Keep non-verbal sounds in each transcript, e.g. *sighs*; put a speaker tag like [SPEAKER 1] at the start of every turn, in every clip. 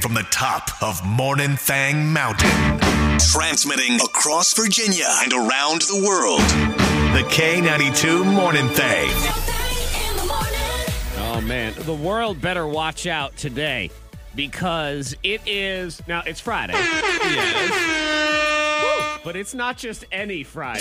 [SPEAKER 1] from the top of Morning Thang Mountain, transmitting across Virginia and around the world. The K92 Morning Thang.
[SPEAKER 2] Oh man, the world better watch out today because it is now it's Friday. Woo, But it's not just any Friday.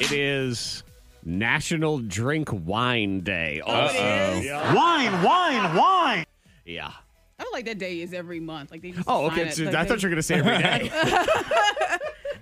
[SPEAKER 2] It is National Drink Wine Day. Also.
[SPEAKER 3] it is?
[SPEAKER 4] Oh, Wine, wine, wine.
[SPEAKER 2] Yeah.
[SPEAKER 3] I feel like that day is every month. Like they. Just
[SPEAKER 2] Oh,
[SPEAKER 3] assign
[SPEAKER 2] okay.
[SPEAKER 3] it.
[SPEAKER 2] so
[SPEAKER 3] Like
[SPEAKER 2] I
[SPEAKER 3] they-
[SPEAKER 2] thought you were going to say every day.
[SPEAKER 3] I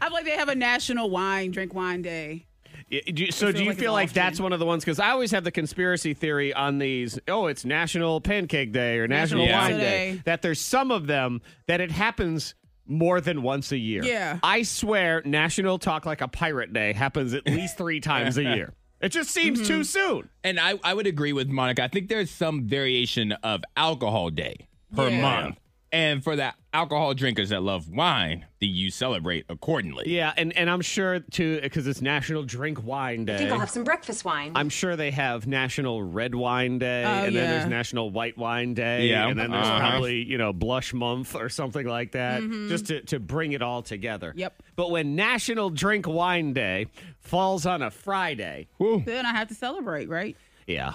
[SPEAKER 3] feel like they have a national wine, drink wine day.
[SPEAKER 2] Yeah, do you- so do
[SPEAKER 3] feel
[SPEAKER 2] you
[SPEAKER 3] like it's
[SPEAKER 2] feel like
[SPEAKER 3] often.
[SPEAKER 2] that's one of the ones? Because I always have the conspiracy theory on these. Oh, it's National Pancake Day or National,
[SPEAKER 3] National
[SPEAKER 2] Wine
[SPEAKER 3] Pizza
[SPEAKER 2] Day.
[SPEAKER 3] Day.
[SPEAKER 2] That there's some of them that it happens more than once a year.
[SPEAKER 3] Yeah.
[SPEAKER 2] I swear, National Talk Like a Pirate Day happens at least
[SPEAKER 3] *laughs*
[SPEAKER 2] three times a year. It just seems
[SPEAKER 3] Mm-hmm.
[SPEAKER 2] too soon.
[SPEAKER 5] And I, I would agree with Monica. I think there's some variation of alcohol day per
[SPEAKER 3] Yeah.
[SPEAKER 5] month. And for the alcohol drinkers that love wine, then you celebrate accordingly.
[SPEAKER 2] Yeah, and and I'm sure too because it's National Drink Wine Day.
[SPEAKER 6] I think I'll have some breakfast wine.
[SPEAKER 2] I'm sure they have National Red Wine Day,
[SPEAKER 3] Oh,
[SPEAKER 2] and then there's
[SPEAKER 3] yeah.
[SPEAKER 2] National White Wine Day,
[SPEAKER 5] Yeah.
[SPEAKER 2] and then there's
[SPEAKER 5] Uh-huh.
[SPEAKER 2] probably you know Blush Month or something like that, just to to bring it all together.
[SPEAKER 3] Mm-hmm. Yep.
[SPEAKER 2] But when National Drink Wine Day falls on a Friday,
[SPEAKER 3] Then I have to celebrate, right?
[SPEAKER 2] yeah.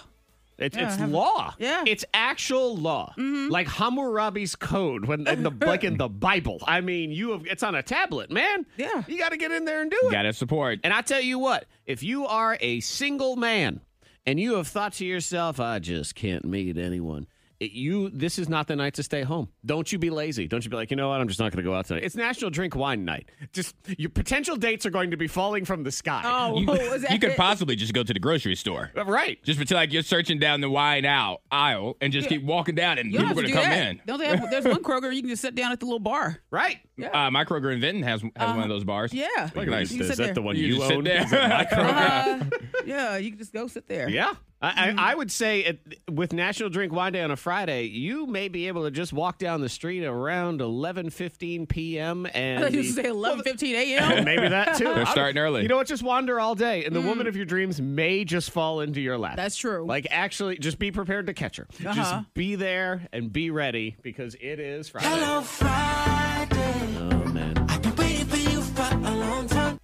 [SPEAKER 2] It's,
[SPEAKER 3] Yeah, I
[SPEAKER 2] it's
[SPEAKER 3] haven't-
[SPEAKER 2] law.
[SPEAKER 3] Yeah. Mm-hmm.
[SPEAKER 2] It's actual law. Like Hammurabi's code when in the like in the Bible. I mean, you have it's on a tablet, man.
[SPEAKER 3] *laughs* Yeah.
[SPEAKER 2] You gotta get in there and do it.
[SPEAKER 5] Gotta support.
[SPEAKER 2] And I tell you what, if you are a single man and you have thought to yourself, I just can't meet anyone. it- you this is not the night to stay home. Don't you be lazy. Don't you be like, you know what? I'm just not going to go out tonight. It's National Drink Wine Night. Just your potential dates are going to be falling from the sky.
[SPEAKER 3] *laughs*
[SPEAKER 2] Uh,
[SPEAKER 3] Oh,
[SPEAKER 5] you,
[SPEAKER 3] is that
[SPEAKER 5] you could
[SPEAKER 3] it?
[SPEAKER 5] possibly just go to the grocery store.
[SPEAKER 2] right.
[SPEAKER 5] Just pretend like you're searching down the wine aisle, aisle and just keep walking down and
[SPEAKER 3] You don't
[SPEAKER 5] people are
[SPEAKER 3] have
[SPEAKER 5] gonna
[SPEAKER 3] to
[SPEAKER 5] come
[SPEAKER 3] do that.
[SPEAKER 5] in.
[SPEAKER 3] Don't they have?
[SPEAKER 5] *laughs*
[SPEAKER 3] There's one Kroger you can just sit down at the little bar.
[SPEAKER 2] Right.
[SPEAKER 5] Uh, my Kroger in Vinton has, has one of those bars.
[SPEAKER 3] Uh-huh. Yeah.
[SPEAKER 5] Look at
[SPEAKER 3] You
[SPEAKER 5] nice.
[SPEAKER 3] can sit there.
[SPEAKER 2] one
[SPEAKER 5] You, just sit *laughs*
[SPEAKER 3] *laughs*
[SPEAKER 5] there.
[SPEAKER 3] Uh, *laughs* yeah, you can just go sit there.
[SPEAKER 2] Yeah. I,
[SPEAKER 3] Mm-hmm.
[SPEAKER 2] I, I would say at, with National Drink Wine Day on a Friday, you may be able to just walk down the street around 11:15 p.m.
[SPEAKER 3] *laughs* I
[SPEAKER 2] and
[SPEAKER 3] thought *laughs* you
[SPEAKER 2] the-
[SPEAKER 3] say 11, 15
[SPEAKER 2] *laughs*
[SPEAKER 3] a.m.
[SPEAKER 2] And maybe that too.
[SPEAKER 5] They're starting early.
[SPEAKER 2] You know what? Just wander all day, and the woman of your dreams may just fall into your lap.
[SPEAKER 3] Mm. That's true.
[SPEAKER 2] Like, actually, just be prepared to catch her.
[SPEAKER 3] Uh-huh.
[SPEAKER 2] Just be there and be ready because it is Friday. Hello, Friday. Oh, man.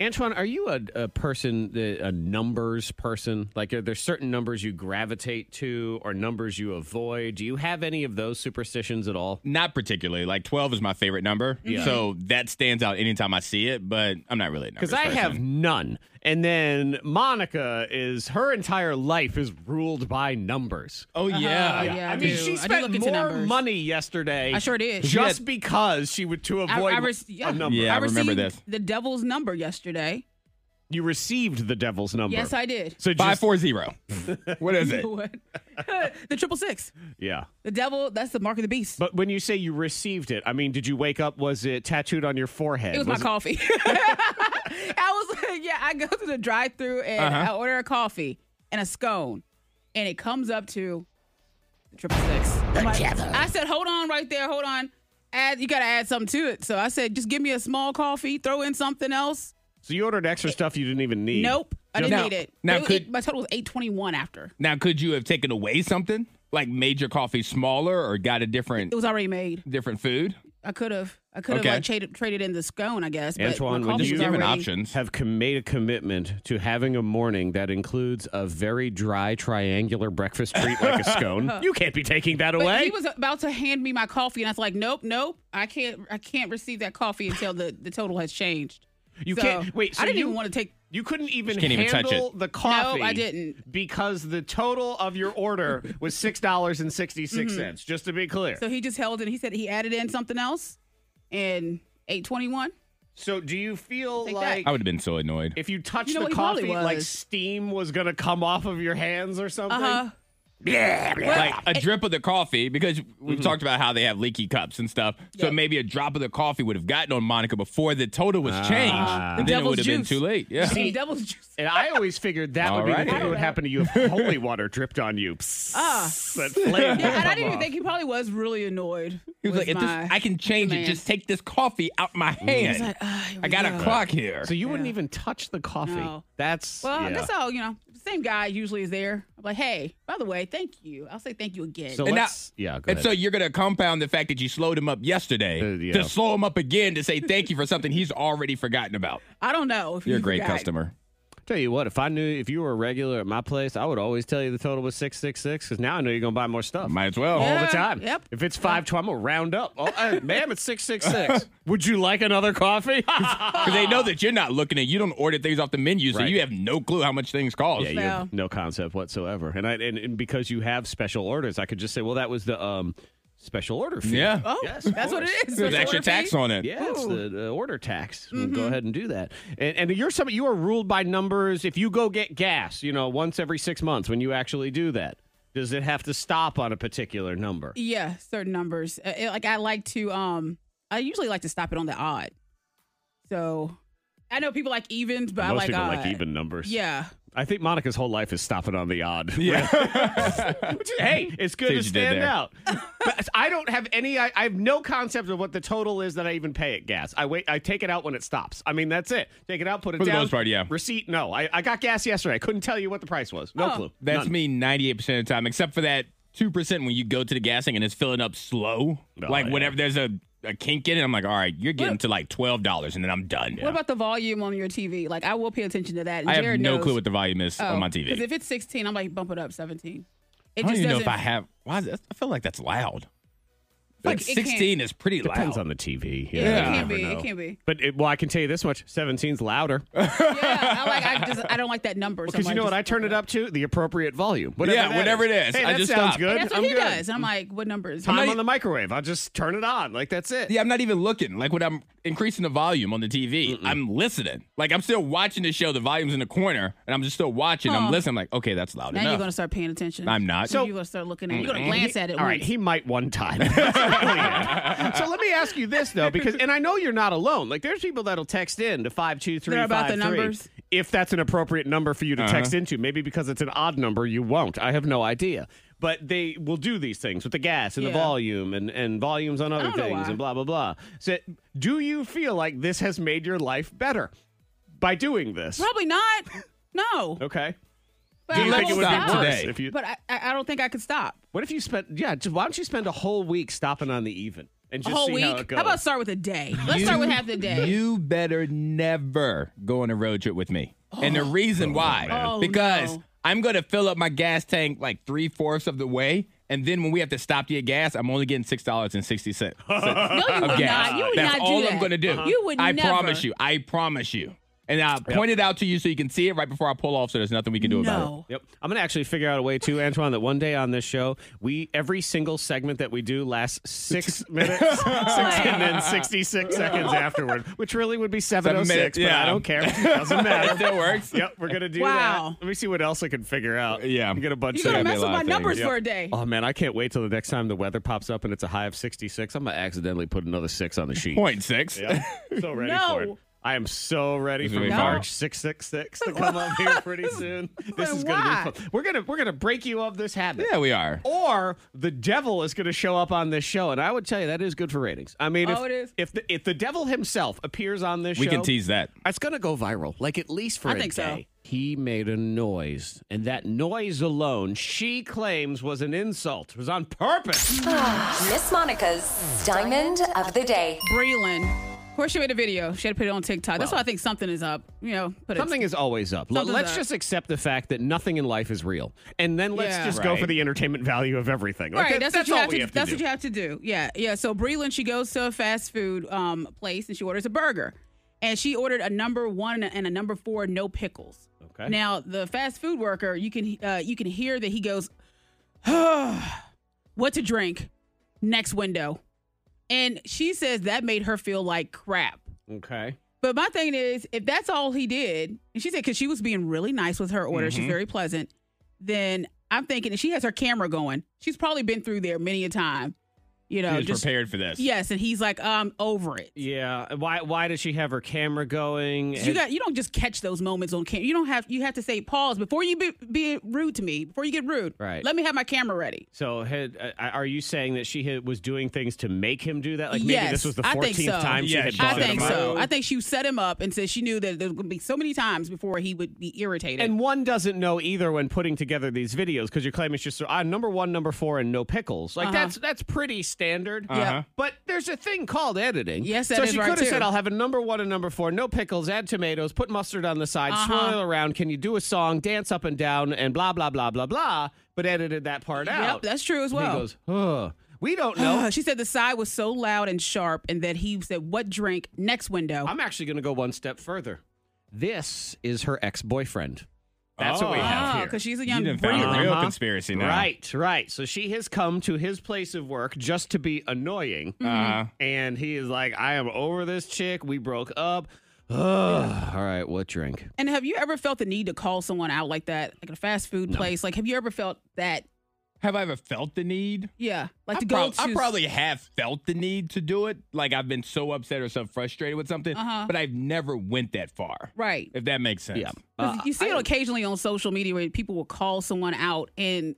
[SPEAKER 2] Antoine, are you a, a person, that- a numbers person? Like, are there certain numbers you gravitate to or numbers you avoid? Do you have any of those superstitions at all?
[SPEAKER 5] Not particularly. Like 12 is my favorite number.
[SPEAKER 3] Mm-hmm.
[SPEAKER 5] So that stands out anytime I see it, but I'm not really a
[SPEAKER 2] Because
[SPEAKER 5] numbers
[SPEAKER 2] I
[SPEAKER 5] person.
[SPEAKER 2] have none. And then Monica is her entire life is ruled by numbers.
[SPEAKER 5] Oh, yeah.
[SPEAKER 3] Uh-huh. yeah. I
[SPEAKER 2] I mean,
[SPEAKER 3] do. I
[SPEAKER 2] she
[SPEAKER 3] do
[SPEAKER 2] spent
[SPEAKER 3] look into
[SPEAKER 2] more
[SPEAKER 3] numbers.
[SPEAKER 2] money yesterday.
[SPEAKER 3] I sure did.
[SPEAKER 2] Just because she would to
[SPEAKER 3] I,
[SPEAKER 2] avoid
[SPEAKER 3] I, rec- yeah.
[SPEAKER 2] a number.
[SPEAKER 5] Yeah. I
[SPEAKER 3] I
[SPEAKER 5] remember
[SPEAKER 3] received
[SPEAKER 5] this.
[SPEAKER 3] the devil's number yesterday.
[SPEAKER 2] You received the devil's number.
[SPEAKER 3] Yes, I did.
[SPEAKER 2] So
[SPEAKER 5] Five
[SPEAKER 2] just,
[SPEAKER 5] four *laughs* zero. what is it?
[SPEAKER 3] What? *laughs* the triple six.
[SPEAKER 2] yeah.
[SPEAKER 3] The devil. That's the mark of the beast.
[SPEAKER 2] But when you say you received it, I mean, did you wake up? Was it tattooed on your forehead?
[SPEAKER 3] It was, my coffee. *laughs* I was *laughs* like, yeah, I go to the drive through and I order a coffee and a scone, and it comes up to the triple six. I'm like- I said, hold on right there, hold on. Add, you got to add something to it. So I said, just give me a small coffee, throw in something else.
[SPEAKER 2] So you ordered extra stuff you didn't even need.
[SPEAKER 3] Nope, I didn't
[SPEAKER 5] Now-
[SPEAKER 3] need it.
[SPEAKER 5] now
[SPEAKER 3] It- it-
[SPEAKER 5] could-
[SPEAKER 3] my total was eight twenty one after.
[SPEAKER 5] Now, could you have taken away something like made your coffee smaller or got a different
[SPEAKER 3] It was already made.
[SPEAKER 5] different food?
[SPEAKER 3] I could have, I could have
[SPEAKER 5] Okay.
[SPEAKER 3] like traded, traded in the scone, I guess. But
[SPEAKER 2] Antoine,
[SPEAKER 3] my
[SPEAKER 2] when
[SPEAKER 3] coffee
[SPEAKER 2] you
[SPEAKER 3] was
[SPEAKER 2] give
[SPEAKER 5] Given
[SPEAKER 3] already-
[SPEAKER 5] options,
[SPEAKER 2] Have com- made a commitment to having a morning that includes a very dry triangular breakfast treat like a
[SPEAKER 3] *laughs*
[SPEAKER 2] scone. You can't be taking that
[SPEAKER 3] But
[SPEAKER 2] away.
[SPEAKER 3] he was about to hand me my coffee, and I was like, "Nope, nope, I can't, I can't receive that coffee until the, the total has changed."
[SPEAKER 2] You
[SPEAKER 3] So,
[SPEAKER 2] can't wait. So
[SPEAKER 3] I didn't
[SPEAKER 2] you,
[SPEAKER 3] even want to take.
[SPEAKER 2] You couldn't even
[SPEAKER 5] can't even
[SPEAKER 2] handle
[SPEAKER 5] touch it.
[SPEAKER 2] the coffee.
[SPEAKER 3] I didn't.
[SPEAKER 2] because the total of your order was six dollars and Just to be clear.
[SPEAKER 3] Mm-hmm. So he just held it. He said he added in something else, and eight twenty one.
[SPEAKER 2] So do you feel
[SPEAKER 3] Take that.
[SPEAKER 2] like
[SPEAKER 5] I would have been so annoyed.
[SPEAKER 2] if you touched
[SPEAKER 3] You know,
[SPEAKER 2] the
[SPEAKER 3] he probably
[SPEAKER 2] coffee, like
[SPEAKER 3] was.
[SPEAKER 2] steam was gonna come off of your hands or something?
[SPEAKER 3] Uh,
[SPEAKER 5] like a drip of the coffee, because we've talked about how they have leaky cups and stuff. So maybe a drop of the coffee would have gotten on Monica before the total was changed. and then it
[SPEAKER 3] devil's
[SPEAKER 5] would have been
[SPEAKER 3] juice.
[SPEAKER 5] too late. Yeah.
[SPEAKER 3] the devil's
[SPEAKER 5] *laughs*
[SPEAKER 3] juice.
[SPEAKER 2] And I always figured that would be the
[SPEAKER 5] Alrighty.
[SPEAKER 2] thing that would happen to you if
[SPEAKER 5] *laughs*
[SPEAKER 2] holy water dripped on you. Psst,
[SPEAKER 3] Ah.
[SPEAKER 2] that flame.
[SPEAKER 3] Yeah, and I
[SPEAKER 2] come
[SPEAKER 3] didn't even
[SPEAKER 2] off.
[SPEAKER 3] think he probably was really annoyed.
[SPEAKER 5] He was like, if this,
[SPEAKER 3] my-
[SPEAKER 5] I can change it.
[SPEAKER 3] demand.
[SPEAKER 5] Just take this coffee out my hand.
[SPEAKER 3] like, "Ah, here
[SPEAKER 5] I *laughs*
[SPEAKER 3] we
[SPEAKER 5] got a
[SPEAKER 3] go."
[SPEAKER 5] clock here.
[SPEAKER 2] So you wouldn't even touch the coffee.
[SPEAKER 3] No.
[SPEAKER 2] That's
[SPEAKER 3] Well,
[SPEAKER 2] yeah.
[SPEAKER 3] that's all you know. same guy usually is there. I'm like, hey, by the way, thank you. I'll say thank you again.
[SPEAKER 2] So
[SPEAKER 5] And now-
[SPEAKER 2] let's yeah. Go
[SPEAKER 5] and
[SPEAKER 2] ahead.
[SPEAKER 5] so you're gonna compound the fact that you slowed him up yesterday
[SPEAKER 2] Uh, yeah.
[SPEAKER 5] to slow him up again to say thank you for something he's already forgotten about.
[SPEAKER 3] I don't know if
[SPEAKER 5] You're a
[SPEAKER 3] you
[SPEAKER 5] great
[SPEAKER 3] forgot.
[SPEAKER 5] customer.
[SPEAKER 2] Tell you what, if I knew if you were a regular at my place, I would always tell you the total was six six six because now I know you're gonna buy more stuff
[SPEAKER 5] Might as well.
[SPEAKER 2] all
[SPEAKER 3] Yeah.
[SPEAKER 2] the time.
[SPEAKER 3] yep.
[SPEAKER 2] If it's five twelve, I'm gonna round up. Oh,
[SPEAKER 3] *laughs*
[SPEAKER 2] uh, ma'am, it's six six six. *laughs* Would you like another coffee?
[SPEAKER 5] Because they know that you're not looking at you don't order things off the menu, so
[SPEAKER 2] Right.
[SPEAKER 5] you have no clue how much things cost.
[SPEAKER 2] Yeah, you have no concept whatsoever. And I and, and because you have special orders, I could just say, well, that was the um special order fee.
[SPEAKER 5] Yeah.
[SPEAKER 3] Oh,
[SPEAKER 2] Yes, of
[SPEAKER 3] that's what it
[SPEAKER 2] course.
[SPEAKER 3] is.
[SPEAKER 5] There's
[SPEAKER 3] Special
[SPEAKER 5] extra
[SPEAKER 3] order fee?
[SPEAKER 5] tax on it.
[SPEAKER 2] Yeah, it's the, the order tax. We'll
[SPEAKER 3] Mm-hmm.
[SPEAKER 2] Go ahead and do that. And, and you're some, you are ruled by numbers. If you go get gas, you know, once every six months when you actually do that, does it have to stop on a particular number?
[SPEAKER 3] Yeah, certain numbers. Uh, it- like I like to, um, I usually like to stop it on the odd. So I know people like evens, but I
[SPEAKER 2] Most
[SPEAKER 3] like
[SPEAKER 2] people
[SPEAKER 3] odd.
[SPEAKER 2] like even numbers.
[SPEAKER 3] Yeah.
[SPEAKER 2] I think Monica's whole life is stopping on the odd.
[SPEAKER 5] Yeah.
[SPEAKER 2] *laughs* hey, it's
[SPEAKER 5] See
[SPEAKER 2] good to
[SPEAKER 5] what you did
[SPEAKER 2] stand
[SPEAKER 5] there.
[SPEAKER 2] out. But I don't have any. I, I have no concept of what the total is that I even pay at gas. I wait. I take it out when it stops. I mean, that's it. Take it out, put it
[SPEAKER 5] For the
[SPEAKER 2] down.
[SPEAKER 5] most part, yeah.
[SPEAKER 2] Receipt? No. I, I got gas yesterday. I couldn't tell you what the price was. No
[SPEAKER 3] Oh.
[SPEAKER 2] clue.
[SPEAKER 5] That's
[SPEAKER 2] None.
[SPEAKER 5] me 98% of the time, except for that 2% when you go to the gas tank and it's filling up slow.
[SPEAKER 2] Oh,
[SPEAKER 5] like,
[SPEAKER 2] yeah.
[SPEAKER 5] whenever there's a, a kink in it, I'm like, all right, you're getting to like $12 and then I'm done.
[SPEAKER 3] What about the volume on your TV? Like I will pay attention to that. And
[SPEAKER 5] I have
[SPEAKER 3] Jared
[SPEAKER 5] no
[SPEAKER 3] knows. Oh,
[SPEAKER 5] clue what the volume is on my TV.
[SPEAKER 3] Because if it's 16, I'm like bump it up 17. It
[SPEAKER 5] I don't
[SPEAKER 3] just
[SPEAKER 5] even know if
[SPEAKER 3] doesn't-
[SPEAKER 5] I have. Why is that, I feel like that's loud. Like
[SPEAKER 3] Like, it can't-
[SPEAKER 5] 16 is pretty loud.
[SPEAKER 2] Depends on the TV. Yeah,
[SPEAKER 5] Yeah.
[SPEAKER 3] It
[SPEAKER 5] I
[SPEAKER 3] can't
[SPEAKER 2] you
[SPEAKER 3] be.
[SPEAKER 2] never know.
[SPEAKER 3] It can't be.
[SPEAKER 2] But it, well, I can tell you this much:
[SPEAKER 5] *laughs*
[SPEAKER 2] 17's louder
[SPEAKER 3] Yeah, I like. I just. I don't like that number. so
[SPEAKER 2] because you
[SPEAKER 3] I'm like,
[SPEAKER 2] know what
[SPEAKER 3] just
[SPEAKER 2] I turn
[SPEAKER 3] bump
[SPEAKER 2] it up to the appropriate volume. Whatever
[SPEAKER 5] Yeah,
[SPEAKER 2] that
[SPEAKER 5] whatever it is.
[SPEAKER 2] Hey,
[SPEAKER 5] I
[SPEAKER 2] that
[SPEAKER 5] just
[SPEAKER 2] sounds
[SPEAKER 5] stop.
[SPEAKER 2] good.
[SPEAKER 3] That's what
[SPEAKER 2] I'm
[SPEAKER 3] he
[SPEAKER 2] good.
[SPEAKER 3] does. And I'm like, what number is? it?
[SPEAKER 2] Time
[SPEAKER 5] not-
[SPEAKER 2] on the microwave. I'll just turn it on. Like that's it.
[SPEAKER 5] Yeah, I'm not even looking. Like when I'm increasing the volume on the TV, I'm listening. Like I'm still watching the show. The volume's in the corner, and I'm just still watching. I'm
[SPEAKER 3] Huh.
[SPEAKER 5] listening. I'm like, okay, that's loud
[SPEAKER 3] Now
[SPEAKER 5] enough.
[SPEAKER 3] you're gonna start paying attention.
[SPEAKER 5] I'm not.
[SPEAKER 3] So
[SPEAKER 2] So-
[SPEAKER 3] you're gonna start looking at. it. You're gonna glance
[SPEAKER 2] He-
[SPEAKER 3] at it.
[SPEAKER 2] All right,
[SPEAKER 3] once.
[SPEAKER 2] he might one
[SPEAKER 3] *laughs*
[SPEAKER 2] time. That's really it. so let me ask you this though, because and I know you're not alone. Like there's people that'll text in to five two three
[SPEAKER 3] They're about the
[SPEAKER 2] five three.
[SPEAKER 3] numbers.
[SPEAKER 2] If that's an appropriate number for you to text into, maybe because it's an odd number, you won't. I have no idea. But they will do these things with the gas and the
[SPEAKER 3] Yeah.
[SPEAKER 2] volume and, and volumes on other
[SPEAKER 3] don't know
[SPEAKER 2] things
[SPEAKER 3] why.
[SPEAKER 2] and blah blah blah. So do you feel like this has made your life better by doing this?
[SPEAKER 3] Probably not. No.
[SPEAKER 2] Okay.
[SPEAKER 3] But
[SPEAKER 2] Do
[SPEAKER 3] I
[SPEAKER 2] you think it
[SPEAKER 3] will
[SPEAKER 2] would
[SPEAKER 3] stop.
[SPEAKER 2] be worse
[SPEAKER 5] today.
[SPEAKER 2] if you
[SPEAKER 3] But I, I I don't think I could stop.
[SPEAKER 2] What if you spent? Yeah, just, why don't you spend a whole week stopping on the even and
[SPEAKER 3] A
[SPEAKER 2] just
[SPEAKER 3] whole
[SPEAKER 2] see
[SPEAKER 3] week.
[SPEAKER 2] how it goes?
[SPEAKER 3] about start with a day? Let's
[SPEAKER 5] You-
[SPEAKER 3] start with half the day.
[SPEAKER 5] You better never go on a road trip with me. and the reason why,
[SPEAKER 3] Oh,
[SPEAKER 5] because
[SPEAKER 3] no.
[SPEAKER 5] I'm going to fill up my gas tank like three fourths of the way. And then when we have to stop to get gas, I'm only getting six dollars and sixty cents.
[SPEAKER 3] *laughs* no, you would not. You would
[SPEAKER 5] That's
[SPEAKER 3] not do
[SPEAKER 5] all
[SPEAKER 3] that. Uh-huh.
[SPEAKER 5] I'm going to do.
[SPEAKER 3] You would.
[SPEAKER 5] I
[SPEAKER 3] never.
[SPEAKER 5] promise you. I promise you. And I point it out to you so you can see it right before I pull off. So there's nothing we can do about it.
[SPEAKER 3] No.
[SPEAKER 2] Yep. I'm gonna actually figure out a way too, Antoine, that one day on this show, we every single segment that we do lasts
[SPEAKER 5] *laughs*
[SPEAKER 2] six minutes, six, *laughs* and then sixty-six seconds afterward, which really would be seven oh
[SPEAKER 5] minutes,
[SPEAKER 2] six. But I
[SPEAKER 5] yeah. *laughs*
[SPEAKER 2] don't care. Doesn't
[SPEAKER 5] It
[SPEAKER 2] matter.
[SPEAKER 5] still works.
[SPEAKER 2] yep. We're gonna do
[SPEAKER 3] Wow.
[SPEAKER 2] that. Let me see what else I can figure out.
[SPEAKER 5] Yeah.
[SPEAKER 2] I'm gonna bunch
[SPEAKER 3] You're gonna
[SPEAKER 2] of-
[SPEAKER 5] be a
[SPEAKER 3] mess
[SPEAKER 5] lot
[SPEAKER 3] with my
[SPEAKER 5] of things.
[SPEAKER 3] numbers
[SPEAKER 5] Yep.
[SPEAKER 3] for a day.
[SPEAKER 2] Oh man, I can't wait till the next time the weather pops up and it's a high of sixty-six. I'm gonna accidentally put another six on the
[SPEAKER 3] *laughs*
[SPEAKER 2] sheet.
[SPEAKER 5] Point six. *laughs*
[SPEAKER 2] Yeah, so ready for it.
[SPEAKER 3] No.
[SPEAKER 2] I am so ready
[SPEAKER 5] This
[SPEAKER 2] for
[SPEAKER 5] is gonna be
[SPEAKER 2] March 666 to come up here
[SPEAKER 3] *laughs*
[SPEAKER 2] pretty soon. This is going to
[SPEAKER 3] why?
[SPEAKER 2] be fun. We're going to we're going to break you of this habit.
[SPEAKER 5] Yeah, we are.
[SPEAKER 2] Or the devil is going to show up on this show and I would tell you that is good for ratings. I mean
[SPEAKER 3] Oh,
[SPEAKER 2] if
[SPEAKER 3] it is?
[SPEAKER 2] if the if the devil himself appears on this
[SPEAKER 5] We
[SPEAKER 2] show
[SPEAKER 5] can tease that.
[SPEAKER 2] it's going to go viral like at least for
[SPEAKER 3] I
[SPEAKER 2] a
[SPEAKER 3] think so.
[SPEAKER 2] day. He made a noise and that noise alone she claims was an insult. It was on purpose.
[SPEAKER 6] Miss Monica's Diamond of the Day.
[SPEAKER 3] Breland. Of course, she made a video. She had to put it on TikTok. That's why I think something is up. You know, put
[SPEAKER 2] Something is always up. Let-
[SPEAKER 3] Something's
[SPEAKER 2] let's
[SPEAKER 3] up.
[SPEAKER 2] just accept the fact that nothing in life is real, and then let's
[SPEAKER 3] Yeah.
[SPEAKER 2] just go
[SPEAKER 5] Right.
[SPEAKER 2] for the entertainment value of everything.
[SPEAKER 3] Right,
[SPEAKER 2] Like, that-
[SPEAKER 3] that's, what you
[SPEAKER 2] all
[SPEAKER 3] have
[SPEAKER 2] we
[SPEAKER 3] to.
[SPEAKER 2] have
[SPEAKER 3] that's
[SPEAKER 2] to
[SPEAKER 3] what you
[SPEAKER 2] do.
[SPEAKER 3] have to do. Yeah, yeah. So Breland, she goes to a fast food um, place and she orders a burger, and she ordered a number one and a number four no pickles.
[SPEAKER 2] Okay.
[SPEAKER 3] Now the fast food worker, you can uh, you can hear that he goes, *sighs* "What to drink? Next window," and she says that made her feel like crap.
[SPEAKER 2] Okay.
[SPEAKER 3] But my thing is, if that's all he did, and she said because she was being really nice with her order, she's very pleasant. Then I'm thinking, and she has her camera going. She's probably been through there many a time. You
[SPEAKER 5] He
[SPEAKER 3] know,
[SPEAKER 5] was
[SPEAKER 3] just
[SPEAKER 5] prepared for this.
[SPEAKER 3] yes, and he's like, I'm over it.
[SPEAKER 2] Yeah. Why? Why did she have her camera going?
[SPEAKER 3] You got you don't just catch those moments on camera. You don't have you have to say pause before you be, be rude to me. Before you get rude,
[SPEAKER 2] Right.
[SPEAKER 3] Let me have my camera ready.
[SPEAKER 2] so, had, uh, are you saying that she had, was doing things to make him do that? Like maybe
[SPEAKER 3] yes,
[SPEAKER 2] this was the
[SPEAKER 3] I think
[SPEAKER 2] fourteenth
[SPEAKER 3] so.
[SPEAKER 2] time she
[SPEAKER 5] Yeah,
[SPEAKER 2] had
[SPEAKER 5] she
[SPEAKER 3] I
[SPEAKER 2] bugged
[SPEAKER 5] set
[SPEAKER 3] think
[SPEAKER 2] him
[SPEAKER 3] so.
[SPEAKER 2] out?
[SPEAKER 3] I think she set him up and said she knew that there was going to be so many times before he would be irritated.
[SPEAKER 2] And one doesn't know either when putting together these videos because you're claiming it's just uh, number one, number four, and no pickles.
[SPEAKER 3] Uh-huh.
[SPEAKER 2] Like that's that's pretty standard.
[SPEAKER 5] Uh-huh.
[SPEAKER 2] But there's a thing called editing.
[SPEAKER 3] Yes, that
[SPEAKER 2] so
[SPEAKER 3] is
[SPEAKER 2] she
[SPEAKER 3] right,
[SPEAKER 2] could have
[SPEAKER 3] too.
[SPEAKER 2] said, "I'll have a number one and number four, no pickles, add tomatoes, put mustard on the side,
[SPEAKER 3] Uh-huh.
[SPEAKER 2] swirl it around. Can you do a song, dance up and down, and blah blah blah blah blah?" But edited that part
[SPEAKER 3] yep,
[SPEAKER 2] out.
[SPEAKER 3] that's true as
[SPEAKER 2] And
[SPEAKER 3] well.
[SPEAKER 2] He goes, "Ugh, "We don't
[SPEAKER 3] *sighs*
[SPEAKER 2] know."
[SPEAKER 3] she said the sigh was so loud and sharp, and that he said, "What drink? Next window."
[SPEAKER 2] I'm actually going to go one step further. This is her ex boyfriend. That's what we
[SPEAKER 5] Oh.
[SPEAKER 2] have here.
[SPEAKER 3] because Ah, she's a
[SPEAKER 5] You
[SPEAKER 3] young
[SPEAKER 5] done found
[SPEAKER 3] breather.
[SPEAKER 5] a real
[SPEAKER 2] Uh-huh.
[SPEAKER 5] conspiracy now.
[SPEAKER 2] Right, right. So she has come to his place of work just to be annoying.
[SPEAKER 3] Mm-hmm.
[SPEAKER 5] Uh,
[SPEAKER 2] And he is like, I am over this chick. We broke up. *sighs* Ugh. All right, what drink?
[SPEAKER 3] And have you ever felt the need to call someone out like that, like at a fast food place? Like, have you ever felt that?
[SPEAKER 5] have I ever felt the need?
[SPEAKER 3] Yeah, like
[SPEAKER 5] I,
[SPEAKER 3] to go.
[SPEAKER 5] prob- I
[SPEAKER 3] to-
[SPEAKER 5] probably have felt the need to do it. Like I've been so upset or so frustrated with something,
[SPEAKER 3] Uh-huh.
[SPEAKER 5] but I've never went that far.
[SPEAKER 3] right.
[SPEAKER 5] If that makes sense.
[SPEAKER 2] Yeah.
[SPEAKER 3] 'Cause
[SPEAKER 2] Uh,
[SPEAKER 3] you see
[SPEAKER 2] I-
[SPEAKER 3] it occasionally on social media where people will call someone out, and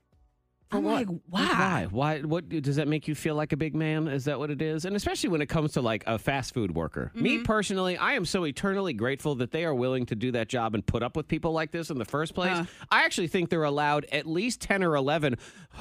[SPEAKER 3] I'm like, why?
[SPEAKER 2] Why? Why? What does that make you feel like a big man? Is that what it is? And especially when it comes to like a fast food worker.
[SPEAKER 3] Mm-hmm.
[SPEAKER 2] Me personally, I am so eternally grateful that they are willing to do that job and put up with people like this in the first place.
[SPEAKER 3] Uh.
[SPEAKER 2] I actually think they're allowed at least ten or eleven *sighs*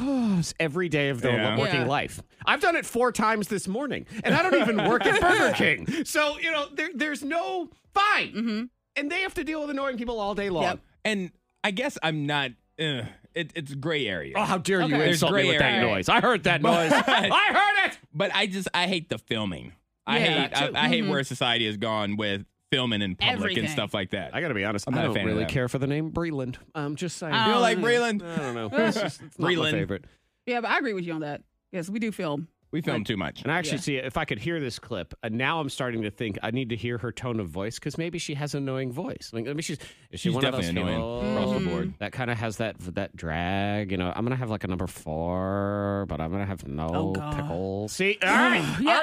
[SPEAKER 2] every day of their
[SPEAKER 5] Yeah.
[SPEAKER 2] working
[SPEAKER 3] Yeah.
[SPEAKER 2] life. I've done it four times this morning, and I don't even work at
[SPEAKER 3] *laughs*
[SPEAKER 2] Burger King. So you know, there, there's no fine, and they have to deal with annoying people all day long.
[SPEAKER 3] Mm-hmm. Yep.
[SPEAKER 5] And I guess I'm not. Uh, it, it's gray area.
[SPEAKER 2] Oh, how dare you
[SPEAKER 5] Okay. There's
[SPEAKER 2] insult me
[SPEAKER 5] gray
[SPEAKER 2] with that
[SPEAKER 5] area.
[SPEAKER 2] noise! I heard
[SPEAKER 3] *laughs*
[SPEAKER 2] that noise. I heard it.
[SPEAKER 5] But I just I hate the filming. I
[SPEAKER 3] Yeah, Mm-hmm.
[SPEAKER 5] hate
[SPEAKER 2] that too.
[SPEAKER 5] I, I hate where society has gone with filming in public
[SPEAKER 3] Everything.
[SPEAKER 5] and stuff like that.
[SPEAKER 2] I got to be honest.
[SPEAKER 5] not
[SPEAKER 2] I
[SPEAKER 5] a
[SPEAKER 2] don't
[SPEAKER 5] fan of
[SPEAKER 2] really
[SPEAKER 5] that.
[SPEAKER 2] care for the name Breland. I'm just saying.
[SPEAKER 3] I
[SPEAKER 5] you know, like
[SPEAKER 3] Um,
[SPEAKER 5] Breland,
[SPEAKER 2] I don't *laughs* know. It's, just, it's not my
[SPEAKER 5] Breland.
[SPEAKER 2] favorite.
[SPEAKER 3] Yeah, but I agree with you on that. Yes, we do film. *laughs*
[SPEAKER 5] we film too much.
[SPEAKER 2] And I actually
[SPEAKER 3] Yeah.
[SPEAKER 2] see if I could hear this clip. And now I'm starting to think I need to hear her tone of voice because maybe she has an annoying voice. Like maybe she's is she
[SPEAKER 5] She's
[SPEAKER 2] one of those
[SPEAKER 5] definitely annoying
[SPEAKER 2] people
[SPEAKER 5] across the board.
[SPEAKER 2] that kind of has that that drag. You know, I'm gonna have like a number four, but I'm gonna have
[SPEAKER 3] Oh,
[SPEAKER 2] no
[SPEAKER 3] God.
[SPEAKER 2] pickles. See, all right.
[SPEAKER 3] *gasps* Yeah.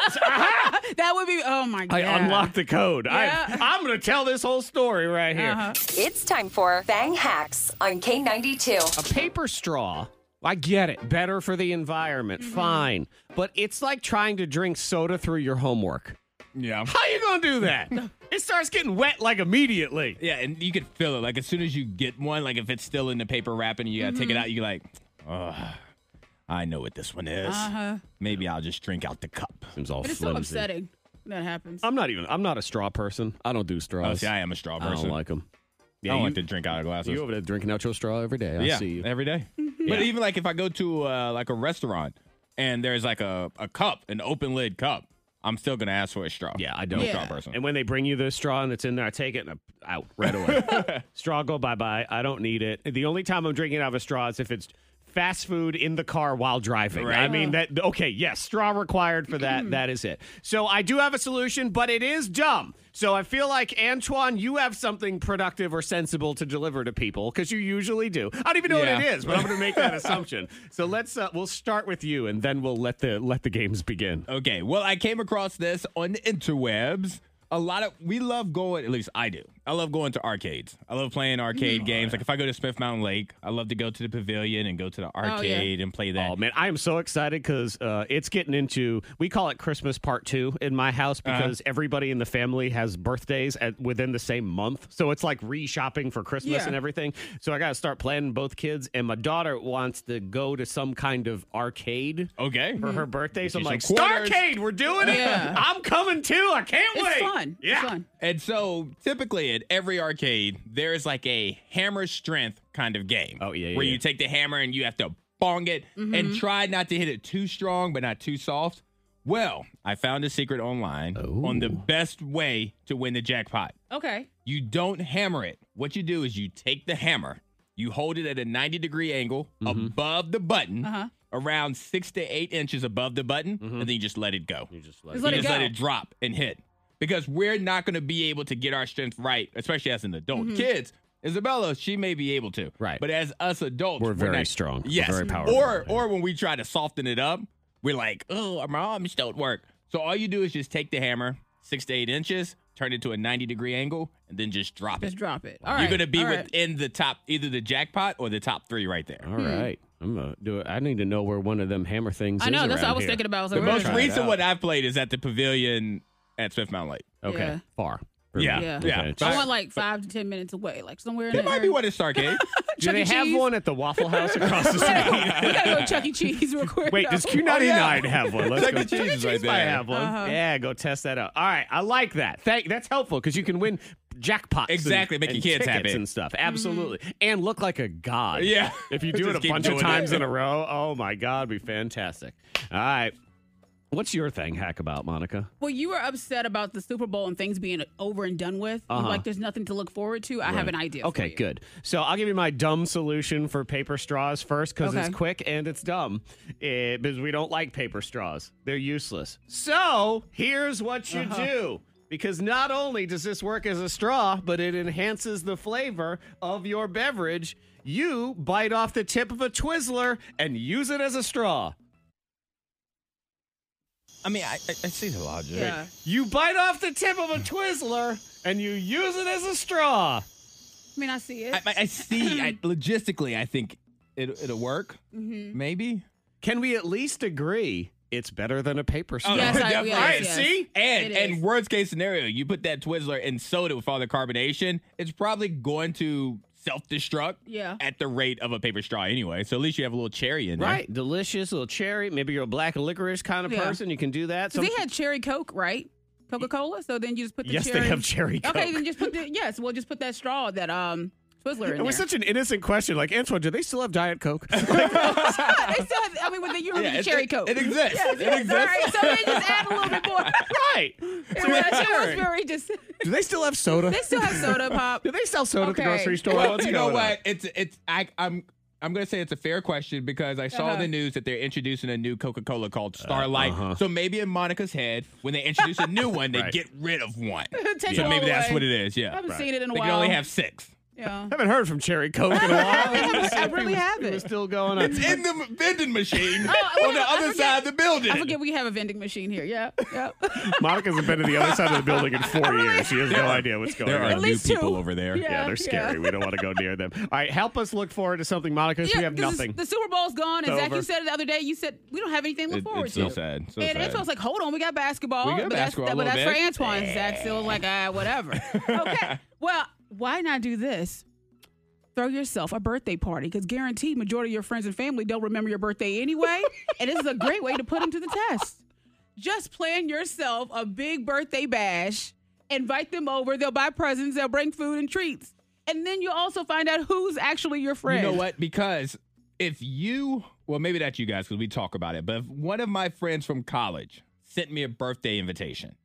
[SPEAKER 3] that would be. Oh my god.
[SPEAKER 2] I unlocked the code.
[SPEAKER 3] Yeah. Uh-huh.
[SPEAKER 2] I, I'm going to tell this whole story right here.
[SPEAKER 6] It's time for Bang Hacks on K92.
[SPEAKER 2] A paper straw. I get it. Better for the environment.
[SPEAKER 5] Mm-hmm.
[SPEAKER 2] Fine. But it's like trying to drink soda through your homework.
[SPEAKER 5] Yeah.
[SPEAKER 2] How you going to do that?
[SPEAKER 5] *laughs*
[SPEAKER 2] it starts getting wet like immediately.
[SPEAKER 5] Yeah, and you could feel it. Like as soon as you get one, like if it's still in the paper wrap and you gotta take it
[SPEAKER 3] Mm-hmm.
[SPEAKER 5] out, you're like, oh, I know what this one is.
[SPEAKER 3] Uh-huh.
[SPEAKER 5] Maybe I'll just drink out the cup.
[SPEAKER 2] Seems all
[SPEAKER 3] But it's so upsetting when that happens.
[SPEAKER 2] I'm not even I'm not a straw person. I don't do straws.
[SPEAKER 5] Oh, see, I am a straw
[SPEAKER 2] I
[SPEAKER 5] person.
[SPEAKER 2] don't like them.
[SPEAKER 5] I don't
[SPEAKER 2] you,
[SPEAKER 5] like to drink out of glasses.
[SPEAKER 2] you over there drinking out your straw every day. I
[SPEAKER 5] yeah,
[SPEAKER 2] see you.
[SPEAKER 5] every
[SPEAKER 2] *laughs*
[SPEAKER 5] day. But even like if I go to uh, like a restaurant and there's like a, a cup, an open lid cup, I'm still gonna ask for a straw.
[SPEAKER 2] Yeah, I don't.
[SPEAKER 5] I'm a
[SPEAKER 3] Yeah.
[SPEAKER 5] straw person.
[SPEAKER 2] And when they bring you the straw and it's in there, I take it and I'm out
[SPEAKER 5] *laughs*
[SPEAKER 2] right away. straw go bye bye. I don't need it. The only time I'm drinking out of a straw is if it's fast food in the car while driving. I
[SPEAKER 5] Right.
[SPEAKER 2] mean that okay, yes, straw required for that. that is it. So I do have a solution, but it is dumb. So I feel like Antoine, you have something productive or sensible to deliver to people because you usually do. I don't even know what
[SPEAKER 5] Yeah.
[SPEAKER 2] it is, but I'm going to make that assumption. So let's uh, we'll start with you, and then we'll let the let the games begin.
[SPEAKER 5] Okay. Well, I came across this on the interwebs. A lot of we love going. At least I do. I love going to arcades. I love playing arcade
[SPEAKER 2] Mm. Oh,
[SPEAKER 5] games. Like if I go to Smith Mountain Lake, I love to go to the pavilion and go to the
[SPEAKER 3] yeah.
[SPEAKER 5] arcade and play that.
[SPEAKER 2] Oh man, I am so excited because uh, it's getting into we call it Christmas part two in my house
[SPEAKER 3] Uh-huh.
[SPEAKER 2] because everybody in the family has birthdays at, within the same month, so it's like re-shopping for Christmas
[SPEAKER 3] Yeah.
[SPEAKER 2] and everything. So I got to start planning both kids, and my daughter wants to go to some kind of arcade.
[SPEAKER 5] okay.
[SPEAKER 2] For
[SPEAKER 3] Mm-hmm.
[SPEAKER 2] her birthday, so I'm
[SPEAKER 5] you
[SPEAKER 2] like,
[SPEAKER 5] some quarters.
[SPEAKER 2] Starcade, we're doing it.
[SPEAKER 3] Yeah.
[SPEAKER 2] I'm coming too. I can't
[SPEAKER 3] it's
[SPEAKER 2] wait.
[SPEAKER 3] fun.
[SPEAKER 2] Yeah.
[SPEAKER 3] It's fun.
[SPEAKER 5] And so typically at every arcade, there is like a hammer strength kind of game.
[SPEAKER 2] Oh, yeah, yeah,
[SPEAKER 5] Where
[SPEAKER 2] yeah. Mm-hmm.
[SPEAKER 5] you take the hammer and you have to bong it and try not to hit it too strong, but not too soft. Well, I found a secret online
[SPEAKER 2] Oh.
[SPEAKER 5] on the best way to win the jackpot.
[SPEAKER 3] Okay.
[SPEAKER 5] You don't hammer it. What you do is you take the hammer, you hold it at a 90 degree angle above the button,
[SPEAKER 3] uh-huh.
[SPEAKER 5] around six to eight inches above the button, and then you just let it go. You just let,
[SPEAKER 3] Just let it go.
[SPEAKER 5] drop and hit. Because we're not going to be able to get our strength right, especially as an adult.
[SPEAKER 3] Mm-hmm.
[SPEAKER 5] Kids, Isabella, she may be able to.
[SPEAKER 2] Right.
[SPEAKER 5] But as us adults,
[SPEAKER 2] We're very
[SPEAKER 5] not-
[SPEAKER 2] strong. We're
[SPEAKER 5] Yes.
[SPEAKER 2] very powerful.
[SPEAKER 5] Or, or when we try to soften it up, We're like, oh, my arms don't work. So all you do is just take the hammer, six to eight inches, turn it to a 90 degree angle, and then just drop
[SPEAKER 3] Just
[SPEAKER 5] it.
[SPEAKER 3] drop it. All
[SPEAKER 5] You're
[SPEAKER 3] right,
[SPEAKER 5] going to be
[SPEAKER 3] all right.
[SPEAKER 5] within the top, either the jackpot or the top three right there.
[SPEAKER 3] hmm.
[SPEAKER 2] All right. I'm gonna do it. I need to know where one of them hammer things
[SPEAKER 3] I
[SPEAKER 2] is.
[SPEAKER 3] know. That's what I
[SPEAKER 2] around
[SPEAKER 3] was
[SPEAKER 2] here.
[SPEAKER 3] thinking about. I was
[SPEAKER 5] The
[SPEAKER 3] like, where
[SPEAKER 5] most
[SPEAKER 3] is it?
[SPEAKER 5] recent one I've played is at the pavilion at Swift Mountain Lake.
[SPEAKER 2] Okay.
[SPEAKER 3] Yeah.
[SPEAKER 2] Far. for
[SPEAKER 5] Yeah.
[SPEAKER 2] me.
[SPEAKER 3] Yeah.
[SPEAKER 5] Yeah.
[SPEAKER 2] Okay.
[SPEAKER 5] But-
[SPEAKER 3] I want like five to ten minutes away, like somewhere in
[SPEAKER 5] It
[SPEAKER 3] there.
[SPEAKER 5] might be one at
[SPEAKER 3] *laughs*
[SPEAKER 5] Starcade.
[SPEAKER 2] Do
[SPEAKER 3] Chuck E.
[SPEAKER 2] they have
[SPEAKER 3] Cheese.
[SPEAKER 2] one at the Waffle House across *laughs* the street?
[SPEAKER 3] *laughs* we gotta go to Chuck E. Cheese real quick.
[SPEAKER 2] Wait,
[SPEAKER 3] though.
[SPEAKER 2] does Q99 have one? Let's
[SPEAKER 5] Chuck
[SPEAKER 2] go. Uh-huh.
[SPEAKER 5] E. Cheese
[SPEAKER 2] Chuck E.
[SPEAKER 5] is right
[SPEAKER 2] Cheese might
[SPEAKER 5] there.
[SPEAKER 2] have one. Yeah, go test that out. All right, I like that. Thank, that's helpful because you can win jackpots.
[SPEAKER 5] Exactly,
[SPEAKER 2] and,
[SPEAKER 5] make your
[SPEAKER 2] and
[SPEAKER 5] kids
[SPEAKER 2] tickets
[SPEAKER 5] happy. Mm-hmm.
[SPEAKER 2] and stuff. Absolutely, and look like a god.
[SPEAKER 5] Yeah. *laughs*
[SPEAKER 2] if you do it
[SPEAKER 5] Just
[SPEAKER 2] a
[SPEAKER 5] keep
[SPEAKER 2] bunch of
[SPEAKER 5] doing
[SPEAKER 2] times
[SPEAKER 5] it.
[SPEAKER 2] in a row, oh my god, it'd be fantastic. All right, what's your thing hack about Monica?
[SPEAKER 3] Well, you were upset about the Super Bowl and things being over and done with. You're
[SPEAKER 2] Uh-huh.
[SPEAKER 3] Like, there's nothing to look forward to. I have an idea. for
[SPEAKER 2] Okay,
[SPEAKER 3] you.
[SPEAKER 2] good. So I'll give you my dumb solution for paper straws first because
[SPEAKER 3] Okay.
[SPEAKER 2] it's quick and it's dumb. Eh, because we don't like paper straws, they're useless. So here's what you
[SPEAKER 3] Uh-huh.
[SPEAKER 2] do. Because not only does this work as a straw, but it enhances the flavor of your beverage. You bite off the tip of a Twizzler and use it as a straw.
[SPEAKER 5] I mean, I, I, I see the logic.
[SPEAKER 3] Yeah.
[SPEAKER 2] You bite off the tip of a Twizzler and you use it as a straw.
[SPEAKER 3] I mean, I see it.
[SPEAKER 5] I, I- I see.
[SPEAKER 3] *clears throat*
[SPEAKER 5] I, logistically, I think it, it'll work.
[SPEAKER 3] Mm-hmm.
[SPEAKER 5] Maybe.
[SPEAKER 2] Can we at least agree it's better than a paper straw?
[SPEAKER 5] *laughs*
[SPEAKER 3] Yes, I- yes,
[SPEAKER 5] All right,
[SPEAKER 3] yes.
[SPEAKER 5] see? And
[SPEAKER 3] It is.
[SPEAKER 5] and worst case scenario, you put that Twizzler in soda with all the carbonation, it's probably going to self destruct
[SPEAKER 3] Yeah.
[SPEAKER 5] at the rate of a paper straw anyway. So at least you have a little cherry in there.
[SPEAKER 2] Right, delicious little cherry. Maybe you're a black licorice kind of
[SPEAKER 3] Yeah.
[SPEAKER 2] person. You can do that.
[SPEAKER 3] 'Cause
[SPEAKER 2] Some-
[SPEAKER 3] they had cherry Coke, right? Coca Cola. So then you just put
[SPEAKER 2] *laughs*
[SPEAKER 3] the
[SPEAKER 2] Yes, they
[SPEAKER 3] cherry.
[SPEAKER 2] have cherry
[SPEAKER 3] Okay,
[SPEAKER 2] Coke.
[SPEAKER 3] then just put the yes. We'll just put that straw that um Twizzler in
[SPEAKER 2] it was
[SPEAKER 3] there.
[SPEAKER 2] such an innocent question. Like Antoine, do they still have Diet *laughs* Coke?
[SPEAKER 3] *laughs* they still have, I mean, with the, you remember
[SPEAKER 5] Yeah,
[SPEAKER 3] the
[SPEAKER 5] it-
[SPEAKER 3] cherry
[SPEAKER 5] it-
[SPEAKER 3] Coke. *laughs*
[SPEAKER 5] it exists.
[SPEAKER 3] Yes,
[SPEAKER 5] It
[SPEAKER 3] yes,
[SPEAKER 5] exists.
[SPEAKER 3] All right, so then just add a little
[SPEAKER 2] *laughs*
[SPEAKER 3] bit more.
[SPEAKER 2] right.
[SPEAKER 3] *laughs* it was, it was very just.
[SPEAKER 2] Do they still have soda?
[SPEAKER 3] They still have soda
[SPEAKER 2] *laughs*
[SPEAKER 3] pop.
[SPEAKER 2] do they sell soda at the
[SPEAKER 3] Okay.
[SPEAKER 2] grocery store?
[SPEAKER 5] Well,
[SPEAKER 3] *laughs*
[SPEAKER 2] What's
[SPEAKER 5] you know
[SPEAKER 2] going on?
[SPEAKER 5] what? It's it's I I'm I'm gonna say it's a fair question because I saw
[SPEAKER 3] Uh-huh.
[SPEAKER 5] the news that they're introducing a new Coca-Cola called Starlight. So maybe in Monica's head, when they introduce a new one, they
[SPEAKER 2] Right.
[SPEAKER 5] get rid of one.
[SPEAKER 3] *laughs* Take
[SPEAKER 5] So
[SPEAKER 3] them
[SPEAKER 5] maybe
[SPEAKER 3] all
[SPEAKER 5] that's
[SPEAKER 3] away.
[SPEAKER 5] what it is. Yeah,
[SPEAKER 3] I haven't seen it in a
[SPEAKER 5] they
[SPEAKER 3] while.
[SPEAKER 5] can only have six.
[SPEAKER 3] Yeah.
[SPEAKER 2] I haven't heard from Cherry Coke in a while.
[SPEAKER 3] *laughs* I really haven't.
[SPEAKER 2] It's still going on.
[SPEAKER 5] It's in the vending
[SPEAKER 3] *laughs*
[SPEAKER 5] machine
[SPEAKER 3] Oh, I
[SPEAKER 5] on the
[SPEAKER 3] forget- I
[SPEAKER 5] other
[SPEAKER 3] forget-
[SPEAKER 5] side of the building.
[SPEAKER 3] I forget we have a vending machine here. Yeah, yeah. *laughs*
[SPEAKER 2] Monica's been to the other side of the building in four years. She has no idea what's going
[SPEAKER 5] there
[SPEAKER 2] on.
[SPEAKER 5] are new
[SPEAKER 3] least
[SPEAKER 5] people
[SPEAKER 3] two.
[SPEAKER 5] over there.
[SPEAKER 3] Yeah.
[SPEAKER 2] yeah, they're scary. We don't want to go near them. All right, help us look forward to something, Monica, 'cause
[SPEAKER 3] yeah
[SPEAKER 2] we have
[SPEAKER 3] 'cause
[SPEAKER 2] nothing.
[SPEAKER 3] The Super Bowl's gone, and
[SPEAKER 2] It's
[SPEAKER 3] Zach, you
[SPEAKER 2] over.
[SPEAKER 3] said it the other day. You said we don't have anything to
[SPEAKER 5] It-
[SPEAKER 3] look forward
[SPEAKER 5] it's
[SPEAKER 3] to.
[SPEAKER 5] so sad. So
[SPEAKER 3] and
[SPEAKER 5] sad.
[SPEAKER 3] Antoine's like, "Hold on, we got basketball."
[SPEAKER 5] We got
[SPEAKER 3] but
[SPEAKER 5] basketball a
[SPEAKER 3] That's, but
[SPEAKER 5] little bit.
[SPEAKER 3] that's for Antoine. Zach's still like, ah,
[SPEAKER 5] *laughs*
[SPEAKER 3] whatever. okay. Well, why not do this? Throw yourself a birthday party because guaranteed majority of your friends and family don't remember your birthday anyway,
[SPEAKER 5] *laughs*
[SPEAKER 3] and this is a great way to put them to the test. Just plan yourself a big birthday bash. Invite them over. They'll buy presents. They'll bring food and treats. And then you'll also find out who's actually your
[SPEAKER 5] You
[SPEAKER 3] friend.
[SPEAKER 5] know what? Because if you, well, maybe not you guys, because we talk about it, but if one of my friends from college sent me a birthday invitation,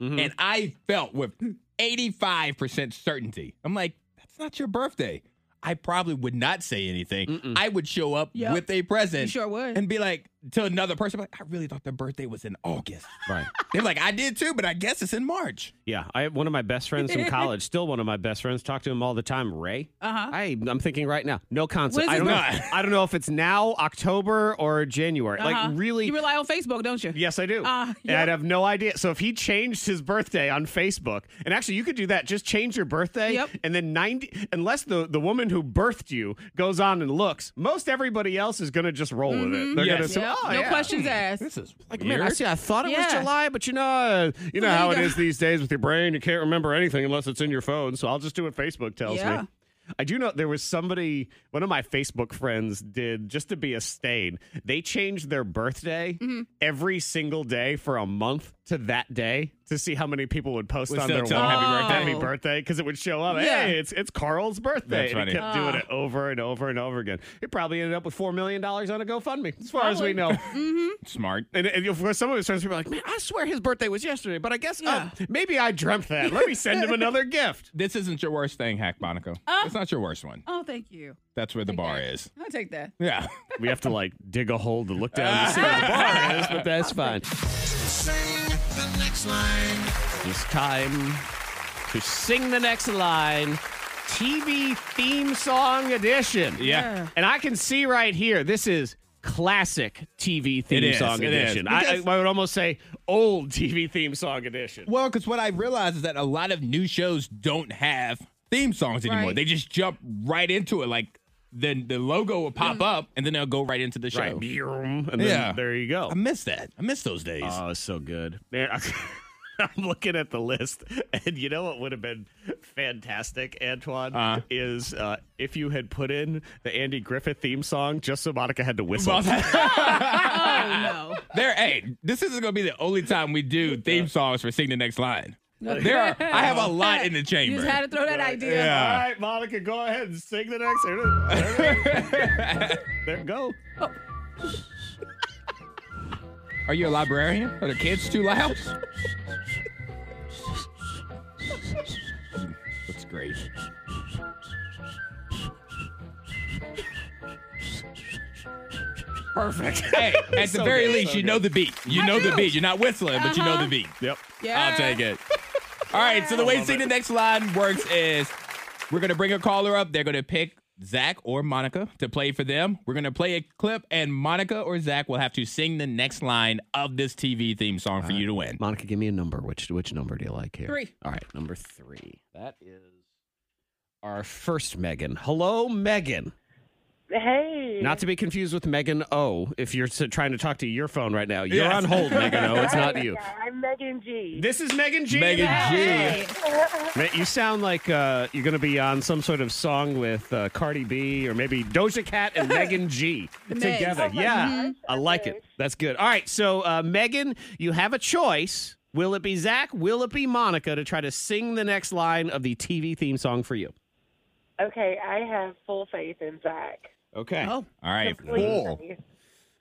[SPEAKER 2] Mm-hmm.
[SPEAKER 5] and I felt with 85% certainty, I'm like, that's not your birthday. I probably would not say anything. I would show up
[SPEAKER 3] Yep.
[SPEAKER 5] with a present.
[SPEAKER 3] You sure would.
[SPEAKER 5] And be like, to another person, like, I really thought their birthday was in August.
[SPEAKER 2] Right.
[SPEAKER 5] They're like, I did too, but I guess it's in March.
[SPEAKER 2] Yeah, I one of my best friends
[SPEAKER 3] *laughs*
[SPEAKER 2] from college, still one of my best friends. Talk to him all the time, Ray. Uh-huh. I I'm thinking right now, no concept.
[SPEAKER 3] When is
[SPEAKER 2] I
[SPEAKER 3] his
[SPEAKER 2] don't know.
[SPEAKER 5] birthday?
[SPEAKER 2] I don't know if it's now October or January.
[SPEAKER 3] Uh-huh.
[SPEAKER 2] Like really.
[SPEAKER 3] You rely on Facebook, don't you?
[SPEAKER 2] Yes, I do.
[SPEAKER 3] Ah,
[SPEAKER 2] And
[SPEAKER 3] yeah.
[SPEAKER 2] I'd have no idea. So if he changed his birthday on Facebook, and actually you could do that, just change your birthday,
[SPEAKER 3] Yep.
[SPEAKER 2] and then ninety, unless the the woman who birthed you goes on and looks, most everybody else is going to just roll with it. They're
[SPEAKER 5] Yes.
[SPEAKER 2] going to say,
[SPEAKER 3] Mm-hmm. Yep.
[SPEAKER 2] "Oh,
[SPEAKER 3] no
[SPEAKER 2] yeah."
[SPEAKER 3] questions asked.
[SPEAKER 5] is
[SPEAKER 2] Like, man, I see. I thought it was
[SPEAKER 3] Yeah.
[SPEAKER 2] July, but you know, uh, you know
[SPEAKER 3] Well,
[SPEAKER 2] how
[SPEAKER 3] you
[SPEAKER 2] it
[SPEAKER 3] got-
[SPEAKER 2] is these days with your brain. You can't remember anything unless it's in your phone. So I'll just do what Facebook tells
[SPEAKER 3] Yeah.
[SPEAKER 2] me. I do know there was somebody, one of my Facebook friends did just to be a stain. They changed their birthday
[SPEAKER 3] Mm-hmm.
[SPEAKER 2] every single day for a month to that day to see how many people would post
[SPEAKER 5] Would
[SPEAKER 2] on
[SPEAKER 5] still
[SPEAKER 2] their
[SPEAKER 5] tell
[SPEAKER 2] wall,
[SPEAKER 5] them happy
[SPEAKER 3] birthday.
[SPEAKER 2] happy birthday, because it would show up.
[SPEAKER 3] Oh. Yeah. Ah.
[SPEAKER 2] Hey, it's it's Carl's birthday.
[SPEAKER 5] That's
[SPEAKER 2] and he
[SPEAKER 5] funny.
[SPEAKER 2] kept doing it over and over and over again. He probably ended up with four million dollars on a GoFundMe, as far as we know.
[SPEAKER 5] Smart.
[SPEAKER 2] And, and of course, some of his friends were like, "Man, I swear his birthday was yesterday, but I guess uh,
[SPEAKER 3] Yeah.
[SPEAKER 2] maybe I dreamt that. Let me
[SPEAKER 5] *laughs*
[SPEAKER 2] send him another gift."
[SPEAKER 5] This isn't your worst thing, Hack Monaco. it's not your worst one.
[SPEAKER 3] Oh, Ah. thank you.
[SPEAKER 5] That's where the bar
[SPEAKER 3] that.
[SPEAKER 5] is.
[SPEAKER 3] I'll
[SPEAKER 5] *laughs*
[SPEAKER 3] take that.
[SPEAKER 5] Yeah.
[SPEAKER 2] We have to like dig a hole to look down to see where
[SPEAKER 5] *laughs*
[SPEAKER 2] the bar is, but that's fine. It's time to sing the next line, TV theme song edition.
[SPEAKER 5] Yeah.
[SPEAKER 2] And I can see right here, this is classic TV theme
[SPEAKER 5] is,
[SPEAKER 2] song
[SPEAKER 5] it is.
[SPEAKER 2] edition. I,
[SPEAKER 5] Because-
[SPEAKER 2] I would almost say old TV theme song edition.
[SPEAKER 5] Well, because what I realized is that a lot of new shows don't have theme songs anymore.
[SPEAKER 3] Right.
[SPEAKER 5] They just jump right into it. Like then the logo will
[SPEAKER 3] Mm.
[SPEAKER 5] pop up, and then they'll go right into the show.
[SPEAKER 2] Right. And then
[SPEAKER 5] Yeah.
[SPEAKER 2] there you go.
[SPEAKER 5] I miss that. I miss those days.
[SPEAKER 2] Oh, it's so good. Man, *laughs* I'm looking at the list, and you know what would have been fantastic, Antoine,
[SPEAKER 5] Uh-huh.
[SPEAKER 2] is uh, if you had put in the Andy Griffith theme song just so Monica had to whistle. *laughs*
[SPEAKER 3] Oh no.
[SPEAKER 5] there, hey, this isn't gonna be the only time we do theme songs for Sing the Next Line. *laughs* There, are, I have
[SPEAKER 3] *laughs*
[SPEAKER 5] a lot in the
[SPEAKER 3] You
[SPEAKER 5] chamber.
[SPEAKER 3] just had to throw that idea.
[SPEAKER 5] Yeah.
[SPEAKER 2] All right, Monica, go ahead and sing the next. There, *laughs* there go.
[SPEAKER 5] Are you a librarian? Are the kids too loud? That's great. Perfect. Hey, at the
[SPEAKER 2] So
[SPEAKER 5] very
[SPEAKER 2] good, Uh-huh.
[SPEAKER 5] least,
[SPEAKER 2] so
[SPEAKER 5] you know the beat. You know the beat. You're not whistling, but you know the beat.
[SPEAKER 2] Yep.
[SPEAKER 3] Yeah.
[SPEAKER 5] I'll take *laughs* it. All right, so the way Sing the Next Line works is we're going to bring a caller up. They're going to pick Zach or Monica to play for them. We're going to play a clip, and Monica or Zach will have to sing the next line of this TV theme song for you to win.
[SPEAKER 2] Monica, give me a number. Which which number do you like here?
[SPEAKER 3] Three.
[SPEAKER 2] All right, number three. That is our first Megan. Hello, Megan.
[SPEAKER 7] Hey.
[SPEAKER 2] Not to be confused with Megan O. If you're s- trying to talk to your phone right now, you're
[SPEAKER 5] Yes.
[SPEAKER 2] on hold, Megan O.
[SPEAKER 7] *laughs*
[SPEAKER 2] It's not you.
[SPEAKER 7] Yeah, I'm Megan G.
[SPEAKER 2] This is Megan G.
[SPEAKER 5] Megan G.
[SPEAKER 3] Hey.
[SPEAKER 2] Man, you sound like uh, you're going to be on some sort of song with uh, Cardi B or maybe Doja Cat
[SPEAKER 7] *laughs*
[SPEAKER 2] and Megan G together.
[SPEAKER 7] Oh my
[SPEAKER 2] yeah,
[SPEAKER 7] gosh,
[SPEAKER 2] I like it. That's good. All right, so uh, Megan, you have a choice. Will it be Zach? Will it be Monica to try to sing the next line of the TV theme song for you?
[SPEAKER 7] Okay, I have full faith in Zach.
[SPEAKER 2] Okay.
[SPEAKER 3] Oh.
[SPEAKER 5] All right,
[SPEAKER 7] Complete
[SPEAKER 5] full,
[SPEAKER 7] faith.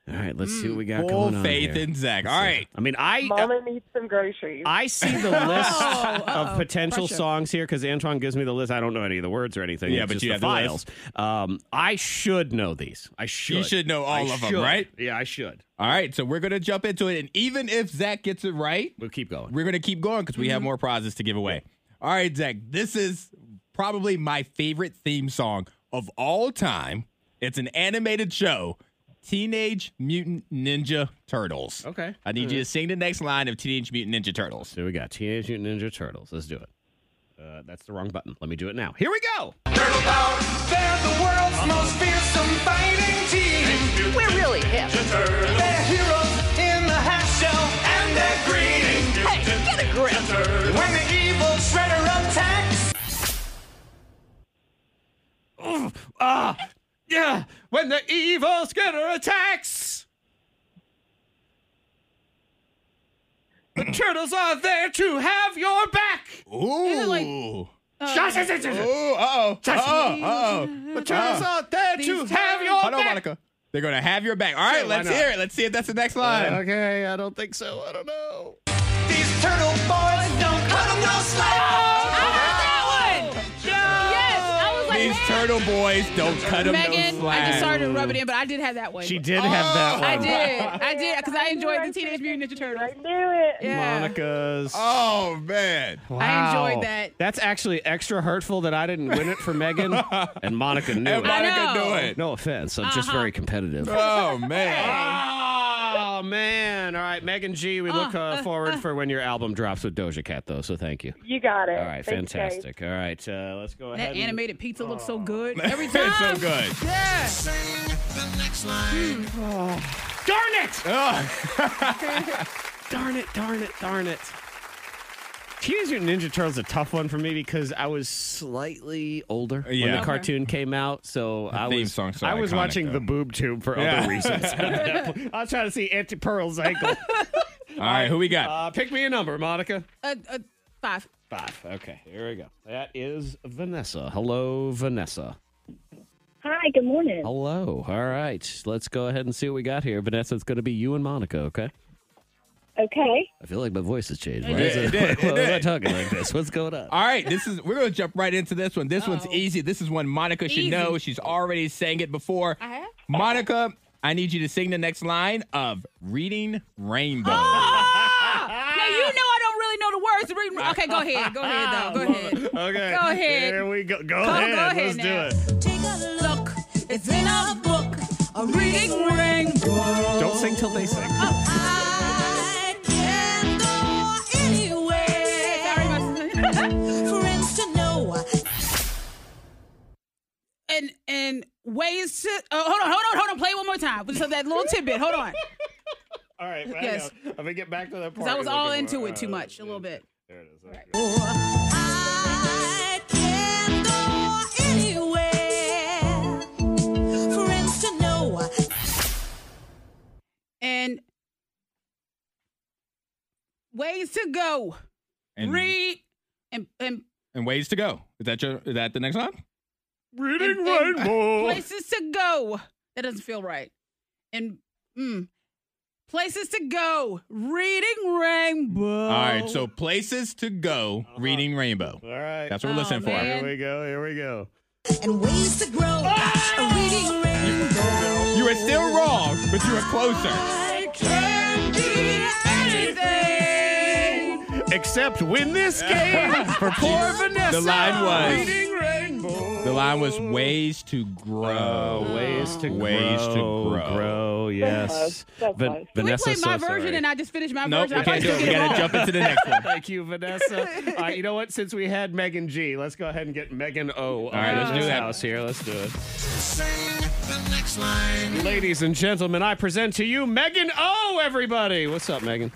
[SPEAKER 2] All right, let's see what we got
[SPEAKER 5] Mm. full
[SPEAKER 2] going on
[SPEAKER 5] faith
[SPEAKER 2] here.
[SPEAKER 5] in Zach. All right.
[SPEAKER 2] I mean, I
[SPEAKER 7] Mama needs some groceries.
[SPEAKER 2] I see the list of potential
[SPEAKER 3] Pressure.
[SPEAKER 2] songs here because Antoine gives me the list. I don't know any of the words or anything.
[SPEAKER 5] Yeah,
[SPEAKER 2] It's
[SPEAKER 5] but
[SPEAKER 2] just
[SPEAKER 5] you
[SPEAKER 2] the
[SPEAKER 5] have the
[SPEAKER 2] files. Um, I should know these. I should.
[SPEAKER 5] You should know all
[SPEAKER 2] I
[SPEAKER 5] of them,
[SPEAKER 2] should.
[SPEAKER 5] right?
[SPEAKER 2] Yeah, I should.
[SPEAKER 5] All right, so we're going to jump into it. And even if Zach gets it right,
[SPEAKER 2] We'll keep going.
[SPEAKER 5] we're going to keep going because we have more prizes to give away. All right, Zach, this is probably my favorite theme song of all time. It's an animated show, Teenage Mutant Ninja Turtles.
[SPEAKER 2] Okay.
[SPEAKER 5] I need you to sing the next line of Teenage Mutant Ninja Turtles.
[SPEAKER 2] So we got Teenage Mutant Ninja Turtles. Let's do it. Uh, that's the wrong button. Let me do it now. Here we go.
[SPEAKER 8] They're the world's most fearsome fighting team.
[SPEAKER 6] We're really hip.
[SPEAKER 8] They're heroes in the half shell and they're green.
[SPEAKER 6] Hey, get a grip.
[SPEAKER 8] When the evil shredder attacks,
[SPEAKER 2] Ah, yeah. When the evil Skinner attacks, the turtles are there to have your back.
[SPEAKER 5] Ooh.
[SPEAKER 3] like,
[SPEAKER 5] Ooh,
[SPEAKER 2] The
[SPEAKER 5] uh-oh. Uh-oh. Uh-oh.
[SPEAKER 2] turtles are there
[SPEAKER 3] These
[SPEAKER 2] to have your
[SPEAKER 5] Hold on,
[SPEAKER 2] back.
[SPEAKER 5] Monica. They're going to have your back. All right,
[SPEAKER 2] why
[SPEAKER 5] let's
[SPEAKER 2] not?
[SPEAKER 5] hear it. Let's see if that's the next line.
[SPEAKER 2] Okay, I don't think so. I don't know.
[SPEAKER 8] these turtle boys don't cut 'em no slack.
[SPEAKER 3] that one. Yes, I was like,
[SPEAKER 5] These
[SPEAKER 3] man.
[SPEAKER 5] turtle boys don't cut them
[SPEAKER 3] Megan,
[SPEAKER 5] no
[SPEAKER 3] I
[SPEAKER 5] slack.
[SPEAKER 3] just started to rub it in, but I did have that one.
[SPEAKER 2] She did have that one.
[SPEAKER 3] I did. I did because I enjoyed the Teenage Mutant Ninja
[SPEAKER 7] I
[SPEAKER 3] Turtles.
[SPEAKER 7] knew it.
[SPEAKER 3] Yeah.
[SPEAKER 2] Monica's.
[SPEAKER 5] Oh, man.
[SPEAKER 3] I
[SPEAKER 2] Wow.
[SPEAKER 3] enjoyed that.
[SPEAKER 2] That's actually extra hurtful that I didn't win it for Megan *laughs* and Monica knew
[SPEAKER 5] And
[SPEAKER 2] it.
[SPEAKER 3] I
[SPEAKER 5] Monica
[SPEAKER 3] know. Uh-huh.
[SPEAKER 5] knew it.
[SPEAKER 2] No offense, I'm just very competitive.
[SPEAKER 5] Oh,
[SPEAKER 3] *laughs*
[SPEAKER 5] man.
[SPEAKER 2] Oh man! All right, Megan G. We look uh, forward for when your album drops with Doja Cat, though. So thank you.
[SPEAKER 7] You got it.
[SPEAKER 2] All right,
[SPEAKER 7] Thanks, guys.
[SPEAKER 2] fantastic. All right, uh, let's go ahead.
[SPEAKER 3] That
[SPEAKER 2] and-
[SPEAKER 3] animated pizza looks so good.
[SPEAKER 5] Every time. Oh. *laughs* it's so good.
[SPEAKER 3] Yeah.
[SPEAKER 2] Hmm. Darn it!
[SPEAKER 5] Oh, *laughs*
[SPEAKER 2] Darn it! Darn it! Darn it! Teenage Mutant Ninja Turtles is a tough one for me because I was slightly older when
[SPEAKER 5] Uh, Yeah.
[SPEAKER 2] the cartoon came out, so I
[SPEAKER 5] theme
[SPEAKER 2] was
[SPEAKER 5] song's so
[SPEAKER 2] I was
[SPEAKER 5] iconic,
[SPEAKER 2] watching
[SPEAKER 5] though.
[SPEAKER 2] the boob tube for
[SPEAKER 5] Yeah. *laughs*
[SPEAKER 2] other reasons. *laughs* I was trying to see Auntie Pearl's ankle.
[SPEAKER 5] all right, who we got?
[SPEAKER 2] uh, pick me a number, Monica.
[SPEAKER 3] Uh, uh, five.
[SPEAKER 2] Five. Okay, here we go. That is Vanessa. Hello, Vanessa.
[SPEAKER 9] Hi, good morning.
[SPEAKER 2] Hello. All right. Let's go ahead and see what we got here. Vanessa, it's going to be you and Monica, okay? Oh.
[SPEAKER 9] Okay.
[SPEAKER 2] I feel like my voice has changed. Why
[SPEAKER 5] did,
[SPEAKER 2] is
[SPEAKER 5] it
[SPEAKER 2] it, *laughs*
[SPEAKER 5] did, it
[SPEAKER 2] why am I
[SPEAKER 5] did.
[SPEAKER 2] talking like this? What's going on?
[SPEAKER 5] All right, this is we're gonna jump right into this one. This one's easy. This is one Monica should
[SPEAKER 3] Oh. Easy.
[SPEAKER 5] know. She's already sang it before.
[SPEAKER 3] I have?
[SPEAKER 5] Monica, I need you to sing the next line of "Reading Rainbow."
[SPEAKER 3] *gasps*
[SPEAKER 5] Ah.
[SPEAKER 3] Now you know I don't really know the words to read. Okay, go ahead. Go ahead though. Go ahead.
[SPEAKER 2] *laughs* Okay.
[SPEAKER 3] Go ahead.
[SPEAKER 2] Here we go. Go
[SPEAKER 3] go
[SPEAKER 2] ahead. Let's
[SPEAKER 3] ahead now.
[SPEAKER 2] do it.
[SPEAKER 3] Take a look. It's in a book a reading rainbow.
[SPEAKER 2] Don't sing till they sing.
[SPEAKER 10] I can go anywhere friends to know.
[SPEAKER 3] *laughs* and and ways to uh, hold on, hold on, hold on. Play it one more time. So that little tidbit. Hold on,
[SPEAKER 2] *laughs* All right. well,
[SPEAKER 3] Yes.
[SPEAKER 2] hang on. I'm going to get back to that
[SPEAKER 3] because I was all into it too much, a little bit.
[SPEAKER 2] Uh, There it is.
[SPEAKER 10] I can go anywhere friends to know.
[SPEAKER 3] And ways to go.
[SPEAKER 5] And,
[SPEAKER 3] Read and and
[SPEAKER 5] and ways to go. Is that your? Is that the next line?
[SPEAKER 2] Reading
[SPEAKER 3] and- and places to go. That doesn't feel right. And mm, places to go. Reading rainbow.
[SPEAKER 5] All right.
[SPEAKER 3] Oh.
[SPEAKER 5] So places to go. Reading Rainbow.
[SPEAKER 2] All right.
[SPEAKER 5] That's what we're
[SPEAKER 3] Uh-huh. Oh,
[SPEAKER 5] listening
[SPEAKER 3] man.
[SPEAKER 5] for.
[SPEAKER 2] Here we go. Here we go.
[SPEAKER 10] And ways to grow. A reading rainbow.
[SPEAKER 5] You were still wrong, but you were closer.
[SPEAKER 10] I can be anything.
[SPEAKER 2] Except win *laughs* this game for poor Vanessa.
[SPEAKER 5] The line was-
[SPEAKER 2] Reading rainbow.
[SPEAKER 5] The line was ways to grow.
[SPEAKER 2] Oh, ways to
[SPEAKER 5] Ways to
[SPEAKER 2] grow,
[SPEAKER 5] grow.
[SPEAKER 2] grow, yes.
[SPEAKER 9] close, so
[SPEAKER 2] Va-
[SPEAKER 3] Can
[SPEAKER 9] close.
[SPEAKER 3] we
[SPEAKER 2] Vanessa,
[SPEAKER 3] play my
[SPEAKER 2] so
[SPEAKER 3] version
[SPEAKER 2] sorry. *laughs*
[SPEAKER 3] and I just finish my
[SPEAKER 5] Nope,
[SPEAKER 3] version?
[SPEAKER 5] we
[SPEAKER 3] I
[SPEAKER 5] can't do
[SPEAKER 3] probably
[SPEAKER 5] it. We
[SPEAKER 3] still get
[SPEAKER 5] gotta
[SPEAKER 3] it
[SPEAKER 5] jump
[SPEAKER 3] wrong.
[SPEAKER 5] into the next one.
[SPEAKER 2] Thank you, Vanessa. All right, you know what? Since we had Megan G, let's go ahead and get Megan O. All
[SPEAKER 5] right, let's do that.
[SPEAKER 2] House here, let's do it. Ladies and gentlemen, I present to you Megan O. Everybody, what's up, Megan?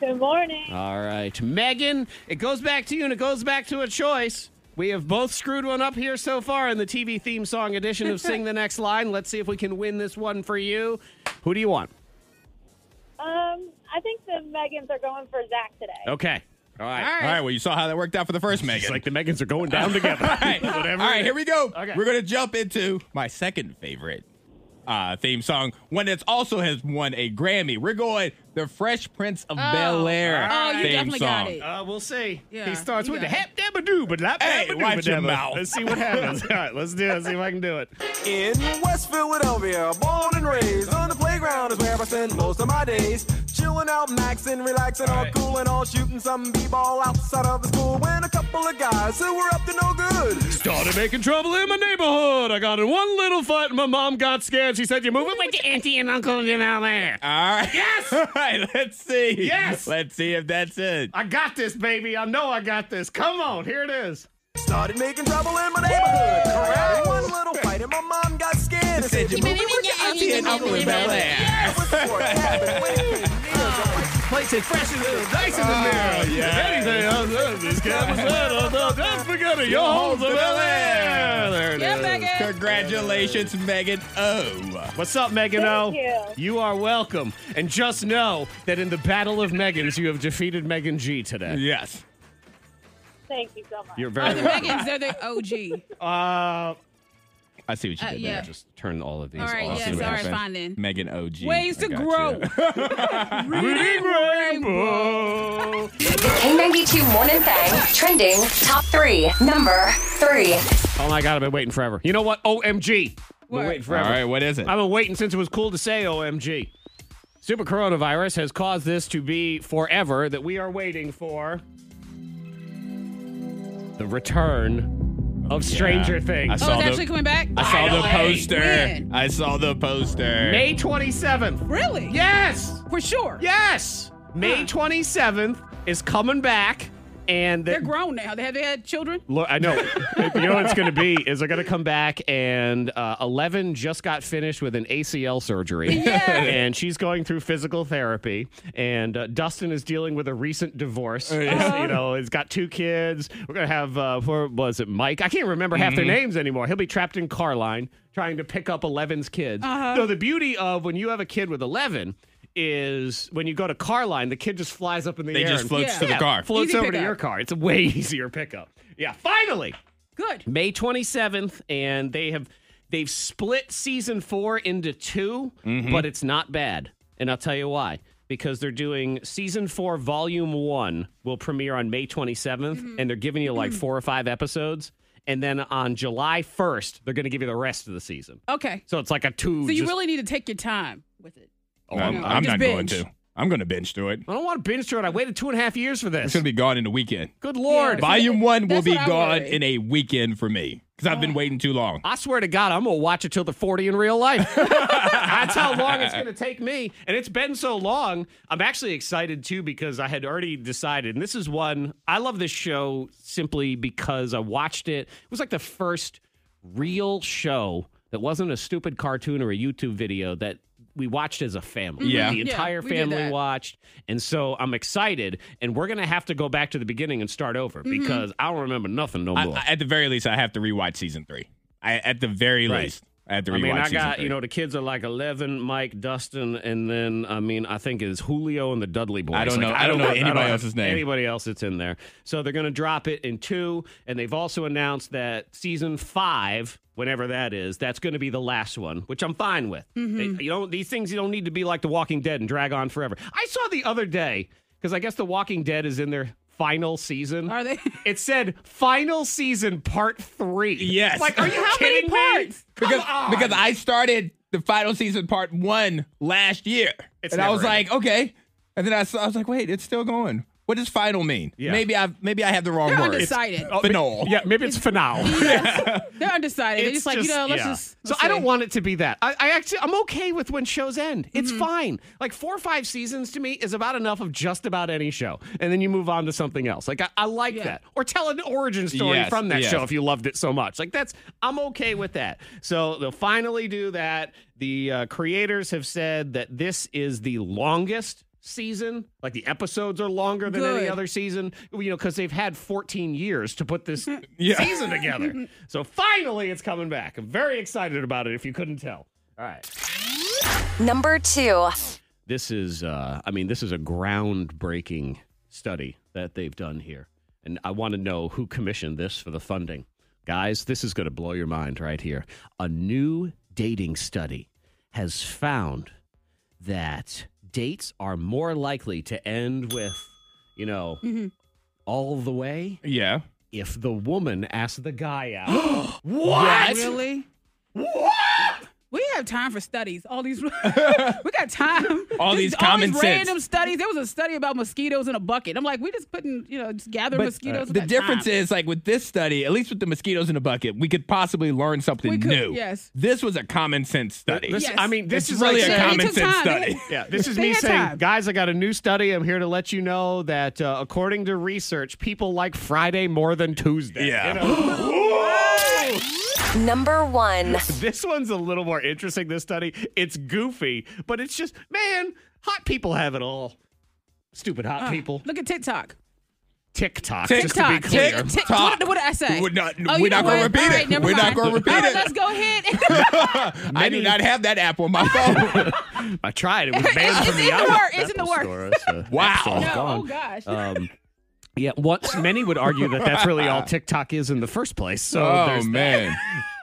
[SPEAKER 9] Good morning.
[SPEAKER 2] All right, Megan. It goes back to you, and it goes back to a choice. We have both screwed one up here so far in the TV theme song edition of *laughs* Sing the Next Line. Let's see if we can win this one for you. Who do you want?
[SPEAKER 9] Um, I think the Megans are going for Zach today.
[SPEAKER 2] Okay. All right.
[SPEAKER 5] All right. Well, you saw how that worked out for the
[SPEAKER 2] *laughs*
[SPEAKER 5] first Megan.
[SPEAKER 2] It's like the Megans are going down *laughs* together.
[SPEAKER 5] *laughs* All right.
[SPEAKER 2] Whatever
[SPEAKER 5] All
[SPEAKER 2] it
[SPEAKER 5] right,
[SPEAKER 2] is.
[SPEAKER 5] here we go.
[SPEAKER 2] Okay.
[SPEAKER 5] We're going to jump into my second favorite uh, theme song, one that's also has won a Grammy. We're going the Fresh Prince of Bel Air
[SPEAKER 3] Oh, you
[SPEAKER 5] theme
[SPEAKER 3] definitely
[SPEAKER 5] song.
[SPEAKER 3] got it.
[SPEAKER 2] Uh, we'll see.
[SPEAKER 3] Yeah,
[SPEAKER 2] he starts
[SPEAKER 3] you
[SPEAKER 2] with the
[SPEAKER 3] got
[SPEAKER 2] hap dabba doo, but lap
[SPEAKER 5] Hey,
[SPEAKER 2] dabba doo
[SPEAKER 5] watch your
[SPEAKER 2] dabba.
[SPEAKER 5] mouth.
[SPEAKER 2] Let's see what *laughs* happens. All right, let's do it. See if I can do it.
[SPEAKER 8] In West Philadelphia, born and raised on the playground is where I spend most of my days. Chilling out, maxing, relaxing, all
[SPEAKER 5] right.
[SPEAKER 8] cool and all shooting some b-ball outside of the school. When a couple of guys who were up to no good
[SPEAKER 2] Started making trouble in my neighborhood. I got in one little fight, and my mom got scared. She said, "You're moving with your auntie and uncle and all there."
[SPEAKER 5] All right. Yes. *laughs* All right. Let's see.
[SPEAKER 2] Yes.
[SPEAKER 5] Let's see if that's it.
[SPEAKER 2] I got this, baby. I know I got this. Come on, here it is.
[SPEAKER 8] started making trouble in my neighborhood. Had one little fight and my mom got scared and said, "You moving with your auntie and uncle in Bel Air." Yes. What's the word? Happened when it came. *laughs*
[SPEAKER 2] Place it fresh and it's nice in the
[SPEAKER 5] Oh,
[SPEAKER 2] mirror.
[SPEAKER 5] yes.
[SPEAKER 2] If anything else, else is coming, Oh, don't forget it. Your home's a Bel Air. There it is.
[SPEAKER 3] Yeah, Megan.
[SPEAKER 5] Congratulations, Megan O.
[SPEAKER 2] What's up, Megan O?
[SPEAKER 9] Thank you.
[SPEAKER 2] are welcome. And just know that in the battle of Megans, you have defeated Megan G today.
[SPEAKER 5] Yes.
[SPEAKER 9] Thank you so much.
[SPEAKER 2] You're
[SPEAKER 3] Oh,
[SPEAKER 2] very
[SPEAKER 3] the *laughs*
[SPEAKER 2] welcome.
[SPEAKER 3] Megans, they're
[SPEAKER 8] *laughs*
[SPEAKER 3] the OG.
[SPEAKER 2] Uh,
[SPEAKER 5] I see what you
[SPEAKER 3] Uh,
[SPEAKER 5] did
[SPEAKER 3] yeah.
[SPEAKER 5] there.
[SPEAKER 2] just turn all of these
[SPEAKER 3] All right,
[SPEAKER 2] off.
[SPEAKER 3] yes,
[SPEAKER 5] see what
[SPEAKER 3] all right,
[SPEAKER 5] happened.
[SPEAKER 3] fine then.
[SPEAKER 5] Megan OG.
[SPEAKER 3] Ways to
[SPEAKER 5] I got
[SPEAKER 3] grow.
[SPEAKER 5] you. *laughs*
[SPEAKER 2] Reading
[SPEAKER 3] *laughs*
[SPEAKER 2] Rainbow.
[SPEAKER 6] The K92 Morning Thang trending top three. Number three.
[SPEAKER 2] Oh my God, I've been waiting forever. You know what? OMG. Been
[SPEAKER 3] Word.
[SPEAKER 2] waiting
[SPEAKER 5] All
[SPEAKER 2] forever.
[SPEAKER 5] right. What is it?
[SPEAKER 2] I've been waiting since it was cool to say OMG. Super coronavirus has caused this to be forever that we are waiting for the return of Stranger
[SPEAKER 5] Yeah.
[SPEAKER 2] Things.
[SPEAKER 5] I
[SPEAKER 3] Oh,
[SPEAKER 5] saw
[SPEAKER 3] it's
[SPEAKER 5] the-
[SPEAKER 3] actually coming back?
[SPEAKER 5] I saw the
[SPEAKER 2] away.
[SPEAKER 5] poster.
[SPEAKER 3] When?
[SPEAKER 5] I saw the poster.
[SPEAKER 2] May 27th.
[SPEAKER 3] Really?
[SPEAKER 2] Yes.
[SPEAKER 3] For sure.
[SPEAKER 2] Yes. May
[SPEAKER 3] Huh.
[SPEAKER 2] 27th is coming back. And
[SPEAKER 3] They're grown now. They have they had children?
[SPEAKER 2] Look, I know. you know what it's going to be is they're going to come back and uh, Eleven just got finished with an ACL surgery, and she's going through physical therapy. And uh, Dustin is dealing with a recent divorce. You know, he's got two kids. We're going to have uh, where was it Mike? I can't remember half their names anymore. He'll be trapped in Carline trying to pick up Eleven's kids. So the beauty of when you have a kid with Eleven. Is when you go to Carline, the kid just flies up in the
[SPEAKER 5] They
[SPEAKER 2] air.
[SPEAKER 5] just
[SPEAKER 2] and-
[SPEAKER 5] floats to the
[SPEAKER 2] Yeah,
[SPEAKER 5] car.
[SPEAKER 2] Floats
[SPEAKER 3] Easy
[SPEAKER 2] over to
[SPEAKER 3] pickup.
[SPEAKER 2] your car. It's a way *laughs* easier pickup. Yeah, finally.
[SPEAKER 3] Good.
[SPEAKER 2] May 27th, and they have they've split season four into 2 but it's not bad, and I'll tell you why. Because they're doing season four, volume one will premiere on May 27th,
[SPEAKER 3] Mm-hmm.
[SPEAKER 2] and they're giving you like four or five episodes, and then on July 1st, they're going to give you the rest of the season.
[SPEAKER 3] Okay.
[SPEAKER 2] So it's like a two.
[SPEAKER 3] So you
[SPEAKER 2] just-
[SPEAKER 3] really need to take your time with it.
[SPEAKER 5] No, I'm,
[SPEAKER 3] no,
[SPEAKER 5] I'm
[SPEAKER 3] just
[SPEAKER 5] not going
[SPEAKER 3] binge.
[SPEAKER 5] to. I'm going to binge through it.
[SPEAKER 2] I don't want to binge through it. I waited two and a half years for
[SPEAKER 5] It's
[SPEAKER 2] this.
[SPEAKER 5] going to be gone in the weekend.
[SPEAKER 2] Good lord.
[SPEAKER 5] Volume one will
[SPEAKER 2] that's
[SPEAKER 5] be
[SPEAKER 2] what I
[SPEAKER 5] gone
[SPEAKER 2] worry. Oh.
[SPEAKER 5] in a weekend for me because I've been waiting too long.
[SPEAKER 2] I swear to God, I'm gonna watch it till the 40 in real life. That's how long it's gonna take me. And it's been so long. I'm actually excited too because I had already decided, and this is one I love this show simply because I watched it. It was like the first real show that wasn't a stupid cartoon or a YouTube video that we watched as a family.
[SPEAKER 5] Yeah.
[SPEAKER 2] The
[SPEAKER 5] Yeah,
[SPEAKER 2] entire
[SPEAKER 3] we did
[SPEAKER 2] family
[SPEAKER 3] that.
[SPEAKER 2] watched. And so I'm excited. And we're gonna have to go back to the beginning and start over because I don't remember nothing no
[SPEAKER 5] I-
[SPEAKER 2] more.
[SPEAKER 5] I- at the very least, I have to rewatch season three. I, at the very
[SPEAKER 2] Right.
[SPEAKER 5] least, I have to rewatch
[SPEAKER 2] I mean, I
[SPEAKER 5] season
[SPEAKER 2] got,
[SPEAKER 5] three.
[SPEAKER 2] you know, the kids are like 11, Mike, Dustin, and then, I mean, I think it's Julio and the Dudley boys.
[SPEAKER 5] I don't
[SPEAKER 2] Like,
[SPEAKER 5] know- I don't know anybody else's name.
[SPEAKER 2] Anybody else that's in there. So they're going to drop it in two. And they've also announced that season five, whenever that is, that's going to be the last one, which I'm fine with.
[SPEAKER 3] Mm-hmm.
[SPEAKER 2] They- you know, these things, you don't need to be like The Walking Dead and drag on forever. I saw the other day, because I guess The Walking Dead is in their final season.
[SPEAKER 3] Are they? *laughs*
[SPEAKER 2] It said final season part three.
[SPEAKER 5] Yes.
[SPEAKER 2] Like, are you
[SPEAKER 3] How many
[SPEAKER 2] kidding me?
[SPEAKER 3] parts?
[SPEAKER 5] because,
[SPEAKER 2] Come on.
[SPEAKER 5] because I started the final season part one last year.
[SPEAKER 2] It's
[SPEAKER 5] and I
[SPEAKER 2] never
[SPEAKER 5] was like, okay. And then I, saw, I was like, wait, it's still going. What does final mean?
[SPEAKER 2] Yeah. Oh,
[SPEAKER 5] Maybe I maybe I have the wrong
[SPEAKER 3] They're
[SPEAKER 5] word.
[SPEAKER 3] undecided.
[SPEAKER 5] It's uh, Final.
[SPEAKER 2] Yeah, maybe it's
[SPEAKER 3] *laughs*
[SPEAKER 2] finale.
[SPEAKER 3] They're undecided. They're
[SPEAKER 2] It's
[SPEAKER 3] just like, you know, let's
[SPEAKER 2] yeah.
[SPEAKER 3] just.
[SPEAKER 2] so
[SPEAKER 3] let's
[SPEAKER 2] I don't
[SPEAKER 3] see.
[SPEAKER 2] want it to be that. I, I actually I'm okay with when shows end. It's fine. Like four or five seasons to me is about enough of just about any show, and then you move on to something else. Like I, I like
[SPEAKER 3] Yeah.
[SPEAKER 2] that, or tell an origin story
[SPEAKER 5] Yes,
[SPEAKER 2] from that
[SPEAKER 5] yes.
[SPEAKER 2] show if you loved it so much. Like that's I'm okay with that. So they'll finally do that. The uh, creators have said that this is the longest season like the episodes are longer than any
[SPEAKER 3] Good.
[SPEAKER 2] other season you know because they've had 14 years to put this
[SPEAKER 5] Yeah.
[SPEAKER 2] season together. so finally, it's coming back. I'm very excited about it. If you couldn't tell. All right.
[SPEAKER 6] Number two.
[SPEAKER 2] This is, uh, I mean, this is a groundbreaking study that they've done here, and I want to know who commissioned this for the funding. Guys, this is going to blow your mind right here. A new dating study has found that dates are more likely to end with, you know,
[SPEAKER 5] Mm-hmm.
[SPEAKER 2] all the way
[SPEAKER 5] Yeah.
[SPEAKER 2] if the woman asks the guy out.
[SPEAKER 5] What?
[SPEAKER 3] Really? We have time for studies.
[SPEAKER 5] *laughs*
[SPEAKER 3] All these, *laughs* we got time.
[SPEAKER 5] All
[SPEAKER 3] Just
[SPEAKER 5] these common sense.
[SPEAKER 3] random studies. There was a study about mosquitoes in a bucket. I'm like, we just putting, you know, just gathering mosquitoes.
[SPEAKER 5] uh, the difference is, like with this study, at least with the mosquitoes in the bucket, we could possibly learn something
[SPEAKER 3] We could,
[SPEAKER 5] new.
[SPEAKER 3] yes.
[SPEAKER 5] This was a common sense study.
[SPEAKER 2] *gasps* This-
[SPEAKER 3] Yes.
[SPEAKER 2] I mean, this
[SPEAKER 5] It's
[SPEAKER 2] is
[SPEAKER 5] really
[SPEAKER 2] like
[SPEAKER 5] a
[SPEAKER 2] saying-
[SPEAKER 3] It
[SPEAKER 5] common
[SPEAKER 3] took
[SPEAKER 5] sense
[SPEAKER 3] time.
[SPEAKER 5] study.
[SPEAKER 2] Yeah, this is
[SPEAKER 3] They
[SPEAKER 2] me
[SPEAKER 3] had
[SPEAKER 2] saying,
[SPEAKER 3] time.
[SPEAKER 2] guys, I got a new study. I'm here to let you know that uh, according to research, people like Friday more than Tuesday.
[SPEAKER 5] Yeah.
[SPEAKER 2] You
[SPEAKER 5] *gasps*
[SPEAKER 2] know?
[SPEAKER 6] Number one.
[SPEAKER 2] this one's a little more interesting, this study. It's goofy, but it's just, man, hot people have it all. Stupid hot people.
[SPEAKER 3] Look at TikTok.
[SPEAKER 2] TikTok, just to be
[SPEAKER 3] Ah. TikTok.
[SPEAKER 2] clear.
[SPEAKER 3] Tick- TikTok. What did I say?
[SPEAKER 5] We're not-
[SPEAKER 3] Oh, you
[SPEAKER 5] we're
[SPEAKER 3] know
[SPEAKER 5] not gonna
[SPEAKER 3] what?
[SPEAKER 5] repeat
[SPEAKER 3] All
[SPEAKER 5] it.
[SPEAKER 3] right, never
[SPEAKER 5] We're not
[SPEAKER 3] mind.
[SPEAKER 5] gonna repeat
[SPEAKER 3] All right,
[SPEAKER 5] it.
[SPEAKER 3] Let's go ahead. *laughs*
[SPEAKER 5] *laughs* I do not have that app on my phone. *laughs*
[SPEAKER 2] I tried. It was banned
[SPEAKER 3] It's
[SPEAKER 2] from
[SPEAKER 3] in
[SPEAKER 2] the
[SPEAKER 3] the
[SPEAKER 2] Apple-
[SPEAKER 3] works. It's in the
[SPEAKER 2] Apple
[SPEAKER 3] works.
[SPEAKER 2] Store. It's, uh,
[SPEAKER 5] Wow.
[SPEAKER 2] App Store's
[SPEAKER 5] No,
[SPEAKER 2] gone.
[SPEAKER 3] oh gosh. *laughs*
[SPEAKER 2] Um, yeah, what many would argue that that's really
[SPEAKER 5] *laughs*
[SPEAKER 2] all TikTok is in the first place. So
[SPEAKER 5] oh
[SPEAKER 2] there's that.
[SPEAKER 5] man.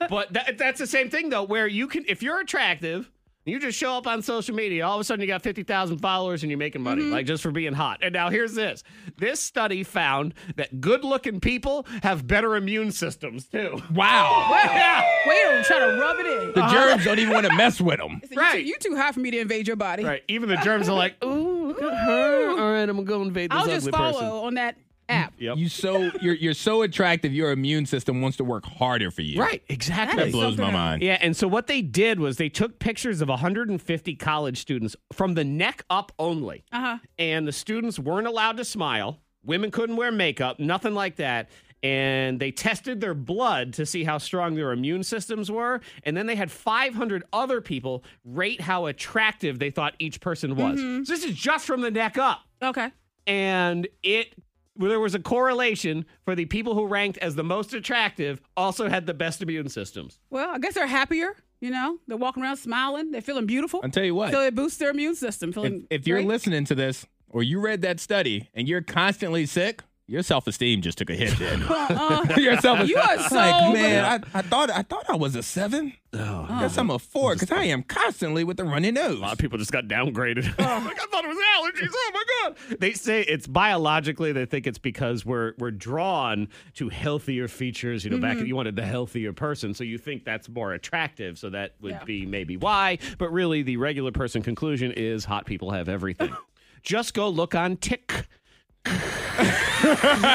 [SPEAKER 2] But that, that's the same thing though, where you can, if you're attractive, you just show up on social media. All of a sudden, you got fifty thousand followers, and you're making money, like just for being hot. And now here's this: this study found that good-looking people have better immune systems too.
[SPEAKER 5] Wow.
[SPEAKER 2] Yeah.
[SPEAKER 3] Wait, I'm trying to rub it in.
[SPEAKER 5] The germs don't even want to mess with them.
[SPEAKER 3] You too-
[SPEAKER 2] right.
[SPEAKER 3] You too high for me to invade your body.
[SPEAKER 2] Right. Even the germs are like, *laughs* ooh, look at her. All right, I'm gonna go invade this
[SPEAKER 3] I'll
[SPEAKER 2] ugly
[SPEAKER 3] just follow
[SPEAKER 2] person.
[SPEAKER 3] on that
[SPEAKER 5] Mm-hmm.
[SPEAKER 3] app.
[SPEAKER 2] Yep.
[SPEAKER 5] You so you're you're so attractive. Your immune system wants to work harder for you.
[SPEAKER 2] Right. Exactly.
[SPEAKER 5] That blows my
[SPEAKER 3] Something-
[SPEAKER 5] mind.
[SPEAKER 2] Yeah, and so what they did was they took pictures of 150 college students from the neck up only.
[SPEAKER 3] Uh-huh.
[SPEAKER 2] And the students weren't allowed to smile. Women couldn't wear makeup, nothing like that. And they tested their blood to see how strong their immune systems were. And then they had 500 other people rate how attractive they thought each person was. So this is just from the neck up
[SPEAKER 3] Okay.
[SPEAKER 2] and it well, there was a correlation for the people who ranked as the most attractive also had the best immune systems.
[SPEAKER 3] Well, I guess they're happier. You know, they're walking around smiling. They're feeling beautiful.
[SPEAKER 5] I'll tell you what.
[SPEAKER 3] So um, it boosts their immune system.
[SPEAKER 5] If,
[SPEAKER 3] Feeling
[SPEAKER 5] if you're
[SPEAKER 3] great.
[SPEAKER 5] listening to this or you read that study and you're constantly sick, your self esteem just took a hit. Then.
[SPEAKER 3] uh,
[SPEAKER 5] *laughs* your self
[SPEAKER 3] You are so
[SPEAKER 5] like man. I, I thought I thought I was a seven. Oh, guess I'm a four because I am constantly with the runny nose.
[SPEAKER 2] people just got downgraded. like, I thought it was allergies. Oh my god! They say it's biologically. They think it's because we're we're drawn to healthier features. You know, back you wanted the healthier person, so you think that's more attractive. So that would be maybe why. But really, the regular person conclusion is hot people have everything. Just go look on Tick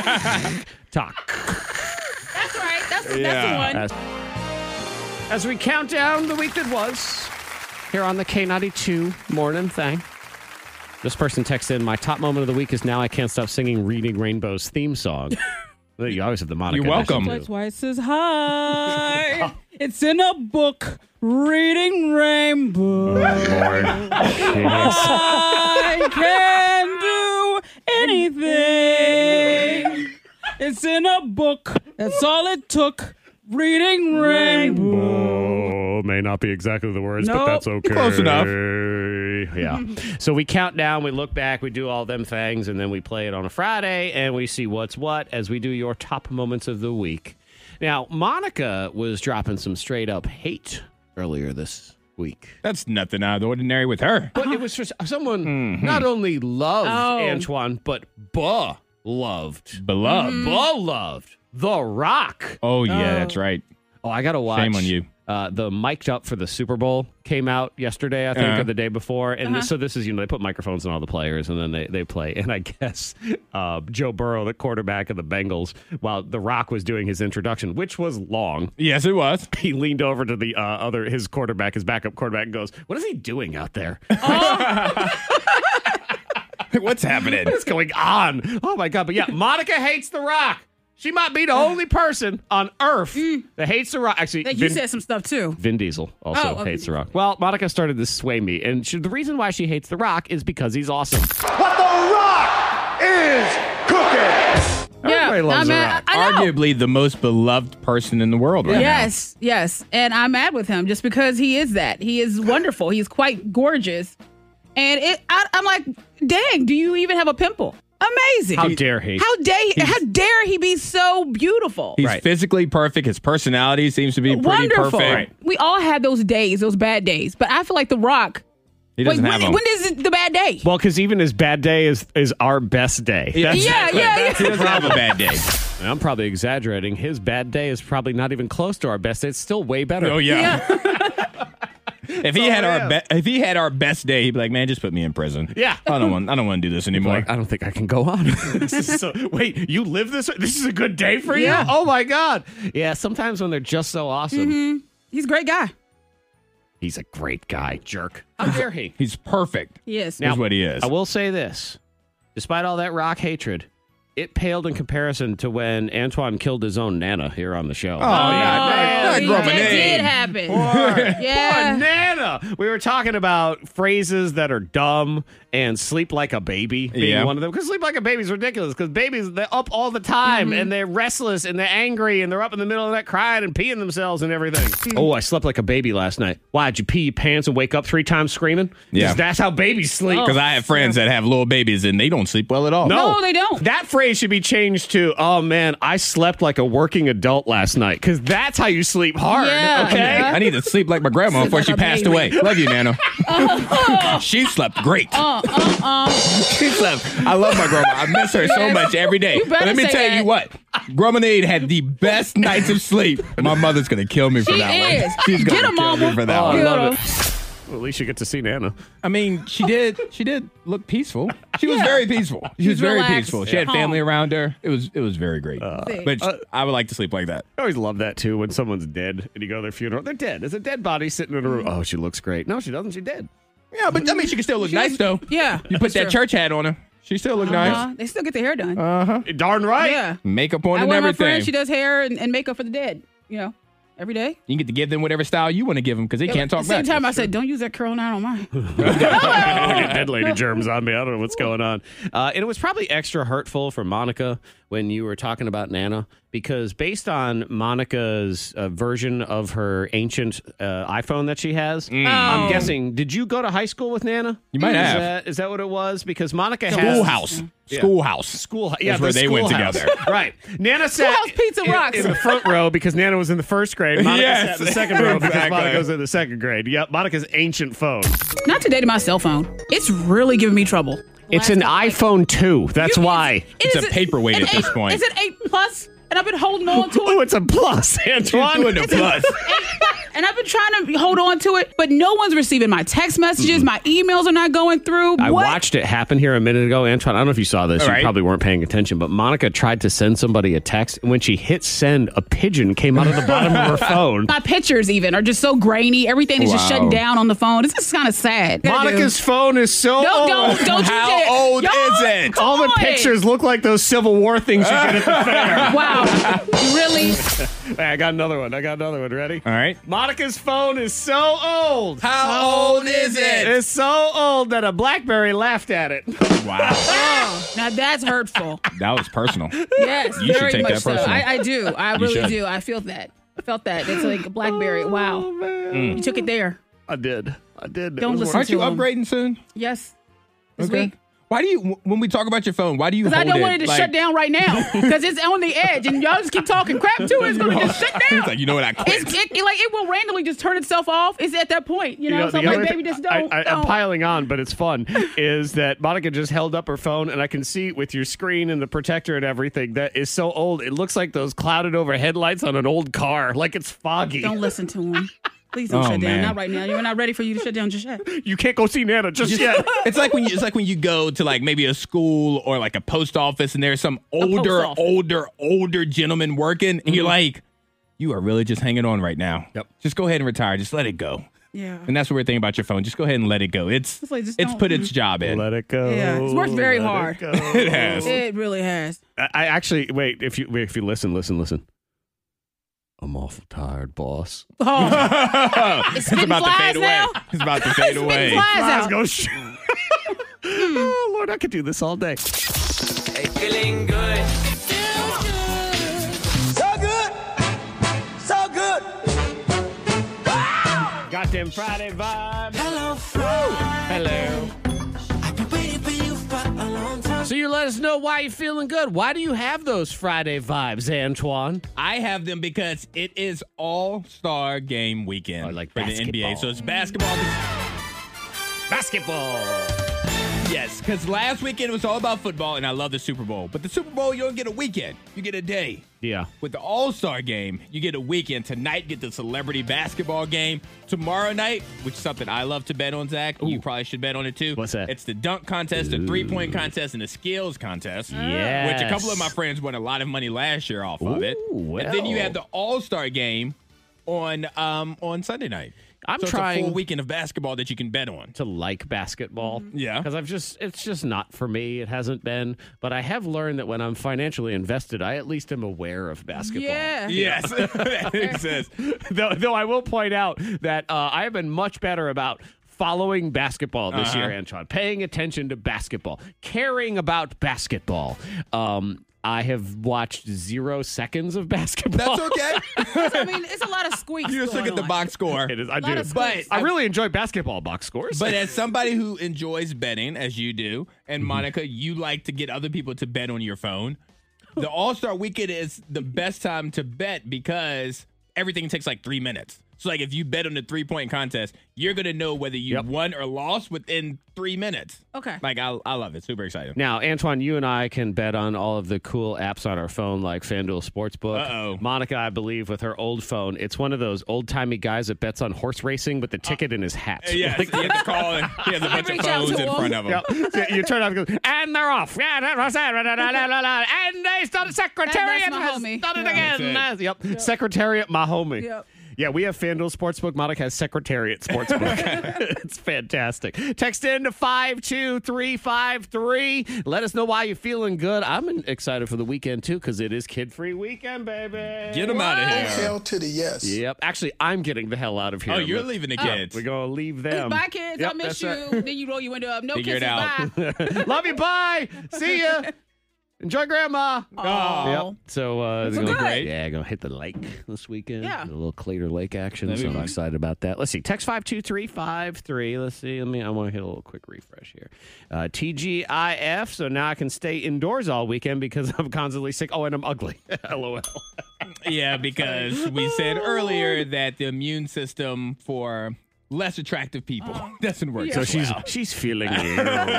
[SPEAKER 2] Tock.
[SPEAKER 3] That's right. That's, that's the one.
[SPEAKER 2] As, as we count down the week that was here on the K92 morning thing. This person texted in, my top moment of the week is now I can't stop singing Reading Rainbow's theme
[SPEAKER 5] *laughs*
[SPEAKER 2] song. you always have the moniker.
[SPEAKER 5] You're welcome.
[SPEAKER 2] I should do.
[SPEAKER 3] Twice as high.
[SPEAKER 5] *laughs*
[SPEAKER 3] it's in a book. Reading Rainbow. I can do anything. It's in a book. That's all it took. Reading Rainbow.
[SPEAKER 2] Oh, may not be exactly the words, but
[SPEAKER 3] Nope.
[SPEAKER 2] that's okay.
[SPEAKER 5] Close enough. *laughs*
[SPEAKER 2] Yeah. so we count down, we look back, we do all them things, and then we play it on a Friday and we see what's what as we do your top moments of the week. Now, Monica was dropping some straight up hate earlier this week.
[SPEAKER 5] That's nothing out of the ordinary with her.
[SPEAKER 2] But it was for s- someone
[SPEAKER 5] Mm-hmm.
[SPEAKER 2] not only loved
[SPEAKER 3] Oh.
[SPEAKER 2] Antoine, but buh loved.
[SPEAKER 3] Mm-hmm.
[SPEAKER 5] Beloved.
[SPEAKER 2] Buh loved. The Rock.
[SPEAKER 5] Oh yeah, that's right.
[SPEAKER 2] Oh, I gotta watch.
[SPEAKER 5] Shame on you.
[SPEAKER 2] Uh, the mic'd up for the Super Bowl came out yesterday, I think,
[SPEAKER 5] Uh-huh.
[SPEAKER 2] or the day before, and this, so this is you know they put microphones on all the players and then they, they play. And I guess *laughs* uh, Joe Burrow, the quarterback of the Bengals, while The Rock was doing his introduction, which was long, *laughs*
[SPEAKER 5] Yes, it was. *laughs*
[SPEAKER 2] he leaned over to the uh, other his quarterback, his backup quarterback, and goes, "What is he doing out there?
[SPEAKER 5] What's happening?
[SPEAKER 2] What's going on? Oh my god!" But yeah, Monica hates The Rock. She might
[SPEAKER 3] Uh.
[SPEAKER 2] be the only person on earth that hates The Rock. Actually,
[SPEAKER 3] Like Mm. you
[SPEAKER 2] Vin-
[SPEAKER 3] said some stuff too.
[SPEAKER 2] Vin Diesel also
[SPEAKER 3] Oh, okay.
[SPEAKER 2] hates The Rock. Well, Monica started to sway me, and she, the reason why she hates The Rock is because he's awesome.
[SPEAKER 4] What the rock is cooking?
[SPEAKER 2] Everybody loves The Rock.
[SPEAKER 3] *laughs* I, I know.
[SPEAKER 5] Arguably the most beloved person in the world right
[SPEAKER 3] Yes, yes. And I'm mad with him just because he is that. He is wonderful. He's quite gorgeous. And it, I, I'm like, dang, do you even have a pimple? Amazing.
[SPEAKER 2] How dare he?
[SPEAKER 3] How dare he, how dare he be so beautiful?
[SPEAKER 5] now. He's
[SPEAKER 2] Right.
[SPEAKER 5] physically perfect. His personality seems to be pretty
[SPEAKER 3] Wonderful.
[SPEAKER 5] perfect.
[SPEAKER 3] We all had those days, those bad days. But I feel like The Rock.
[SPEAKER 5] He doesn't
[SPEAKER 3] Wait,
[SPEAKER 5] have them.
[SPEAKER 3] when, when is it the bad day?
[SPEAKER 2] Well, because even his bad day is is our best day.
[SPEAKER 3] yeah, yeah, yeah.
[SPEAKER 5] He doesn't have a bad day.
[SPEAKER 2] And I'm probably exaggerating. His bad day is probably not even close to our best day. It's still way better.
[SPEAKER 5] *laughs* Oh yeah. *laughs* if he
[SPEAKER 2] all
[SPEAKER 5] had
[SPEAKER 2] I
[SPEAKER 5] our
[SPEAKER 2] have.
[SPEAKER 5] be- if he had our best day, he'd be like, man, just put me in prison.
[SPEAKER 2] Yeah.
[SPEAKER 5] I don't want I don't want to do this anymore.
[SPEAKER 3] "Oh."
[SPEAKER 2] Like, I don't think I can
[SPEAKER 3] *laughs*
[SPEAKER 2] go on. This is so, wait, you live this? way? This is a good day for you?
[SPEAKER 3] Yeah. Mm-hmm.
[SPEAKER 2] Oh my God. Yeah, sometimes when they're just so awesome,
[SPEAKER 3] He's a great guy.
[SPEAKER 2] he's a great guy, jerk. *laughs* How dare he?
[SPEAKER 5] He's perfect.
[SPEAKER 3] Yes.
[SPEAKER 5] is what he is.
[SPEAKER 2] I will say this: despite all that rock hatred, it paled in comparison to when Antoine killed his own nana here on the show.
[SPEAKER 5] Oh,
[SPEAKER 2] *laughs*
[SPEAKER 5] yeah.
[SPEAKER 3] that
[SPEAKER 5] Not Roman
[SPEAKER 3] did
[SPEAKER 5] name.
[SPEAKER 3] happen.
[SPEAKER 2] Poor
[SPEAKER 3] yeah.
[SPEAKER 2] Nana. We were talking about phrases that are dumb and sleep like a baby being
[SPEAKER 5] Yeah.
[SPEAKER 2] one of them. Because sleep like a baby is ridiculous. Because babies they're up all the time
[SPEAKER 3] Mm-hmm.
[SPEAKER 2] and they're restless and they're angry and they're up in the middle of that crying and peeing themselves and
[SPEAKER 3] Mm-hmm.
[SPEAKER 2] everything. oh, I slept like a baby last night. Why did you pee your pants and wake up three times screaming? 'Cause
[SPEAKER 5] Yeah.
[SPEAKER 2] that's how babies sleep.
[SPEAKER 5] Because I have friends that have little babies and they don't sleep well at all.
[SPEAKER 3] Oh,
[SPEAKER 5] Oh,
[SPEAKER 3] No, they don't.
[SPEAKER 2] That phrase should be changed to, oh man, I slept like a working adult last night. Because that's how you sleep hard.
[SPEAKER 3] Yeah.
[SPEAKER 2] Okay.
[SPEAKER 3] Yeah.
[SPEAKER 2] *laughs*
[SPEAKER 5] I need to sleep like my grandma before she
[SPEAKER 3] like a
[SPEAKER 5] passed away.
[SPEAKER 3] baby. Oh.
[SPEAKER 5] Love you, Nana. *laughs* she slept great. she slept. I love my grandma. I miss her so
[SPEAKER 3] Yes.
[SPEAKER 5] much every day.
[SPEAKER 3] You better
[SPEAKER 5] But let me
[SPEAKER 3] say
[SPEAKER 5] tell
[SPEAKER 3] that.
[SPEAKER 5] you what, Grandma Nade had the best nights of sleep. My mother's gonna kill me for
[SPEAKER 3] She
[SPEAKER 5] that one.
[SPEAKER 3] is.
[SPEAKER 5] She's gonna
[SPEAKER 3] Get 'em,
[SPEAKER 5] kill me
[SPEAKER 3] Mama.
[SPEAKER 5] for that
[SPEAKER 2] Oh, I
[SPEAKER 5] one.
[SPEAKER 2] love it. Well, at least you get to see Nana.
[SPEAKER 5] I mean, she did. She did look peaceful. She was very peaceful. She was very
[SPEAKER 3] relaxed,
[SPEAKER 5] peaceful. She had
[SPEAKER 3] calm.
[SPEAKER 5] family around her. It was. It was very great. but I would like to sleep like that.
[SPEAKER 2] I always love that too when someone's dead and you go to their funeral. They're dead. There's a dead body sitting in a room. Oh, she looks great. No, she doesn't. She's dead.
[SPEAKER 5] Yeah, but I mean, she can still look nice though.
[SPEAKER 3] Yeah.
[SPEAKER 5] You put that
[SPEAKER 3] Sure.
[SPEAKER 5] church hat on her. She still looked nice.
[SPEAKER 3] Uh, they still get their hair done.
[SPEAKER 2] Eh, Darn right.
[SPEAKER 3] yeah.
[SPEAKER 5] Makeup on
[SPEAKER 3] I
[SPEAKER 5] and
[SPEAKER 3] wear my
[SPEAKER 5] everything.
[SPEAKER 3] friend, she does hair and, and makeup for the dead, you know, every day.
[SPEAKER 5] You get to give them whatever style you want to give them because they can't talk
[SPEAKER 3] At the same
[SPEAKER 5] back.
[SPEAKER 3] time, I said, don't use that curl nine on mine.
[SPEAKER 2] I don't *laughs* get *laughs* dead lady germs on me. I don't know what's going on. Uh, and it was probably extra hurtful for Monica when you were talking about Nana because based on Monica's uh, version of her ancient uh, iPhone that she has, I'm guessing. Did you go to high school with Nana?
[SPEAKER 5] Mm. Oh. You might
[SPEAKER 2] is
[SPEAKER 5] have.
[SPEAKER 2] That, is that what it was? Because Monica has
[SPEAKER 5] schoolhouse,
[SPEAKER 3] Mm-hmm.
[SPEAKER 5] schoolhouse.
[SPEAKER 2] School, yeah,
[SPEAKER 5] That's where
[SPEAKER 2] the
[SPEAKER 5] they went
[SPEAKER 2] schoolhouse.
[SPEAKER 5] together.
[SPEAKER 2] *laughs* right? Nana sat
[SPEAKER 3] Schoolhouse pizza
[SPEAKER 2] in,
[SPEAKER 3] rocks.
[SPEAKER 2] in the front row because Nana was in the first grade. Monica
[SPEAKER 5] Yes,
[SPEAKER 2] sat in the second row because
[SPEAKER 5] exactly.
[SPEAKER 2] Monica was in the second grade. Yep, Monica's ancient phone.
[SPEAKER 3] *sighs* Not today to my cell phone. It's really giving me trouble.
[SPEAKER 2] It's an iPhone two. That's why.
[SPEAKER 5] It's a paperweight at this point.
[SPEAKER 3] Is it eight plus? And I've been holding on to
[SPEAKER 2] Oh, *laughs*
[SPEAKER 3] it.
[SPEAKER 2] it's a plus, Antoine.
[SPEAKER 5] Two and a plus.
[SPEAKER 3] Eight- and I've been trying to hold on to it, but no one's receiving my text messages. My emails are not going through.
[SPEAKER 2] I
[SPEAKER 3] what?
[SPEAKER 2] watched it happen here a minute ago, Antoine. I don't know if you saw this.
[SPEAKER 3] All
[SPEAKER 2] you
[SPEAKER 3] right.
[SPEAKER 2] probably weren't paying attention, but Monica tried to send somebody a text, and when she hit send, a pigeon came out of the bottom *laughs* of her phone.
[SPEAKER 3] My pictures even are just so grainy. Everything is just
[SPEAKER 2] Wow.
[SPEAKER 3] shutting down on the phone. This is kind of sad. Gotta
[SPEAKER 2] Monica's
[SPEAKER 3] do.
[SPEAKER 2] phone is so
[SPEAKER 3] No,
[SPEAKER 2] old.
[SPEAKER 3] don't- don't you How dare. old Y'all, is it? come
[SPEAKER 2] All the
[SPEAKER 3] on.
[SPEAKER 2] pictures look like those Civil War things you get at the fair. *laughs*
[SPEAKER 3] Wow. really?
[SPEAKER 2] Hey, I got another one. I got another one. Ready?
[SPEAKER 5] *laughs* All right.
[SPEAKER 2] Monica's phone is so old.
[SPEAKER 5] How old is it?
[SPEAKER 2] It's so old that a BlackBerry laughed at it.
[SPEAKER 5] Wow.
[SPEAKER 3] Oh, now that's hurtful.
[SPEAKER 5] That was
[SPEAKER 3] *laughs*
[SPEAKER 5] personal.
[SPEAKER 3] Yes,
[SPEAKER 5] You should
[SPEAKER 3] very
[SPEAKER 5] take
[SPEAKER 3] much
[SPEAKER 5] that
[SPEAKER 3] so.
[SPEAKER 5] personal.
[SPEAKER 3] I, I do. I
[SPEAKER 5] You
[SPEAKER 3] really
[SPEAKER 5] should.
[SPEAKER 3] do. I feel that. I felt that. It's like BlackBerry. Wow.
[SPEAKER 2] Mm.
[SPEAKER 3] You took it there.
[SPEAKER 2] I did. I did. It
[SPEAKER 3] Don't
[SPEAKER 2] was
[SPEAKER 3] listen
[SPEAKER 5] Aren't
[SPEAKER 3] to
[SPEAKER 5] you
[SPEAKER 3] him.
[SPEAKER 5] upgrading soon?
[SPEAKER 3] Yes. This
[SPEAKER 5] Okay.
[SPEAKER 3] week.
[SPEAKER 5] Why do you? When we talk about your phone, why do you?
[SPEAKER 3] Because I
[SPEAKER 5] hold
[SPEAKER 3] don't want it to
[SPEAKER 5] like-
[SPEAKER 3] shut down right now. Because it's on the edge, and y'all just keep talking crap to it. It's going to
[SPEAKER 5] *laughs*
[SPEAKER 3] just shut down.
[SPEAKER 5] It's like, you know what? I quit.
[SPEAKER 3] It's it, it, like it will randomly just turn itself off. It's at that point, you know.
[SPEAKER 2] You know,
[SPEAKER 3] so I'm
[SPEAKER 2] the
[SPEAKER 3] like,
[SPEAKER 2] other
[SPEAKER 3] baby,
[SPEAKER 2] thing-
[SPEAKER 3] just don't.
[SPEAKER 2] I, I,
[SPEAKER 3] don't.
[SPEAKER 2] I'm piling on, but it's
[SPEAKER 3] *laughs*
[SPEAKER 2] fun. is that Monica just held up her phone, and I can see with your screen and the protector and everything that is so old. It looks like those clouded over headlights on an old car. Like it's foggy.
[SPEAKER 3] don't listen to him. Please don't
[SPEAKER 5] Oh,
[SPEAKER 3] shut down.
[SPEAKER 5] man.
[SPEAKER 3] Not right now. You're not ready for you to shut down just yet.
[SPEAKER 2] You can't go see Nana just,
[SPEAKER 3] *laughs*
[SPEAKER 5] Just-
[SPEAKER 2] yet.
[SPEAKER 5] It's like when you, it's like when you go to like maybe a school or like a post office, and there's some older,
[SPEAKER 3] office. Mm-hmm.
[SPEAKER 5] older, older gentleman working, and you're like, you are really just hanging on right now. Yep. Just go ahead and retire. Just let it go.
[SPEAKER 3] Yeah.
[SPEAKER 5] And that's what we're thinking about your phone. Just go ahead and let it go. It's
[SPEAKER 3] It's like, just
[SPEAKER 5] it's
[SPEAKER 3] don't-
[SPEAKER 5] put its job in.
[SPEAKER 2] Let it go.
[SPEAKER 3] Yeah, it's worked very
[SPEAKER 2] Let it
[SPEAKER 3] hard.
[SPEAKER 2] go.
[SPEAKER 5] *laughs* It has.
[SPEAKER 3] It
[SPEAKER 5] *laughs*
[SPEAKER 3] really has.
[SPEAKER 2] I, I actually wait. If you wait, if you listen, listen, listen. I'm awful tired, boss.
[SPEAKER 3] Oh,
[SPEAKER 5] it's
[SPEAKER 3] spitting
[SPEAKER 5] about to
[SPEAKER 3] flies
[SPEAKER 5] fade away.
[SPEAKER 3] now?
[SPEAKER 5] It's about to
[SPEAKER 3] *laughs*
[SPEAKER 5] fade away.
[SPEAKER 3] flies
[SPEAKER 2] Eyes
[SPEAKER 3] out.
[SPEAKER 2] go sh- *laughs* oh Lord, I could do this all day.
[SPEAKER 8] Feeling good. So good. So good.
[SPEAKER 2] Goddamn Friday vibe.
[SPEAKER 10] Hello, Flo.
[SPEAKER 2] Hello.
[SPEAKER 10] I've been waiting for you for a long time.
[SPEAKER 2] So you let us know why you're feeling good. Why do you have those Friday vibes, Antoine?
[SPEAKER 5] I have them because it is All Star Game weekend
[SPEAKER 2] Or like
[SPEAKER 5] for the
[SPEAKER 2] basketball.
[SPEAKER 5] NBA. So it's basketball.
[SPEAKER 2] Basketball.
[SPEAKER 5] Yes, because last weekend was all about football, and I love the Super Bowl. But the Super Bowl, you don't get a weekend; you get a day.
[SPEAKER 2] Yeah.
[SPEAKER 5] With the All Star Game, you get a weekend. Tonight, get the celebrity basketball game. Tomorrow night, which is something I love to bet on, Zach. You probably should bet on it too.
[SPEAKER 2] What's that?
[SPEAKER 5] It's the dunk contest, the three point contest, and the skills contest.
[SPEAKER 2] Yes.
[SPEAKER 5] Which a couple of my friends won a lot of money last year off of it.
[SPEAKER 2] Ooh,
[SPEAKER 5] And then you
[SPEAKER 2] well.
[SPEAKER 5] have the All Star Game on um on Sunday night.
[SPEAKER 2] I'm
[SPEAKER 5] So it's a
[SPEAKER 2] trying-
[SPEAKER 5] full weekend of basketball that you can bet on.
[SPEAKER 2] to like basketball.
[SPEAKER 5] Yeah.
[SPEAKER 2] Because I've just, it's just not for me. It hasn't been. But I have learned that when I'm financially invested, I at least am aware of basketball.
[SPEAKER 3] yeah.
[SPEAKER 5] Yes, *laughs* that exists.
[SPEAKER 2] *laughs* though, though I will point out that uh, I have been much better about following basketball this
[SPEAKER 5] Uh-huh.
[SPEAKER 2] year, Antoine, paying attention to basketball, caring about basketball. Um, I have watched zero seconds of *laughs* basketball.
[SPEAKER 5] That's
[SPEAKER 2] *laughs*
[SPEAKER 5] okay.
[SPEAKER 3] So, I mean, it's a lot of squeaks.
[SPEAKER 5] You just look
[SPEAKER 3] going
[SPEAKER 5] at the
[SPEAKER 3] on.
[SPEAKER 5] box score.
[SPEAKER 2] It is. I
[SPEAKER 3] Lot
[SPEAKER 2] do.
[SPEAKER 3] of
[SPEAKER 5] scores.
[SPEAKER 2] I really enjoy basketball box scores.
[SPEAKER 5] But as somebody who enjoys betting, as you do, and
[SPEAKER 2] Mm-hmm.
[SPEAKER 5] Monica, you like to get other people to bet on your phone. The All Star Weekend is the best time to bet because everything takes like three minutes. So, like, if you bet on the three point contest, you're gonna know whether you
[SPEAKER 2] Yep.
[SPEAKER 5] won or lost within three minutes.
[SPEAKER 3] Okay.
[SPEAKER 5] Like, I, I love it. Super excited.
[SPEAKER 2] Now, Antoine, you and I can bet on all of the cool apps on our phone, like FanDuel Sportsbook.
[SPEAKER 5] Uh-oh.
[SPEAKER 2] Monica, I believe, with her old phone, it's one of those old timey guys that bets on horse racing with the ticket in his hat.
[SPEAKER 5] Uh, Yeah, he has to call. And he has a bunch of
[SPEAKER 3] reach out
[SPEAKER 5] phones
[SPEAKER 3] to
[SPEAKER 5] in
[SPEAKER 3] him.
[SPEAKER 5] front of him.
[SPEAKER 2] Yeah. So you turn off and goes, and they're off. Yeah, that was that. La, la, la, la, la, la. And they started Secretariat
[SPEAKER 3] That- that's my
[SPEAKER 2] has
[SPEAKER 3] homie.
[SPEAKER 2] done it
[SPEAKER 3] Yeah.
[SPEAKER 2] again.
[SPEAKER 5] That's
[SPEAKER 2] Yep. Secretariat, my homie.
[SPEAKER 3] Yep.
[SPEAKER 2] Yeah, we have FanDuel Sportsbook. Monica has Secretariat
[SPEAKER 3] *laughs*
[SPEAKER 2] Sportsbook. it's fantastic. Text in to 52353. Let us know why you're feeling good. I'm excited for the weekend, too, because it is kid free weekend, baby.
[SPEAKER 5] Get him out of here.
[SPEAKER 11] Hell to the yes.
[SPEAKER 2] Yep. Actually, I'm getting the hell out of here.
[SPEAKER 5] Oh, you're
[SPEAKER 2] but
[SPEAKER 5] leaving the kids.
[SPEAKER 2] We're going to leave them.
[SPEAKER 3] Bye, kids.
[SPEAKER 2] Yep,
[SPEAKER 3] I miss
[SPEAKER 2] that's
[SPEAKER 3] you.
[SPEAKER 2] right.
[SPEAKER 3] Then you roll your window up. No
[SPEAKER 5] Figure it
[SPEAKER 3] kisses.
[SPEAKER 5] *laughs* out.
[SPEAKER 3] Bye.
[SPEAKER 2] Love you. Bye. See ya. Enjoy grandma.
[SPEAKER 3] Aw.
[SPEAKER 2] Yep. So uh, they're
[SPEAKER 3] Well,
[SPEAKER 2] gonna,
[SPEAKER 3] good.
[SPEAKER 2] yeah, gonna hit the lake this weekend.
[SPEAKER 3] Yeah.
[SPEAKER 2] a little Clear Lake action.
[SPEAKER 5] That'd be
[SPEAKER 2] so I'm
[SPEAKER 5] fun.
[SPEAKER 2] excited about that. Let's see, text five two three five three. Let's see. Let me. I want to hit a little quick refresh here. Uh, TGIF. So now I can stay indoors all weekend because *laughs* I'm constantly sick. Oh, and I'm ugly. *laughs* LOL.
[SPEAKER 5] Yeah, because we said earlier that the immune system for less attractive people. *laughs* Doesn't work.
[SPEAKER 2] So
[SPEAKER 5] as
[SPEAKER 2] she's
[SPEAKER 5] well.
[SPEAKER 2] she's feeling
[SPEAKER 5] *laughs*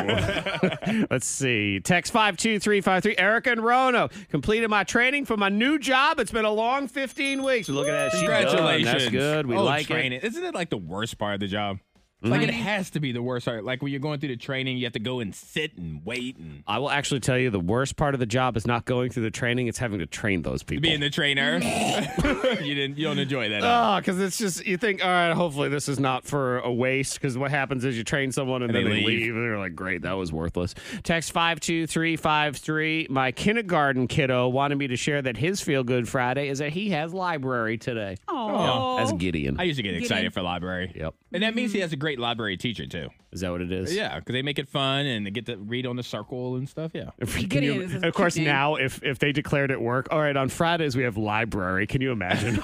[SPEAKER 2] low. Let's see. Text five two three five three. Erica and Rono completed my training for my new job. It's been a long fifteen weeks. Look at that. She's done.
[SPEAKER 5] Congratulations.
[SPEAKER 2] That's good. We
[SPEAKER 5] oh,
[SPEAKER 2] like
[SPEAKER 5] training.
[SPEAKER 2] it.
[SPEAKER 5] Isn't it like the worst part of the job? It's Like it has to be the worst part. Like when you're going through the training, you have to go and sit and wait and
[SPEAKER 2] I will actually tell you the worst part of the job is not going through the training. It's having to train those people.
[SPEAKER 5] being the trainer. *laughs* you didn't. You don't enjoy that. huh?
[SPEAKER 2] Oh, because it's just you think, all right, hopefully this is not for a waste. Because what happens is you train someone and, then they leave. and they're like, great, that was worthless. Text five two three five three. My kindergarten kiddo wanted me to share that his feel good Friday is that he has library today.
[SPEAKER 3] Oh,
[SPEAKER 2] That's Gideon.
[SPEAKER 5] I used to get excited for library.
[SPEAKER 2] Yep.
[SPEAKER 5] And that means he has a great library teacher too.
[SPEAKER 2] Is that what it is?
[SPEAKER 5] Yeah, because they make it fun and they get to read on the circle and stuff. Yeah.
[SPEAKER 2] Can you-
[SPEAKER 3] Gideon is a
[SPEAKER 2] of course,
[SPEAKER 3] cute name.
[SPEAKER 2] now if if they declared at work, all right, on Fridays we have library. Can you *laughs* imagine? We'd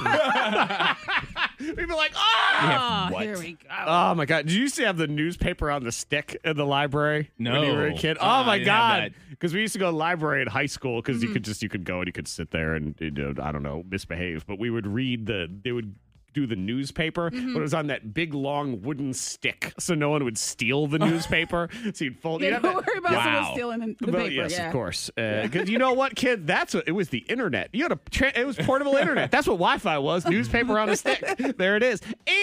[SPEAKER 2] be like, ah.
[SPEAKER 3] *laughs* Ah,
[SPEAKER 5] what?
[SPEAKER 3] here we go.
[SPEAKER 2] Oh my god! Did you used to have the newspaper on the stick in the library when you
[SPEAKER 5] No.
[SPEAKER 2] were a kid?
[SPEAKER 5] Uh-uh,
[SPEAKER 2] oh my
[SPEAKER 5] I didn't have Hmm.
[SPEAKER 2] god! Because we used to go to the library in high school because you could just you could go and you could sit there and you know, I don't know misbehave, but we would read the they would do the newspaper,
[SPEAKER 5] Mm-hmm.
[SPEAKER 2] but it was on that big long wooden stick, so no one would steal the
[SPEAKER 5] *laughs*
[SPEAKER 2] newspaper. so you'd fold.
[SPEAKER 3] Yeah,
[SPEAKER 2] you'd have
[SPEAKER 3] don't
[SPEAKER 2] that-
[SPEAKER 3] worry about someone
[SPEAKER 5] Wow.
[SPEAKER 3] stealing the the paper.
[SPEAKER 2] well, yes,
[SPEAKER 3] yeah.
[SPEAKER 2] of course. Because you know what, kid? That's what it was. The internet. You had a tra- it was *laughs* portable internet. That's what Wi-Fi was. Newspaper on a stick. There it is.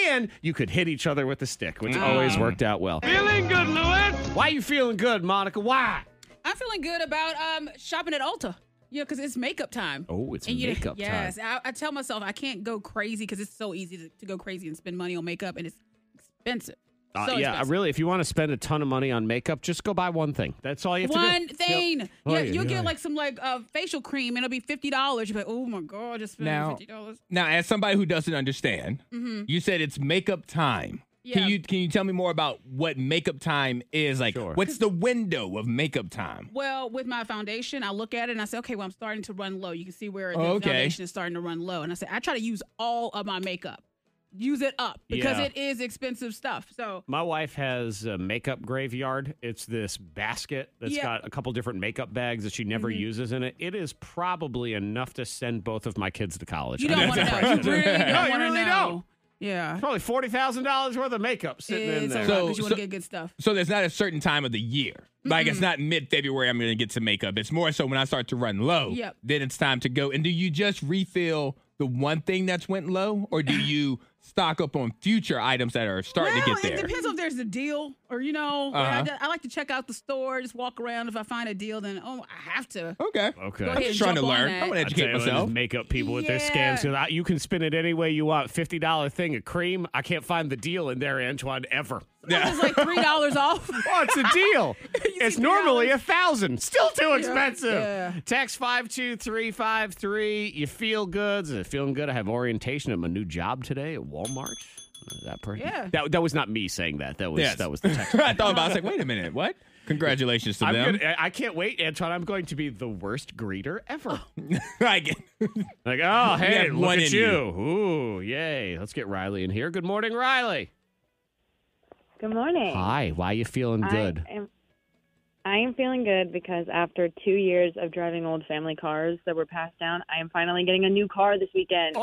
[SPEAKER 2] And you could hit each other with the stick, which always worked out well. Feeling good, Lewis. Why you feeling good, Monica? Why?
[SPEAKER 3] I'm feeling good about um shopping at Ulta. Yeah, because it's makeup time.
[SPEAKER 2] Oh, it's
[SPEAKER 3] you-
[SPEAKER 2] makeup
[SPEAKER 3] *laughs* yes,
[SPEAKER 2] time.
[SPEAKER 3] I, I tell myself I can't go crazy because it's so easy to, to go crazy and spend money on makeup, and it's expensive.
[SPEAKER 2] Uh,
[SPEAKER 3] so
[SPEAKER 2] yeah, I
[SPEAKER 3] expensive.
[SPEAKER 2] really. If you want to spend a ton of money on makeup, just go buy one thing. That's all you have to do.
[SPEAKER 3] One thing.
[SPEAKER 2] Oh,
[SPEAKER 3] yeah,
[SPEAKER 2] yeah,
[SPEAKER 3] you'll
[SPEAKER 2] yeah.
[SPEAKER 3] get like some like uh, facial cream, and it'll be fifty dollars. You'll be like, oh my god, I just spent
[SPEAKER 5] Now-
[SPEAKER 3] fifty dollars.
[SPEAKER 5] Now, as somebody who doesn't understand, you said it's makeup time.
[SPEAKER 3] Mm-hmm. Yeah.
[SPEAKER 5] Can you can you tell me more about what makeup time is? Like,
[SPEAKER 2] Sure.
[SPEAKER 5] what's the window of makeup time?
[SPEAKER 3] Well, with my foundation, I look at it and I say, okay, well, I'm starting to run low. You can see where the
[SPEAKER 5] Oh, okay.
[SPEAKER 3] foundation is starting to run low. And I say, I try to use all of my makeup, use it up because
[SPEAKER 2] Yeah.
[SPEAKER 3] it is expensive stuff.
[SPEAKER 5] *laughs*
[SPEAKER 3] So,
[SPEAKER 2] My wife has a makeup graveyard. It's this basket that's
[SPEAKER 3] Yeah. Mm-hmm.
[SPEAKER 2] got a couple different makeup bags that she never uses in it. It is probably enough to send both of my kids to college.
[SPEAKER 3] you
[SPEAKER 2] I
[SPEAKER 3] don't
[SPEAKER 2] mean,
[SPEAKER 3] want to
[SPEAKER 2] that's
[SPEAKER 3] know.
[SPEAKER 2] the price
[SPEAKER 3] You
[SPEAKER 2] of
[SPEAKER 5] *laughs*
[SPEAKER 2] it.
[SPEAKER 3] really don't
[SPEAKER 2] No, you
[SPEAKER 3] want to
[SPEAKER 2] really
[SPEAKER 3] know.
[SPEAKER 2] don't.
[SPEAKER 3] Yeah.
[SPEAKER 2] Probably forty thousand dollars worth of makeup sitting in
[SPEAKER 3] It's a
[SPEAKER 2] there.
[SPEAKER 3] lot,
[SPEAKER 5] So-
[SPEAKER 3] but you want
[SPEAKER 5] so-
[SPEAKER 3] to get good stuff.
[SPEAKER 5] So there's not a certain time of the year. Like it's not mid February. I'm going to get some makeup. It's more so when I start to run low.
[SPEAKER 3] Yep.
[SPEAKER 5] Then it's time to go. And do you just refill the one thing that's went low, or do
[SPEAKER 3] *laughs*
[SPEAKER 5] you stock up on future items that are starting
[SPEAKER 3] well,
[SPEAKER 5] to get
[SPEAKER 3] it
[SPEAKER 5] there?
[SPEAKER 3] depends if there's a deal or, you know, but
[SPEAKER 5] Uh-huh.
[SPEAKER 3] I, I like to check out the store, just walk around. If I find a deal, then, oh, I have
[SPEAKER 5] *laughs*
[SPEAKER 3] to.
[SPEAKER 5] Okay.
[SPEAKER 2] Okay.
[SPEAKER 3] Go
[SPEAKER 5] I'm
[SPEAKER 3] ahead
[SPEAKER 5] just trying
[SPEAKER 3] and
[SPEAKER 5] to
[SPEAKER 3] jump on
[SPEAKER 5] learn.
[SPEAKER 3] that.
[SPEAKER 5] I want to
[SPEAKER 2] I tell
[SPEAKER 5] educate
[SPEAKER 2] you what, these
[SPEAKER 5] myself.
[SPEAKER 2] makeup people with their
[SPEAKER 3] Yeah.
[SPEAKER 2] scams. 'cause I- You can spin it any way you want. Fifty dollar thing of cream. I can't find the deal in there, Antoine. Ever.
[SPEAKER 3] It was like $3 off. *laughs*
[SPEAKER 2] Oh, it's a deal. it's
[SPEAKER 3] see
[SPEAKER 2] normally
[SPEAKER 3] $3.
[SPEAKER 2] a thousand. Still too expensive.
[SPEAKER 3] yeah.
[SPEAKER 2] Text five two three five three. You feel good. Is it feeling good? I have orientation at my new job today at Walmart. Uh, That person.
[SPEAKER 3] Yeah.
[SPEAKER 2] That, that was not me saying that. That was
[SPEAKER 5] Yes.
[SPEAKER 2] that was the text.
[SPEAKER 5] *laughs* I thought about. it. I was like, wait a minute. What? Congratulations to
[SPEAKER 2] I'm
[SPEAKER 5] them.
[SPEAKER 2] gonna, I can't wait, Antoine. I'm going to be the worst greeter ever.
[SPEAKER 5] *laughs*
[SPEAKER 3] Oh.
[SPEAKER 5] I get.
[SPEAKER 2] like, oh hey,
[SPEAKER 5] have
[SPEAKER 2] look
[SPEAKER 5] one
[SPEAKER 2] at
[SPEAKER 5] in
[SPEAKER 2] you.
[SPEAKER 5] you.
[SPEAKER 2] Ooh, yay! Let's get Riley in here. Good morning, Riley.
[SPEAKER 9] Good morning.
[SPEAKER 2] Hi. Why you feeling good?
[SPEAKER 9] I am, I am feeling good because after two years of driving old family cars that were passed down, I am finally getting a new car this weekend.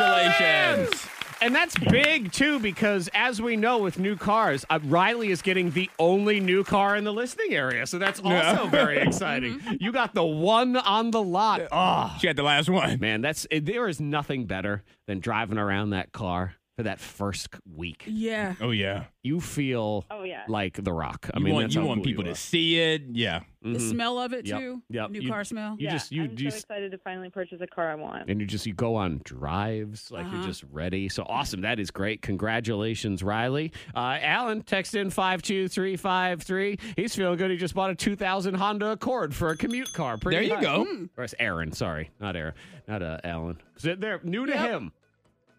[SPEAKER 5] Congratulations.
[SPEAKER 2] And that's big too, because as we know with new cars, uh, Riley is getting the only new car in the listing area. So that's also
[SPEAKER 5] *laughs*
[SPEAKER 2] very exciting.
[SPEAKER 5] Mm-hmm.
[SPEAKER 2] You got the one on the lot. Oh,
[SPEAKER 5] She had the last one.
[SPEAKER 2] man, that's it, there is nothing better than driving around that car for that first week.
[SPEAKER 3] yeah.
[SPEAKER 5] Oh yeah.
[SPEAKER 2] You feel
[SPEAKER 9] Oh, yeah.
[SPEAKER 2] like the rock. I
[SPEAKER 5] You
[SPEAKER 2] mean,
[SPEAKER 5] want
[SPEAKER 2] that's
[SPEAKER 5] you
[SPEAKER 2] how
[SPEAKER 5] want
[SPEAKER 2] cool
[SPEAKER 5] people to
[SPEAKER 2] you are.
[SPEAKER 5] see it. Yeah.
[SPEAKER 3] The
[SPEAKER 2] Mhm.
[SPEAKER 3] smell of it,
[SPEAKER 2] Yep,
[SPEAKER 3] too.
[SPEAKER 2] yep.
[SPEAKER 3] New
[SPEAKER 2] You-
[SPEAKER 3] car smell.
[SPEAKER 2] You
[SPEAKER 9] Yeah,
[SPEAKER 2] just you
[SPEAKER 9] I'm
[SPEAKER 2] you
[SPEAKER 9] so
[SPEAKER 2] s-
[SPEAKER 9] excited to finally purchase a car I want.
[SPEAKER 2] and you just you go on drives like you're
[SPEAKER 3] Uh-huh.
[SPEAKER 2] just ready so awesome that is great congratulations riley uh, alan text in 52353 he's feeling good he just bought a 2000 honda accord for a commute car Pretty
[SPEAKER 5] There
[SPEAKER 2] Hmm.
[SPEAKER 5] you
[SPEAKER 2] nice.
[SPEAKER 5] go.
[SPEAKER 2] or it's aaron sorry not aaron not uh, alan so they're new to
[SPEAKER 3] Yep.
[SPEAKER 2] him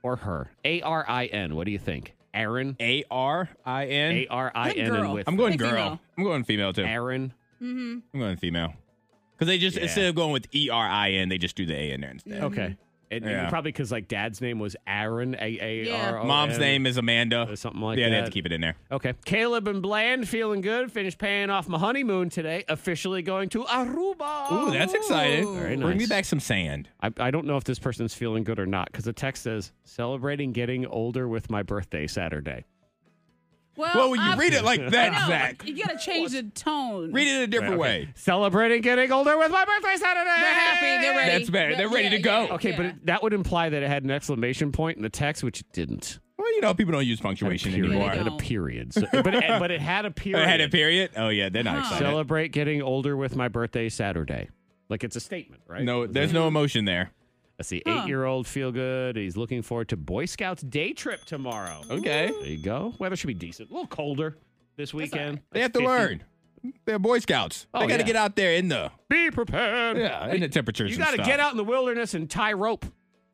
[SPEAKER 2] or her a-r-i-n what do you think aaron
[SPEAKER 5] A R I N.
[SPEAKER 2] a-r-i-n
[SPEAKER 3] girl.
[SPEAKER 2] and with
[SPEAKER 5] I'm going
[SPEAKER 3] Like
[SPEAKER 5] girl.
[SPEAKER 3] female.
[SPEAKER 5] I'm going female too.
[SPEAKER 2] aaron
[SPEAKER 3] Mm-hmm.
[SPEAKER 5] I'm going female. Because they just
[SPEAKER 2] Yeah. Mm.
[SPEAKER 5] instead of going with E R I N, they just do the A in there instead.
[SPEAKER 3] Mm-hmm.
[SPEAKER 2] okay and, and
[SPEAKER 5] Yeah.
[SPEAKER 2] probably because like dad's name was aaron a-a-r
[SPEAKER 5] Mom's name is Amanda.
[SPEAKER 2] or Oh, something like
[SPEAKER 5] yeah,
[SPEAKER 2] that
[SPEAKER 5] they have to keep it in there.
[SPEAKER 2] Okay. Caleb and Bland feeling good. Finished paying off my honeymoon today. Officially going to Aruba.
[SPEAKER 5] Ooh, that's exciting.
[SPEAKER 3] Very
[SPEAKER 5] Bring me
[SPEAKER 2] nice.
[SPEAKER 5] back some sand.
[SPEAKER 2] I, I don't know if this person's feeling good or not because the text says celebrating getting older with my birthday Saturday.
[SPEAKER 3] Well,
[SPEAKER 5] Well, when you
[SPEAKER 3] I'm-
[SPEAKER 5] read it *laughs*
[SPEAKER 2] *laughs*
[SPEAKER 5] like that,
[SPEAKER 3] I know,
[SPEAKER 5] Zach.
[SPEAKER 3] You gotta change the tone.
[SPEAKER 5] Read it a different way.
[SPEAKER 2] Celebrating getting older with my birthday Saturday.
[SPEAKER 3] They're happy. They're ready.
[SPEAKER 5] That's better. They're ready to go.
[SPEAKER 2] Okay, but it, that would imply that it had an exclamation point in the text, which it didn't.
[SPEAKER 5] Well, you know, people don't use punctuation
[SPEAKER 2] Period.
[SPEAKER 5] anymore.
[SPEAKER 2] It had a period. So- but, it, but it had a
[SPEAKER 5] *laughs*
[SPEAKER 2] period.
[SPEAKER 5] It had a period. Oh yeah, they're not excited.
[SPEAKER 2] Celebrate getting older with my birthday Saturday. Like it's a statement, right?
[SPEAKER 5] No,
[SPEAKER 2] Was
[SPEAKER 5] there's
[SPEAKER 2] it-
[SPEAKER 5] no emotion there.
[SPEAKER 2] Let's see.
[SPEAKER 3] Huh.
[SPEAKER 2] Eight year old feel good. He's looking forward to Boy Scouts day trip tomorrow.
[SPEAKER 5] Okay,
[SPEAKER 2] There you go. Weather should be decent. A little colder this weekend.
[SPEAKER 5] they have to
[SPEAKER 2] 50.
[SPEAKER 5] learn. They're Boy Scouts.
[SPEAKER 2] Oh,
[SPEAKER 5] they got to
[SPEAKER 2] yeah.
[SPEAKER 5] get out there in the
[SPEAKER 2] Be prepared.
[SPEAKER 5] yeah in the temperatures.
[SPEAKER 2] You
[SPEAKER 5] got to
[SPEAKER 2] get out in the wilderness and tie rope.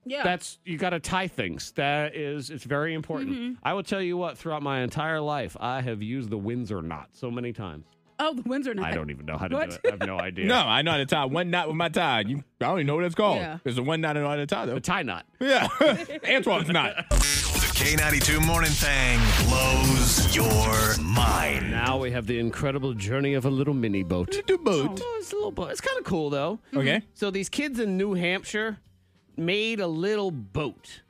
[SPEAKER 3] Yeah.
[SPEAKER 2] That's you got to tie things. That is, it's very important.
[SPEAKER 3] Mm-hmm.
[SPEAKER 2] I will tell you what. Throughout my entire life, I have used the Windsor knot so many times.
[SPEAKER 3] oh, the Windsor night.
[SPEAKER 2] I
[SPEAKER 3] *laughs*
[SPEAKER 2] don't even know how to
[SPEAKER 3] What?
[SPEAKER 2] do it. I have no idea.
[SPEAKER 5] No, I know how to tie one knot with my tie. You, I don't even know what that's called.
[SPEAKER 3] Yeah.
[SPEAKER 5] There's a one knot I know how to tie though.
[SPEAKER 2] the tie knot.
[SPEAKER 5] Yeah, *laughs* Antoine's not.
[SPEAKER 1] The K92 Morning Thang blows your mind.
[SPEAKER 2] Now we have the incredible journey of a little mini boat.
[SPEAKER 5] Do boot.
[SPEAKER 2] Oh, it's a little boat. It's kind of cool though.
[SPEAKER 5] Oh. Okay.
[SPEAKER 2] So these kids in New Hampshire made a little boat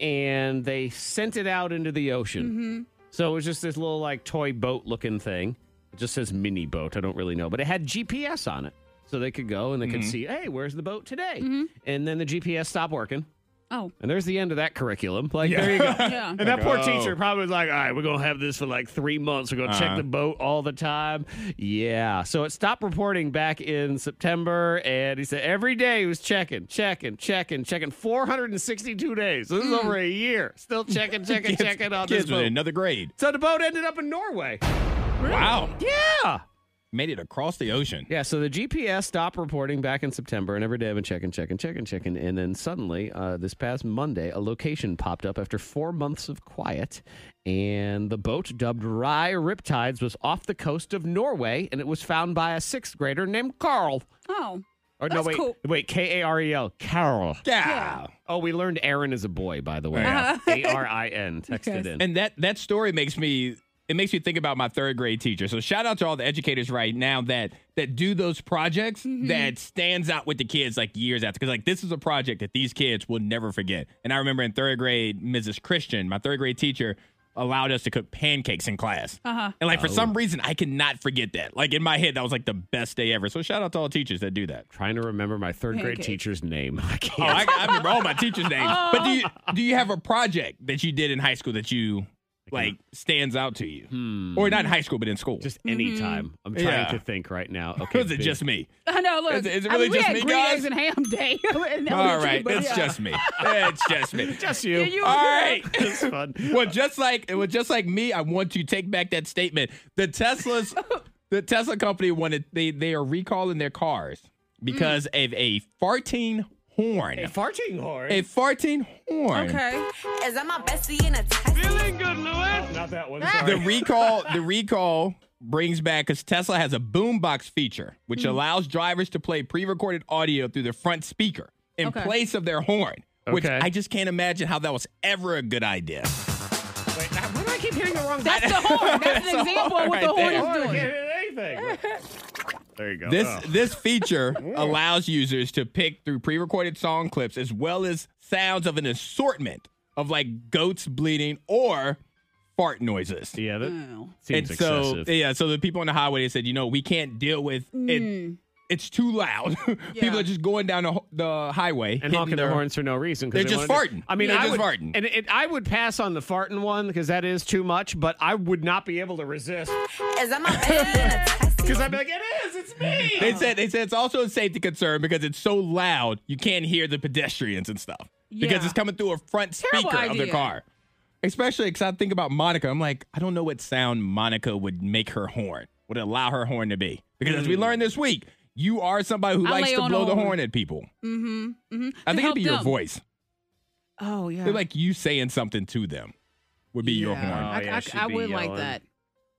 [SPEAKER 2] and they sent it out into the ocean. So it was just this little like toy boat looking thing. It just says mini boat. I don't really know, but it had GPS on it. So they could go and they could see, hey, where's the boat today? And then the GPS stopped working.
[SPEAKER 3] Oh,
[SPEAKER 2] And there's the end of that curriculum. Like, there you go.
[SPEAKER 3] yeah.
[SPEAKER 2] And that poor
[SPEAKER 5] oh.
[SPEAKER 2] teacher probably was like, all right, we're going to have this for like three months. We're going to
[SPEAKER 5] Uh-huh.
[SPEAKER 2] check the boat all the time. Yeah. So it stopped reporting back in September. And he said every day he was checking, checking, checking, checking 462 days. This is over a year. Still checking, checking,
[SPEAKER 5] Hmm. *laughs* Kids-
[SPEAKER 2] checking on this
[SPEAKER 5] Kids with
[SPEAKER 2] boat.
[SPEAKER 5] another grade.
[SPEAKER 2] so the boat ended up in Norway.
[SPEAKER 5] Wow,
[SPEAKER 2] Yeah.
[SPEAKER 5] made it across the ocean.
[SPEAKER 2] Yeah. So the GPS stopped reporting back in September. And every day I've been checking, checking, checking, checking. And then suddenly, uh, this past Monday, a location popped up after four months of quiet. And the boat dubbed Rye Riptides was off the coast of Norway. And it was found by a sixth grader named Carl.
[SPEAKER 3] Oh.
[SPEAKER 2] Or no,
[SPEAKER 3] That's
[SPEAKER 2] wait,
[SPEAKER 3] cool.
[SPEAKER 2] wait, K A R E L, Carl.
[SPEAKER 5] Yeah.
[SPEAKER 2] Oh, we learned Aaron is a boy, by the way.
[SPEAKER 5] Yeah.
[SPEAKER 3] *laughs*
[SPEAKER 2] A R I N, texted
[SPEAKER 3] Uh-huh. Yes.
[SPEAKER 2] in.
[SPEAKER 5] And that that story makes me it makes me think about my third grade teacher. So shout out to all the educators right now that that do those projects that stands out with the kids like years after because like this is a project that these kids will never forget. And I remember in third grade, Mrs. Christian, my third grade teacher. Allowed us to cook pancakes in class, uh-huh. and like for some reason, I cannot forget that. Like in my head, that was like the best day ever. So shout out to all teachers that do that.
[SPEAKER 2] Trying to remember my third grade
[SPEAKER 3] Pancake.
[SPEAKER 2] teacher's name. *laughs* I
[SPEAKER 5] Oh,
[SPEAKER 2] can't.
[SPEAKER 5] I, I remember all my teachers' names. But
[SPEAKER 3] *laughs*
[SPEAKER 5] do you do you have a project that you did in high school that you like stands out to you, or not in high school but in school?
[SPEAKER 2] Hmm. Just
[SPEAKER 3] Mm-hmm.
[SPEAKER 2] anytime. I'm trying
[SPEAKER 5] Yeah.
[SPEAKER 2] to think
[SPEAKER 5] *laughs*
[SPEAKER 2] right now. Okay.
[SPEAKER 5] was it
[SPEAKER 2] big-
[SPEAKER 5] just me?
[SPEAKER 3] I know. Look,
[SPEAKER 5] Is it- is it
[SPEAKER 3] I
[SPEAKER 5] really
[SPEAKER 3] mean, we
[SPEAKER 5] just
[SPEAKER 3] had
[SPEAKER 5] me,
[SPEAKER 3] green
[SPEAKER 5] guys?
[SPEAKER 3] eggs and ham day. *laughs* in
[SPEAKER 5] All
[SPEAKER 3] elementary,
[SPEAKER 5] right,
[SPEAKER 3] but
[SPEAKER 5] that's
[SPEAKER 3] yeah.
[SPEAKER 5] just me. That's just me.
[SPEAKER 2] Just you. *laughs*
[SPEAKER 3] Yeah, you-
[SPEAKER 5] All
[SPEAKER 3] *laughs*
[SPEAKER 5] right.
[SPEAKER 2] It's fun.
[SPEAKER 5] Well, just like it was just like me, I want to take back that statement. The
[SPEAKER 3] *laughs*
[SPEAKER 5] Tesla's the Tesla company wanted they they are recalling their cars because
[SPEAKER 3] Mm.
[SPEAKER 5] of a farting horn. A,
[SPEAKER 2] farting horn.
[SPEAKER 5] farting horn.
[SPEAKER 3] Okay.
[SPEAKER 10] Is that my bestie in a taxi?
[SPEAKER 2] Not that one.
[SPEAKER 5] the recall the recall brings back because tesla has a boombox feature which allows drivers to play pre-recorded audio through the front speaker in
[SPEAKER 3] Okay.
[SPEAKER 5] place of their horn which
[SPEAKER 2] Okay.
[SPEAKER 5] i just can't imagine how that was ever a good idea
[SPEAKER 2] Why do I keep hitting the wrong
[SPEAKER 3] That's the horn. That's
[SPEAKER 5] That's a
[SPEAKER 3] an example
[SPEAKER 5] horn
[SPEAKER 3] of what the
[SPEAKER 5] right
[SPEAKER 3] horn
[SPEAKER 5] there.
[SPEAKER 3] is doing.
[SPEAKER 2] anything. *laughs* there you go. Oh.
[SPEAKER 5] this this feature allows users to pick through pre-recorded song clips as well as sounds of an assortment of like goats bleeding or fart noises
[SPEAKER 2] yeah, that
[SPEAKER 3] Oh.
[SPEAKER 2] seems
[SPEAKER 5] and so
[SPEAKER 2] excessive.
[SPEAKER 5] yeah, so the people on the highway they said, you know, we can't deal with it. It's too loud.
[SPEAKER 3] Mm.
[SPEAKER 5] *laughs*
[SPEAKER 3] Yeah.
[SPEAKER 5] people are just going down the, ho- the highway
[SPEAKER 2] and
[SPEAKER 5] hitting
[SPEAKER 2] honking their horns for no reason. 'cause
[SPEAKER 5] They're
[SPEAKER 2] they
[SPEAKER 5] just
[SPEAKER 2] wanna do-
[SPEAKER 5] farting.
[SPEAKER 2] I mean,
[SPEAKER 5] They're
[SPEAKER 2] I
[SPEAKER 5] just
[SPEAKER 2] would,
[SPEAKER 5] farting.
[SPEAKER 2] And it, I would pass on the farting one because that is too much. But I would not be able to resist
[SPEAKER 10] Is
[SPEAKER 3] *laughs*
[SPEAKER 10] that my bestie in a taxi?
[SPEAKER 2] because I'd be like, it is, it's me.
[SPEAKER 5] They said they said it's also a safety concern because it's so loud you can't hear the pedestrians and stuff because
[SPEAKER 3] Yeah.
[SPEAKER 5] it's coming through a front
[SPEAKER 3] Terrible
[SPEAKER 5] speaker of their
[SPEAKER 3] idea.
[SPEAKER 5] car. Especially because I think about Monica, I'm like, I don't know what sound Monica would make her horn would allow her horn to be because as we
[SPEAKER 2] Mm.
[SPEAKER 5] learned this week, you are somebody who
[SPEAKER 3] I
[SPEAKER 5] likes
[SPEAKER 3] lay
[SPEAKER 5] to
[SPEAKER 3] on
[SPEAKER 5] blow
[SPEAKER 3] a
[SPEAKER 5] the
[SPEAKER 3] horn.
[SPEAKER 5] horn at people.
[SPEAKER 3] Mm-hmm. Mm-hmm.
[SPEAKER 5] I think it'd
[SPEAKER 3] help
[SPEAKER 5] be your
[SPEAKER 3] them.
[SPEAKER 5] voice.
[SPEAKER 3] Oh yeah.
[SPEAKER 5] They're like you saying something to them would be your
[SPEAKER 3] Yeah.
[SPEAKER 5] horn.
[SPEAKER 2] Oh,
[SPEAKER 3] I,
[SPEAKER 2] yeah,
[SPEAKER 3] I-
[SPEAKER 2] she'd
[SPEAKER 3] I
[SPEAKER 2] be
[SPEAKER 3] would like
[SPEAKER 2] yelling.
[SPEAKER 3] that.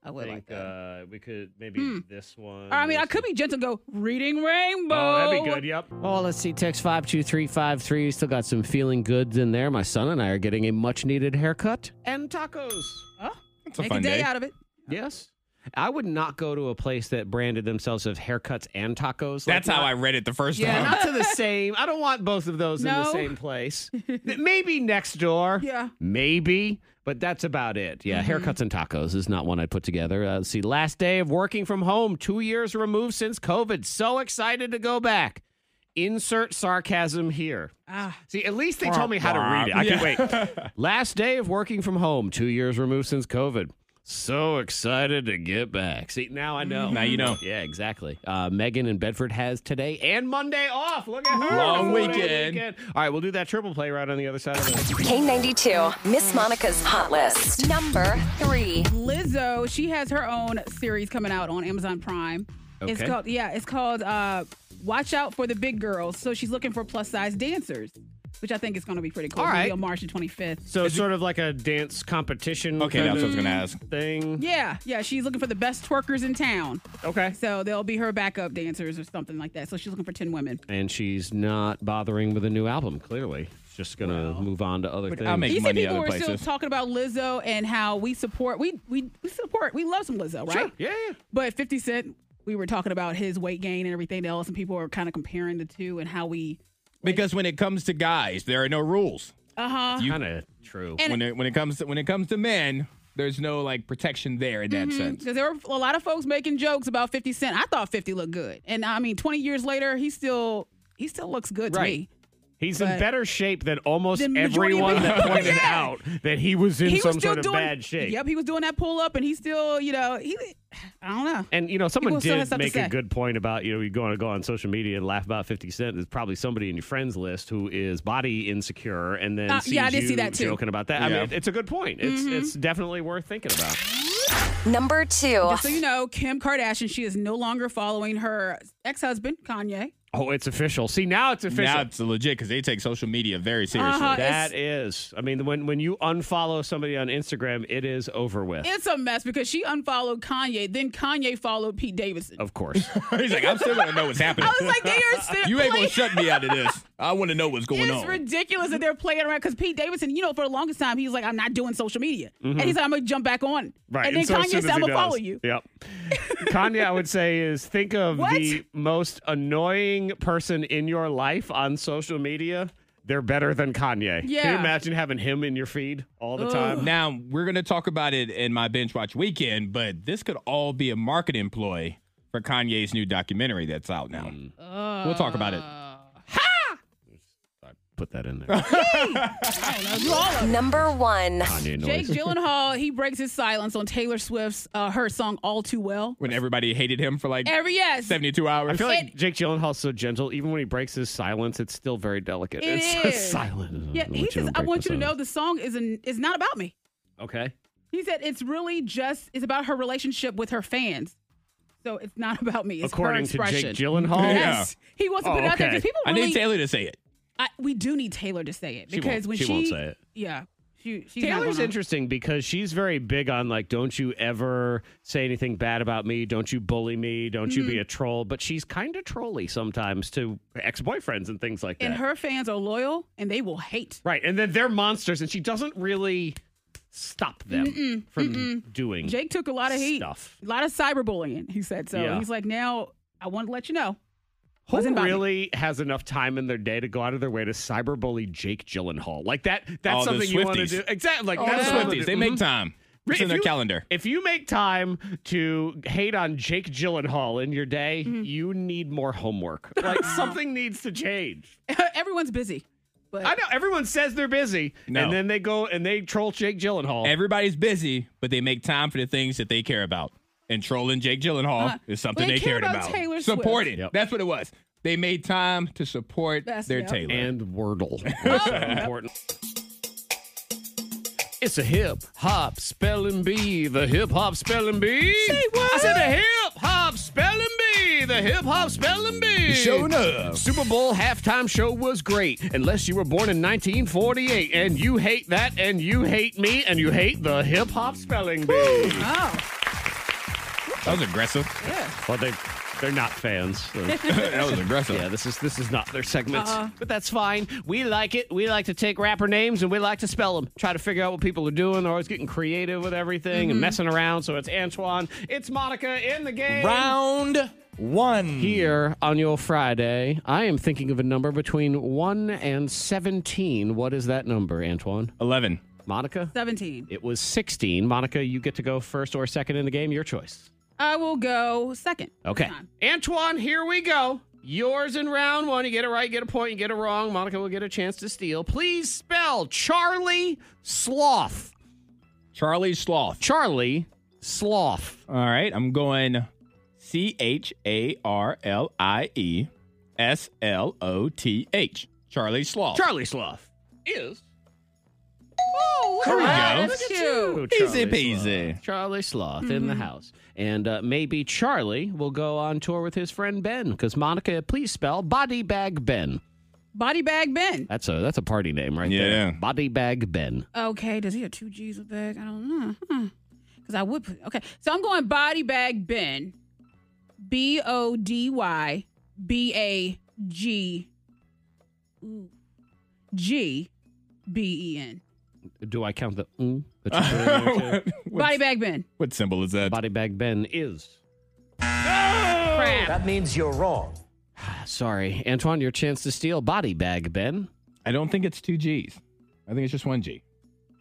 [SPEAKER 3] I would like
[SPEAKER 2] think
[SPEAKER 3] that.
[SPEAKER 2] uh, we could maybe
[SPEAKER 3] Hmm.
[SPEAKER 2] this one.
[SPEAKER 3] Or, I mean, I
[SPEAKER 2] this
[SPEAKER 3] could be gentle. and Go reading rainbow.
[SPEAKER 2] Oh, that'd be good. Yep. Oh, let's see. Text five two three five three. Still got some feeling goods in there. My son and I are getting a much needed haircut and tacos.
[SPEAKER 3] Oh,
[SPEAKER 5] It's a
[SPEAKER 3] make a
[SPEAKER 5] fun
[SPEAKER 3] day,
[SPEAKER 5] day.
[SPEAKER 3] out of it.
[SPEAKER 2] Yes. I would not go to a place that branded themselves of haircuts and tacos. Like
[SPEAKER 5] That's how
[SPEAKER 2] not-
[SPEAKER 5] I read it the first
[SPEAKER 2] Yeah,
[SPEAKER 5] time.
[SPEAKER 2] not to the same. I don't want both of those in the
[SPEAKER 3] No.
[SPEAKER 2] same
[SPEAKER 3] *laughs*
[SPEAKER 2] place. Maybe next door.
[SPEAKER 3] Yeah. Mm-hmm.
[SPEAKER 2] Maybe, but that's about it. Yeah, haircuts and tacos is not one I put together. Uh, let's see, last day of working from home, two years removed since COVID. So excited to go back. Insert sarcasm here.
[SPEAKER 3] Ah.
[SPEAKER 2] See, at least they told me how to read it. I
[SPEAKER 5] Yeah. *laughs*
[SPEAKER 2] can wait. Last day of working from home, two years removed since COVID. So excited to get back. See, now I know.
[SPEAKER 5] Now you know.
[SPEAKER 2] *laughs* Yeah, exactly. Uh, Megan in Bedford has today and Monday off. Look at her.
[SPEAKER 5] Long
[SPEAKER 2] Four-day
[SPEAKER 5] weekend.
[SPEAKER 2] All right, we'll do that triple play right on the other side
[SPEAKER 5] *laughs*
[SPEAKER 2] of it.
[SPEAKER 6] K92, Miss Monica's Hot List. Number three.
[SPEAKER 3] Lizzo, she has her own series coming out on Amazon Prime. It's
[SPEAKER 2] Okay.
[SPEAKER 3] called yeah, it's called uh Watch Out for the Big Girls. So she's looking for plus size dancers, which I think is gonna be pretty cool.
[SPEAKER 2] All
[SPEAKER 3] It's gonna be
[SPEAKER 2] right.
[SPEAKER 3] on March the twenty fifth.
[SPEAKER 2] So it's sort of like a dance competition.
[SPEAKER 5] Okay,
[SPEAKER 2] kind
[SPEAKER 5] that's what I was going
[SPEAKER 2] of
[SPEAKER 5] to ask.
[SPEAKER 2] Thing.
[SPEAKER 3] Yeah, yeah, she's looking for the best twerkers in town.
[SPEAKER 2] Okay.
[SPEAKER 3] So they'll be her backup dancers or something like that. So she's looking for ten women.
[SPEAKER 2] And she's not bothering with a new album. Clearly, she's just gonna move on to other
[SPEAKER 5] But
[SPEAKER 2] things.
[SPEAKER 5] I'll make
[SPEAKER 3] You see,
[SPEAKER 5] money
[SPEAKER 3] people
[SPEAKER 5] other
[SPEAKER 3] were still
[SPEAKER 5] places.
[SPEAKER 3] talking about Lizzo and how we support we we, we support we love some Lizzo, right?
[SPEAKER 2] Sure. Yeah. yeah.
[SPEAKER 3] But 50 Cent, we were talking about his weight gain and everything else, and people were kind of comparing the two and how we.
[SPEAKER 5] Because when it comes to guys, there are no rules.
[SPEAKER 3] Uh huh.
[SPEAKER 2] Kind of true.
[SPEAKER 3] And-
[SPEAKER 5] when it when it comes to when it comes to men, there's no like protection there in that
[SPEAKER 3] Mm-hmm.
[SPEAKER 5] sense.
[SPEAKER 3] Because there were a lot of folks making jokes about 50 Cent. I thought 50 looked good. And I mean, 20 years later, he still. He still looks good to
[SPEAKER 2] Right.
[SPEAKER 3] me.
[SPEAKER 2] He's in
[SPEAKER 3] but-
[SPEAKER 2] better shape than almost
[SPEAKER 3] The majority of
[SPEAKER 2] everyone that
[SPEAKER 3] people- *laughs*
[SPEAKER 2] pointed
[SPEAKER 3] Yeah.
[SPEAKER 2] out that he was in
[SPEAKER 3] he
[SPEAKER 2] some
[SPEAKER 3] was still
[SPEAKER 2] sort of
[SPEAKER 3] doing
[SPEAKER 2] bad shape.
[SPEAKER 3] Yep, he was doing that pull up, and he still, you know, he. I don't know.
[SPEAKER 2] And you know, someone
[SPEAKER 3] People still have
[SPEAKER 2] did
[SPEAKER 3] stuff to
[SPEAKER 2] make a
[SPEAKER 3] say.
[SPEAKER 2] good point about you know you going to go on social media and laugh about Fifty Cent. There's probably somebody in your friends list who is body insecure, and then
[SPEAKER 3] Uh,
[SPEAKER 2] sees
[SPEAKER 3] yeah, I did
[SPEAKER 2] you
[SPEAKER 3] see that too. Mm-hmm.
[SPEAKER 2] joking about that. I
[SPEAKER 5] Yeah.
[SPEAKER 2] mean, it's a good point. It's it's definitely worth thinking about.
[SPEAKER 6] Number two.
[SPEAKER 3] Just so you know, Kim Kardashian, she is no longer following her ex husband Kanye.
[SPEAKER 2] Oh, it's official. See, now it's official.
[SPEAKER 5] Now it's legit because they take social media very seriously.
[SPEAKER 3] Uh-huh.
[SPEAKER 2] that is, I mean, when when you unfollow somebody on Instagram, it is over with.
[SPEAKER 3] It's a mess because she unfollowed Kanye, then Kanye followed Pete Davidson.
[SPEAKER 2] of
[SPEAKER 3] *laughs*
[SPEAKER 2] course.
[SPEAKER 5] *laughs* He's like, I'm still gonna know what's happening.
[SPEAKER 3] I was like, they
[SPEAKER 2] *laughs*
[SPEAKER 3] are still.
[SPEAKER 5] you ain't gonna
[SPEAKER 3] playing-
[SPEAKER 5] shut me out of this. I want to know what's going
[SPEAKER 3] *laughs* It's
[SPEAKER 5] on.
[SPEAKER 3] ridiculous that they're playing around because Pete Davidson, you know, for the longest time, he was like, I'm not doing social media. And he's like, I'm going to jump back on.
[SPEAKER 2] Mm-hmm. Right.
[SPEAKER 3] And then
[SPEAKER 2] so as soon
[SPEAKER 3] Kanye
[SPEAKER 2] as
[SPEAKER 3] said,
[SPEAKER 2] he
[SPEAKER 3] I'm going to
[SPEAKER 2] does-
[SPEAKER 3] follow you. *laughs*
[SPEAKER 2] Yep. Kanye, I would say, is think of
[SPEAKER 3] What?
[SPEAKER 2] the most annoying person in your life on social media. They're better than Kanye. Can you
[SPEAKER 3] Yeah.
[SPEAKER 2] imagine having him in your feed all the time?
[SPEAKER 5] now we're gonna talk about it in my binge watch weekend, but this could all be a marketing ploy for Kanye's new documentary that's out now. we'll talk about it.
[SPEAKER 3] Uh.
[SPEAKER 2] Put that in there. *laughs*
[SPEAKER 6] Number
[SPEAKER 3] *laughs*
[SPEAKER 6] one.
[SPEAKER 2] Kanye
[SPEAKER 3] Jake
[SPEAKER 2] noise.
[SPEAKER 3] Gyllenhaal, he breaks his silence on Taylor Swift's, uh, her song All Too Well.
[SPEAKER 5] When everybody hated him for like
[SPEAKER 3] Every yes.
[SPEAKER 5] 72 hours.
[SPEAKER 2] I feel like Jake Gyllenhaal's so gentle. Even when he breaks his silence, it's still very delicate.
[SPEAKER 3] It
[SPEAKER 2] it's
[SPEAKER 3] is.
[SPEAKER 2] so silent.
[SPEAKER 3] Yeah,
[SPEAKER 2] Let
[SPEAKER 3] he
[SPEAKER 2] you
[SPEAKER 3] says,
[SPEAKER 2] break
[SPEAKER 3] I
[SPEAKER 2] my
[SPEAKER 3] want you to know
[SPEAKER 2] silence."
[SPEAKER 3] the song is, an, is not about me.
[SPEAKER 2] Okay.
[SPEAKER 3] He said, it's really just, it's about her relationship with her fans. So it's not *laughs* about me. It's her
[SPEAKER 2] According to
[SPEAKER 3] expression.
[SPEAKER 2] Jake Gyllenhaal.
[SPEAKER 3] Yes. He wants to
[SPEAKER 2] Oh,
[SPEAKER 3] put it out there
[SPEAKER 2] okay.
[SPEAKER 3] because people
[SPEAKER 5] I
[SPEAKER 3] really.
[SPEAKER 5] need Taylor to say it.
[SPEAKER 3] I, we do need Taylor to say it
[SPEAKER 2] She won't.
[SPEAKER 3] because when
[SPEAKER 2] She
[SPEAKER 3] she,
[SPEAKER 2] won't say it.
[SPEAKER 3] yeah, she she's not
[SPEAKER 2] Taylor's
[SPEAKER 3] gonna-
[SPEAKER 2] interesting because she's very big on like, don't you ever say anything bad about me? Don't you bully me? Don't you
[SPEAKER 3] Mm-hmm.
[SPEAKER 2] be a troll? But she's kind of trolly sometimes to ex boyfriends and things like that.
[SPEAKER 3] And her fans are loyal and they will hate.
[SPEAKER 2] right, and then they're monsters, and she doesn't really stop them from doing
[SPEAKER 3] Jake took a lot of heat,
[SPEAKER 2] stuff.
[SPEAKER 3] a lot of cyberbullying. He said so.
[SPEAKER 2] Yeah.
[SPEAKER 3] He's like, now I want to let you know. *laughs*
[SPEAKER 2] Who
[SPEAKER 3] Wasn't about me.
[SPEAKER 2] really has enough time in their day to go out of their way to cyberbully Jake Gyllenhaal? Like that—that's
[SPEAKER 5] All Oh, the
[SPEAKER 2] something you want to
[SPEAKER 5] Swifties. Mm-hmm.
[SPEAKER 2] do. Exactly. Like
[SPEAKER 3] Oh,
[SPEAKER 5] All
[SPEAKER 2] that's
[SPEAKER 5] the
[SPEAKER 2] what I wanna
[SPEAKER 5] Swifties,
[SPEAKER 2] do.
[SPEAKER 5] they make
[SPEAKER 3] Mm-hmm.
[SPEAKER 2] Mhm.
[SPEAKER 5] time. It's
[SPEAKER 2] If
[SPEAKER 5] in their
[SPEAKER 2] you-
[SPEAKER 5] calendar.
[SPEAKER 2] If you make time to hate on Jake Gyllenhaal in your day,
[SPEAKER 3] Mm-hmm.
[SPEAKER 2] you need more
[SPEAKER 3] *laughs*
[SPEAKER 2] homework. Like something needs to change.
[SPEAKER 3] Everyone's busy, but
[SPEAKER 2] I know everyone says they're busy,
[SPEAKER 5] No.
[SPEAKER 2] and then they go and they troll Jake Gyllenhaal.
[SPEAKER 5] Everybody's busy, but they make time for the things that they care about. And trolling Jake Gyllenhaal
[SPEAKER 3] Uh,
[SPEAKER 5] is something
[SPEAKER 3] they
[SPEAKER 5] they,
[SPEAKER 3] care
[SPEAKER 5] cared
[SPEAKER 3] about
[SPEAKER 5] about.
[SPEAKER 3] Taylor Swift.
[SPEAKER 5] Supported.
[SPEAKER 2] Yep.
[SPEAKER 5] That's what it was. They made time to support
[SPEAKER 3] That's-
[SPEAKER 5] their
[SPEAKER 3] yep.
[SPEAKER 5] Taylor.
[SPEAKER 2] and
[SPEAKER 5] *laughs*
[SPEAKER 2] Wordle. Also important. It's a hip hop spelling bee, the hip hop spelling bee.
[SPEAKER 3] Say what?
[SPEAKER 2] I said a hip hop spelling bee, the hip hop spelling bee.
[SPEAKER 5] Sure enough.
[SPEAKER 2] Super Bowl halftime show was great, unless you were born in 1948 and you hate that, and you hate me, and you hate the hip hop spelling bee.
[SPEAKER 3] oh
[SPEAKER 5] that was aggressive.
[SPEAKER 3] yeah,
[SPEAKER 2] Well, they They're not fans.
[SPEAKER 5] *laughs* That was aggressive.
[SPEAKER 2] Yeah, this is this is not their segment.
[SPEAKER 3] Uh-uh.
[SPEAKER 2] But that's fine. We like it. We like to take rapper names and we like to spell them. Try to figure out what people are doing. They're always getting creative with everything and messing around. So it's Antoine. It's Monica in the game.
[SPEAKER 5] Round one.
[SPEAKER 2] Here on your Friday, I am thinking of a number between 1 and 17. What is that number, Antoine?
[SPEAKER 5] 11.
[SPEAKER 2] Monica?
[SPEAKER 3] 17.
[SPEAKER 2] It was 16. Monica, you get to go first or second in the game. Your choice.
[SPEAKER 3] I will go second.
[SPEAKER 2] Okay.
[SPEAKER 3] Come on.
[SPEAKER 2] Antoine, here we go. Yours in round one. You get it right, you get a point, you get it wrong. Monica will get a chance to steal. Please spell Charlie Sloth.
[SPEAKER 5] Charlie Sloth.
[SPEAKER 2] Charlie Sloth.
[SPEAKER 5] All right, I'm going C H A R L I E S L O T H. Charlie Sloth.
[SPEAKER 2] Charlie Sloth is.
[SPEAKER 3] Oh,
[SPEAKER 5] There we go.
[SPEAKER 3] look at you.
[SPEAKER 5] Easy peasy.
[SPEAKER 2] Sloth. Charlie Sloth in
[SPEAKER 3] Mm-hmm.
[SPEAKER 2] the house. And uh, maybe Charlie will go on tour with his friend Ben because Monica, please spell Body Bag Ben.
[SPEAKER 3] Body bag Ben.
[SPEAKER 2] That's a that's a party name right
[SPEAKER 5] Yeah.
[SPEAKER 2] there. Body Bag Ben.
[SPEAKER 3] Okay, does he have two G's a bag? I don't know. Because I would put. Okay, so I'm going body bag Ben. B O D Y B A G Ooh. G B E N.
[SPEAKER 2] Do I count the mm that
[SPEAKER 5] *laughs*
[SPEAKER 2] you put in there, too?
[SPEAKER 3] Body
[SPEAKER 5] what,
[SPEAKER 3] bag Ben.
[SPEAKER 5] what symbol is that?
[SPEAKER 2] Body Bag Ben is.
[SPEAKER 3] Crap.
[SPEAKER 8] That means you're wrong.
[SPEAKER 2] Sorry, Antoine, your chance to steal Body Bag Ben.
[SPEAKER 5] I don't think it's two G's. I think it's just one G.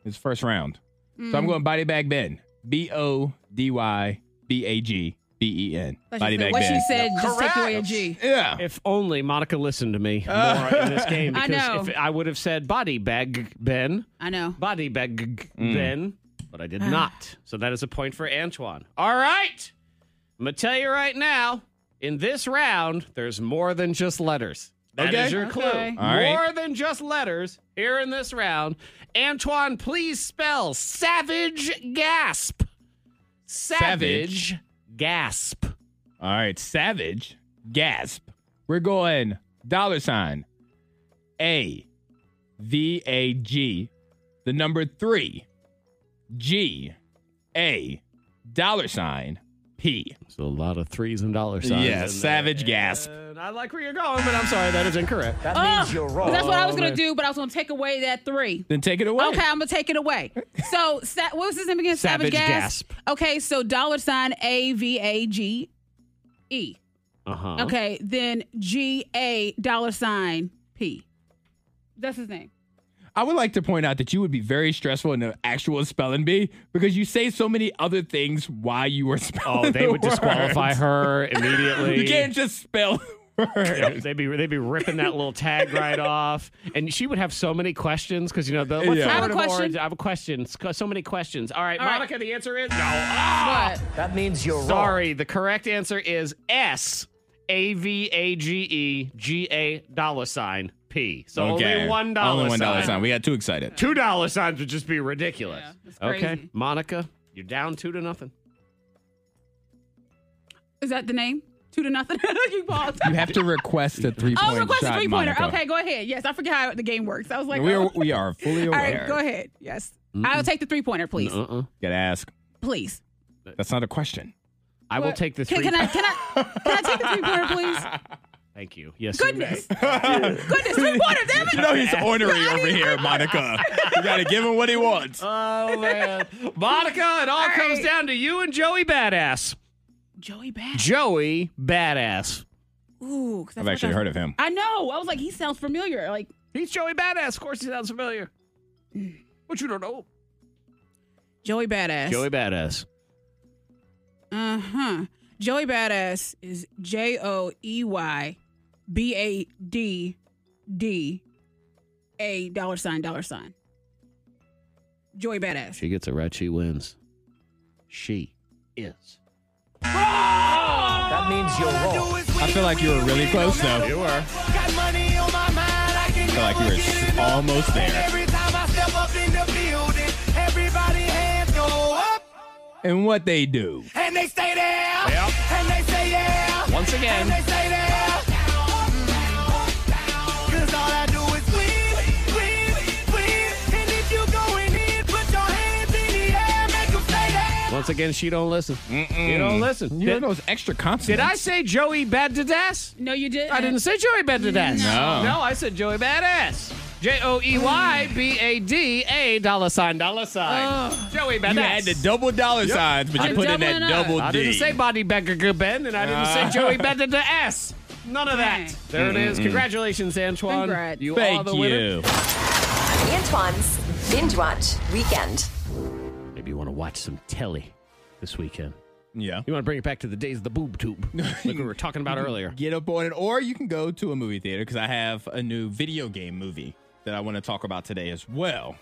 [SPEAKER 5] It's first round. So
[SPEAKER 3] Mm.
[SPEAKER 5] I'm going body bag Ben. B O D Y B A G B E N.
[SPEAKER 3] What
[SPEAKER 5] Body
[SPEAKER 3] she said,
[SPEAKER 5] bag
[SPEAKER 3] what she
[SPEAKER 5] Ben.
[SPEAKER 3] said just take away a G.
[SPEAKER 5] Yeah.
[SPEAKER 2] If only Monica listened
[SPEAKER 5] *laughs*
[SPEAKER 2] to me more in this game.
[SPEAKER 3] I
[SPEAKER 2] Because
[SPEAKER 3] know.
[SPEAKER 2] if I would have said Body Bag Ben,
[SPEAKER 3] I know.
[SPEAKER 2] Body Bag
[SPEAKER 5] Mm.
[SPEAKER 2] Ben, but I did not. So that is a point for Antoine. All right. I'm going to tell you right now in this round, there's more than just letters. That is
[SPEAKER 5] Okay.
[SPEAKER 2] your clue.
[SPEAKER 3] Okay.
[SPEAKER 5] All right.
[SPEAKER 2] More than just letters here in this round. Antoine, please spell savage gasp. Savage,
[SPEAKER 5] Savage.
[SPEAKER 2] gasp.
[SPEAKER 5] All right. Savage. Gasp. We're going dollar sign. A V A G. The number three. G A dollar sign P.
[SPEAKER 2] So a lot of threes and dollar signs.
[SPEAKER 5] Yeah,
[SPEAKER 2] in there.
[SPEAKER 5] savage gasp.
[SPEAKER 2] And I like where you're going, but I'm sorry, that is incorrect.
[SPEAKER 8] That means you're wrong.
[SPEAKER 3] That's what I was going to do, but I was going to take away that three.
[SPEAKER 5] Then take it away.
[SPEAKER 3] Okay, I'm gonna take it away. So, sa- what was his name again?
[SPEAKER 2] Savage Gasp.
[SPEAKER 3] Okay, so dollar sign A V A G E.
[SPEAKER 2] Uh-huh.
[SPEAKER 3] Okay, then G A dollar sign P. That's his name.
[SPEAKER 5] I would like to point out that you would be very stressful in an actual spelling bee because you say so many other things while you were spelling.
[SPEAKER 2] Oh, they
[SPEAKER 5] the
[SPEAKER 3] *laughs*
[SPEAKER 2] would disqualify
[SPEAKER 5] words.
[SPEAKER 2] her immediately.
[SPEAKER 5] You can't just spell *laughs* words.
[SPEAKER 2] Yep, they'd be they'd be ripping that little tag right off, and she would have so many questions because you know the. What's
[SPEAKER 5] Yeah.
[SPEAKER 2] the
[SPEAKER 5] I have
[SPEAKER 2] word
[SPEAKER 3] a
[SPEAKER 2] of
[SPEAKER 3] question.
[SPEAKER 2] origin? I have a question. So- So many questions. All right,
[SPEAKER 3] All right.
[SPEAKER 2] Monica. The answer is no. Ah!
[SPEAKER 3] But
[SPEAKER 8] That means you're wrong.
[SPEAKER 2] Sorry, the correct answer is S A V A G E G A dollar sign P. So only one dollar.
[SPEAKER 5] Only one dollar
[SPEAKER 2] sign.
[SPEAKER 5] sign. We got too excited.
[SPEAKER 2] Two dollar signs would just be ridiculous.
[SPEAKER 3] Yeah, that's
[SPEAKER 2] okay,
[SPEAKER 3] crazy.
[SPEAKER 2] Monica, you're down two to nothing.
[SPEAKER 3] is that the name? Two to nothing. *laughs* you paused.
[SPEAKER 5] You have to request a three point
[SPEAKER 3] Oh, request a
[SPEAKER 5] shot,
[SPEAKER 3] three pointer.
[SPEAKER 5] Monica.
[SPEAKER 3] Okay, go ahead. Yes, I forget how the game works. I was like,
[SPEAKER 5] we are
[SPEAKER 3] oh.
[SPEAKER 5] we are fully
[SPEAKER 3] all
[SPEAKER 5] aware.
[SPEAKER 3] right, go ahead. Yes, I'll take the three pointer, please.
[SPEAKER 2] Uh uh
[SPEAKER 5] You gotta ask.
[SPEAKER 3] Please.
[SPEAKER 5] That's not a question.
[SPEAKER 2] I will
[SPEAKER 3] What-
[SPEAKER 2] take the
[SPEAKER 3] Can,
[SPEAKER 2] three.
[SPEAKER 3] can I? Can I? Can I take the three
[SPEAKER 5] *laughs*
[SPEAKER 3] pointer, please?
[SPEAKER 2] Thank you. Yes. you
[SPEAKER 3] Goodness, goodness, three pointer. Damn it.
[SPEAKER 5] You know he's ornery over here, Monica. You gotta give him what he wants.
[SPEAKER 2] Oh *laughs* man, Monica, it all, comes down to you and Joey Badass.
[SPEAKER 3] Joey Bad.
[SPEAKER 2] Joey Badass.
[SPEAKER 3] Ooh,
[SPEAKER 5] I've actually heard of him.
[SPEAKER 3] I know. I was like, he sounds familiar. Like,
[SPEAKER 2] He's Joey Badass. Of course, he sounds familiar. But you don't know.
[SPEAKER 3] Joey Badass.
[SPEAKER 2] Joey Badass.
[SPEAKER 3] Uh huh. Joey Badass is J O E Y B A D D A dollar sign dollar sign. Joey Badass.
[SPEAKER 2] She gets it right. She wins. She is.
[SPEAKER 8] That means you're wrong.
[SPEAKER 5] I feel like you were really close though.
[SPEAKER 2] You are.
[SPEAKER 8] Got money on my mind. I can
[SPEAKER 5] I feel like you were s- almost there.
[SPEAKER 8] Every time I step up in the building, everybody hands go up.
[SPEAKER 5] And what they do.
[SPEAKER 8] And they stay there. And they say yeah.
[SPEAKER 2] Once again.
[SPEAKER 8] And they stay there. 'Cause all I do is win, win, win. And if you go in here, put your hands in the air, make 'em stay there.
[SPEAKER 2] Once Once again, she don't listen. You don't listen.
[SPEAKER 5] You
[SPEAKER 2] Did-
[SPEAKER 5] know those extra consonants.
[SPEAKER 2] Did I say Joey Badass?
[SPEAKER 3] No, you didn't.
[SPEAKER 2] I didn't say Joey Badass.
[SPEAKER 5] No.
[SPEAKER 2] No, I said Joey Badass. J O E Y B A D A dollar sign dollar sign. Joey Badass.
[SPEAKER 5] You had the double dollar signs, but
[SPEAKER 2] I'm
[SPEAKER 5] you put in that
[SPEAKER 3] doubling up.
[SPEAKER 5] double
[SPEAKER 2] I
[SPEAKER 5] D.
[SPEAKER 2] didn't say Body Becker Ben, and I didn't
[SPEAKER 5] Ah.
[SPEAKER 2] say Joey Badass. None of that.
[SPEAKER 3] Dang.
[SPEAKER 2] There it is. Congratulations, Antoine.
[SPEAKER 3] Congrats.
[SPEAKER 2] You are
[SPEAKER 5] Thank
[SPEAKER 2] the
[SPEAKER 5] you.
[SPEAKER 2] winner.
[SPEAKER 6] Antoine's Binge Watch Weekend.
[SPEAKER 2] Maybe you want to watch some telly this weekend.
[SPEAKER 5] Yeah.
[SPEAKER 2] You want to bring it back to the days of the boob tube,
[SPEAKER 5] *laughs*
[SPEAKER 2] like we were talking about earlier.
[SPEAKER 5] Get up on it, or you can go to a movie theater because I have a new video game movie that I want to talk about today as well.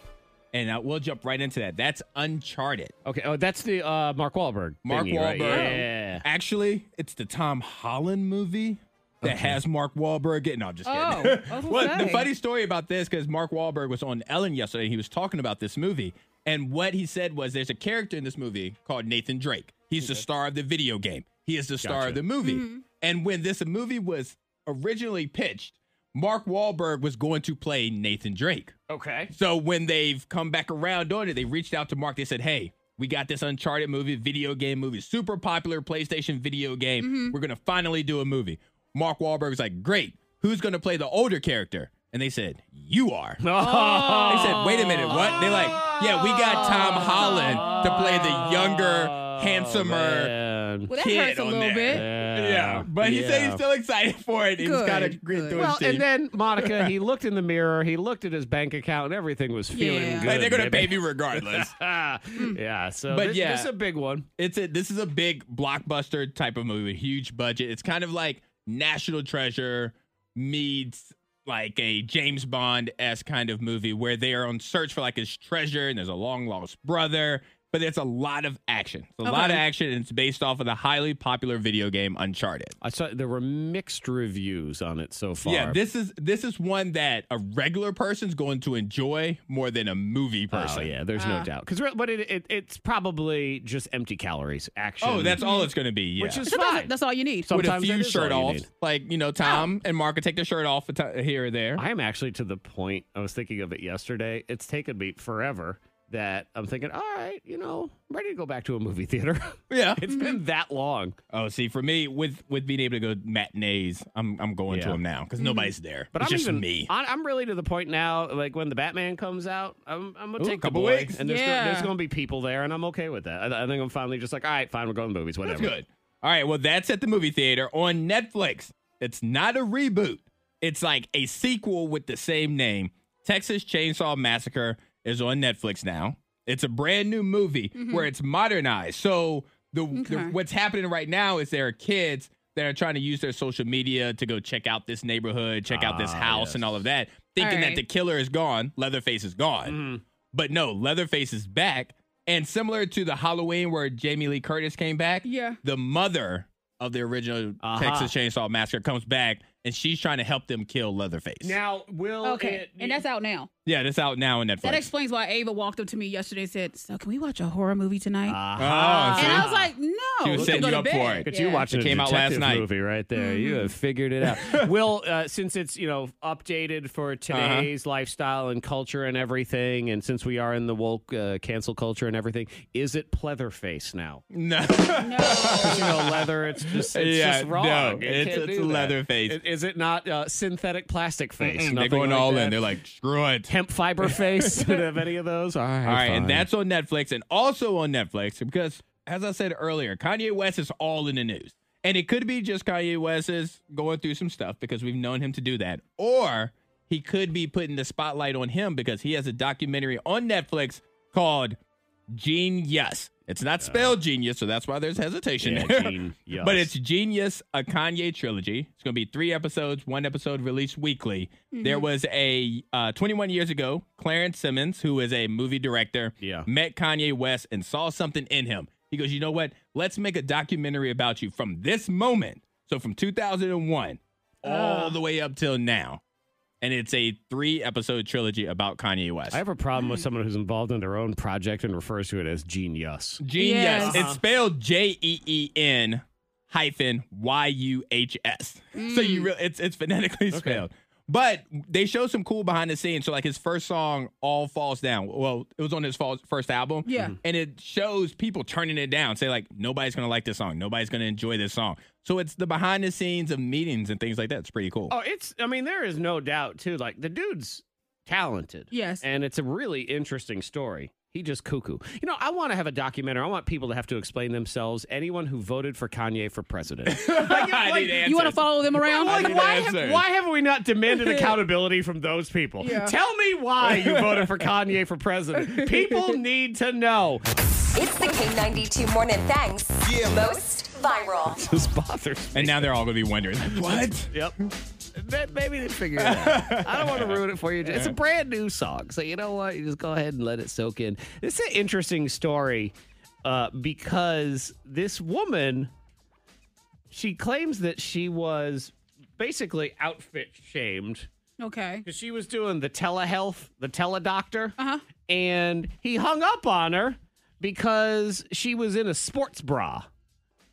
[SPEAKER 5] And I, we'll jump right into that. That's Uncharted.
[SPEAKER 2] Okay, oh, that's the uh, Mark Wahlberg.
[SPEAKER 5] Mark
[SPEAKER 2] thingy, right?
[SPEAKER 5] Wahlberg.
[SPEAKER 2] Yeah.
[SPEAKER 5] Actually, it's the Tom Holland movie that has Mark Wahlberg. in- No, I'm just
[SPEAKER 3] Oh,
[SPEAKER 5] kidding. *laughs*
[SPEAKER 3] I was gonna
[SPEAKER 5] Well, the
[SPEAKER 3] say.
[SPEAKER 5] funny story about this because Mark Wahlberg was on Ellen yesterday. He was talking about this movie, and what he said was, "There's a character in this movie called Nathan Drake. He's the star of the video game. He is the star
[SPEAKER 2] Gotcha.
[SPEAKER 5] of the movie. And when this movie was originally pitched, Mark Wahlberg was going to play Nathan Drake."
[SPEAKER 2] *laughs* Okay.
[SPEAKER 5] So when they've come back around on it, they reached out to Mark. They said, "Hey, we got this Uncharted movie, video game movie, super popular PlayStation video game.
[SPEAKER 2] Mm-hmm.
[SPEAKER 5] We're gonna finally do a movie." Mark Wahlberg was like, "Great. Who's gonna play the older character?" And they said, "You are."
[SPEAKER 2] *laughs* Oh.
[SPEAKER 5] They said, "Wait a minute, what?" They're like, "Yeah, we got Tom
[SPEAKER 2] Oh.
[SPEAKER 5] Holland to play the younger, handsomer."
[SPEAKER 2] Man.
[SPEAKER 3] Well, that
[SPEAKER 5] kid
[SPEAKER 3] hurts a
[SPEAKER 5] on
[SPEAKER 3] little
[SPEAKER 5] there.
[SPEAKER 3] bit.
[SPEAKER 2] Yeah.
[SPEAKER 5] Yeah, but he said he's still excited for it. He was
[SPEAKER 3] Good,
[SPEAKER 5] kind of great
[SPEAKER 3] good.
[SPEAKER 5] to his
[SPEAKER 2] Well,
[SPEAKER 5] team.
[SPEAKER 2] and then Monica, he looked in the mirror, he looked at his bank account, and everything was feeling
[SPEAKER 3] Yeah.
[SPEAKER 2] good.
[SPEAKER 5] Like, they're gonna
[SPEAKER 2] *laughs*
[SPEAKER 5] pay
[SPEAKER 2] baby.
[SPEAKER 5] me regardless.
[SPEAKER 2] yeah. So,
[SPEAKER 5] But
[SPEAKER 2] this,
[SPEAKER 5] yeah.
[SPEAKER 2] this is a big one.
[SPEAKER 5] It's a this is a big blockbuster type of movie, huge budget. It's kind of like National Treasure meets like a James Bond esque kind of movie where they are on search for like his treasure and there's a long lost brother. But it's a lot of action. It's a lot of action, and it's based off of the highly popular video game Uncharted.
[SPEAKER 2] I saw there were mixed reviews on it so far.
[SPEAKER 5] Yeah, this is this is one that a regular person's going to enjoy more than a movie person. Ah.
[SPEAKER 2] Oh yeah, there's no doubt. Because but it, it it's probably just empty calories. Action.
[SPEAKER 5] Oh, that's all it's going to be. Yeah.
[SPEAKER 2] Mm-hmm. which is
[SPEAKER 3] Sometimes
[SPEAKER 2] fine.
[SPEAKER 3] That's all you need.
[SPEAKER 2] So-
[SPEAKER 5] with a
[SPEAKER 2] Sometimes that
[SPEAKER 5] few
[SPEAKER 2] is all
[SPEAKER 5] shirt
[SPEAKER 2] you
[SPEAKER 5] offs.
[SPEAKER 2] need.
[SPEAKER 5] Like, you know, Tom and Mark could take their shirt off a ti- here or there.
[SPEAKER 2] Ah. I am actually to the point. I was thinking of it yesterday. It's taken me forever that I'm thinking. All right, you know, I'm ready to go back to a movie theater. *laughs*
[SPEAKER 5] yeah.
[SPEAKER 2] it's been that long.
[SPEAKER 5] Oh, see, for me, with with being able to go matinees, I'm I'm going to
[SPEAKER 2] Yeah.
[SPEAKER 5] them now because nobody's there.
[SPEAKER 2] Mm-hmm. But
[SPEAKER 5] it's
[SPEAKER 2] I'm
[SPEAKER 5] just
[SPEAKER 2] even,
[SPEAKER 5] me.
[SPEAKER 2] I, am really to the point now. Like when the Batman comes out, I'm, I'm gonna
[SPEAKER 5] Ooh,
[SPEAKER 2] take a
[SPEAKER 5] couple
[SPEAKER 2] boy,
[SPEAKER 5] weeks.
[SPEAKER 2] and there's
[SPEAKER 3] Yeah.
[SPEAKER 2] gonna, there's gonna be people there, and I'm okay with that. I, I think I'm finally just like, all right, fine, we're going to movies, whatever.
[SPEAKER 5] That's good. All right, well, that's at the movie theater on Netflix. It's not a reboot. It's like a sequel with the same name. Texas Chainsaw Massacre is on Netflix now. It's a brand new movie where it's modernized. So the, the what's happening right now is there are kids that are trying to use their social media to go check out this neighborhood, check out this
[SPEAKER 2] Ah,
[SPEAKER 5] house, and all of that, thinking that
[SPEAKER 3] right.
[SPEAKER 5] the killer is gone, Leatherface is gone.
[SPEAKER 2] Mm-hmm.
[SPEAKER 5] But no, Leatherface is back. And similar to the Halloween where Jamie Lee Curtis came back,
[SPEAKER 3] Yeah.
[SPEAKER 5] the mother of the original
[SPEAKER 2] Aha.
[SPEAKER 5] Texas Chainsaw Massacre comes back and she's trying to help them kill Leatherface.
[SPEAKER 2] Now, will
[SPEAKER 3] Okay,
[SPEAKER 2] it-
[SPEAKER 3] and that's out now.
[SPEAKER 5] Oh, yeah, that's out now on Netflix.
[SPEAKER 3] That explains why Ava walked up to me yesterday and said, "So can we watch a horror movie tonight?"
[SPEAKER 2] Ah.
[SPEAKER 5] Oh,
[SPEAKER 3] and
[SPEAKER 5] see?
[SPEAKER 3] I was like, "No."
[SPEAKER 5] She was
[SPEAKER 3] I'm
[SPEAKER 5] setting
[SPEAKER 3] gonna
[SPEAKER 5] you
[SPEAKER 3] go
[SPEAKER 5] up
[SPEAKER 3] to
[SPEAKER 5] for
[SPEAKER 3] bed."
[SPEAKER 5] it.
[SPEAKER 2] Look at you
[SPEAKER 3] Yeah. Mm-hmm.
[SPEAKER 2] watching
[SPEAKER 5] It
[SPEAKER 2] a
[SPEAKER 5] came out last
[SPEAKER 2] detective
[SPEAKER 5] night.
[SPEAKER 2] movie right there. You have figured
[SPEAKER 5] *laughs*
[SPEAKER 2] it out. Will, uh, since it's you know updated
[SPEAKER 5] Uh-huh.
[SPEAKER 2] for today's lifestyle and culture and everything, and since we are in the woke uh, cancel culture and everything, is it pleatherface now?
[SPEAKER 5] no.
[SPEAKER 2] you know, leather. It's just it's
[SPEAKER 5] Yeah,
[SPEAKER 2] just wrong.
[SPEAKER 5] no,
[SPEAKER 2] It
[SPEAKER 5] it's-
[SPEAKER 2] can't
[SPEAKER 5] it's
[SPEAKER 2] do that.
[SPEAKER 5] Leatherface.
[SPEAKER 2] I- Is it not uh, synthetic plastic face?
[SPEAKER 5] They're
[SPEAKER 2] Nothing
[SPEAKER 5] going
[SPEAKER 2] like
[SPEAKER 5] all
[SPEAKER 2] that.
[SPEAKER 5] in. They're like, screw it.
[SPEAKER 2] hemp fiber *laughs* face. Did it have any of those? All right,
[SPEAKER 5] All right, and
[SPEAKER 2] fine.
[SPEAKER 5] that's on Netflix and also on Netflix because, as I said earlier, Kanye West is all in the news. And it could be just Kanye West is going through some stuff because we've known him to do that. Or he could be putting the spotlight on him because he has a documentary on Netflix called Genius. It's not spelled genius, so that's why there's hesitation.
[SPEAKER 2] Yeah,
[SPEAKER 5] there. *laughs*
[SPEAKER 2] *laughs* Genius.
[SPEAKER 5] but it's Genius, a Kanye trilogy. It's going to be three episodes, one episode released weekly. There was a uh, 21 years ago, Clarence Simmons, who is a movie director,
[SPEAKER 2] Yeah.
[SPEAKER 5] met Kanye West and saw something in him. He goes, You know what? Let's make a documentary about you from this moment. So from 2001 all the way up till now. And it's a three episode trilogy about Kanye West.
[SPEAKER 2] I have a problem with someone who's involved in their own project and refers to it as genius.
[SPEAKER 5] Genius.
[SPEAKER 3] Yes.
[SPEAKER 5] It's spelled J E E
[SPEAKER 3] Mm.
[SPEAKER 5] N hyphen Y U H S. So you really it's it's phonetically spelled. But they show some cool behind the scenes. So like his first song, "All Falls Down." Well, it was on his falls, first album.
[SPEAKER 3] Yeah. Mhm.
[SPEAKER 5] and it shows people turning it down. Say like nobody's gonna like this song. Nobody's gonna enjoy this song. So it's the behind the scenes of meetings and things like that. It's pretty cool.
[SPEAKER 2] Oh, it's. I mean, there is no doubt too. Like the dude's talented.
[SPEAKER 3] Yes.
[SPEAKER 2] and it's a really interesting story. He just cuckoo. You know, I want to have a documentary. I want people to have to explain themselves. Anyone who voted for Kanye for president. *laughs*
[SPEAKER 5] *laughs* I need
[SPEAKER 3] You want to
[SPEAKER 5] answers.
[SPEAKER 3] follow them around?
[SPEAKER 5] I
[SPEAKER 2] Like,
[SPEAKER 5] need
[SPEAKER 2] why, have,
[SPEAKER 5] answers.
[SPEAKER 2] why haven't we not *laughs* demanded accountability from those people?
[SPEAKER 3] Yeah.
[SPEAKER 2] Tell me why you voted for Kanye for president. People need to know.
[SPEAKER 6] It's the K92 Morning Thang's most viral.
[SPEAKER 2] This bothers me.
[SPEAKER 5] And now they're all gonna be wondering like, what.
[SPEAKER 2] Yep. May- Maybe they figure it out. I don't *laughs* want to ruin it for you. It's a brand new song. So, you know what? You just go ahead and let it soak in. This is an interesting story uh, because this woman, she claims that she was basically outfit shamed
[SPEAKER 3] Okay.
[SPEAKER 2] because she was doing the telehealth, the teledoctor,
[SPEAKER 3] Uh-huh.
[SPEAKER 2] and he hung up on her because she was in a sports bra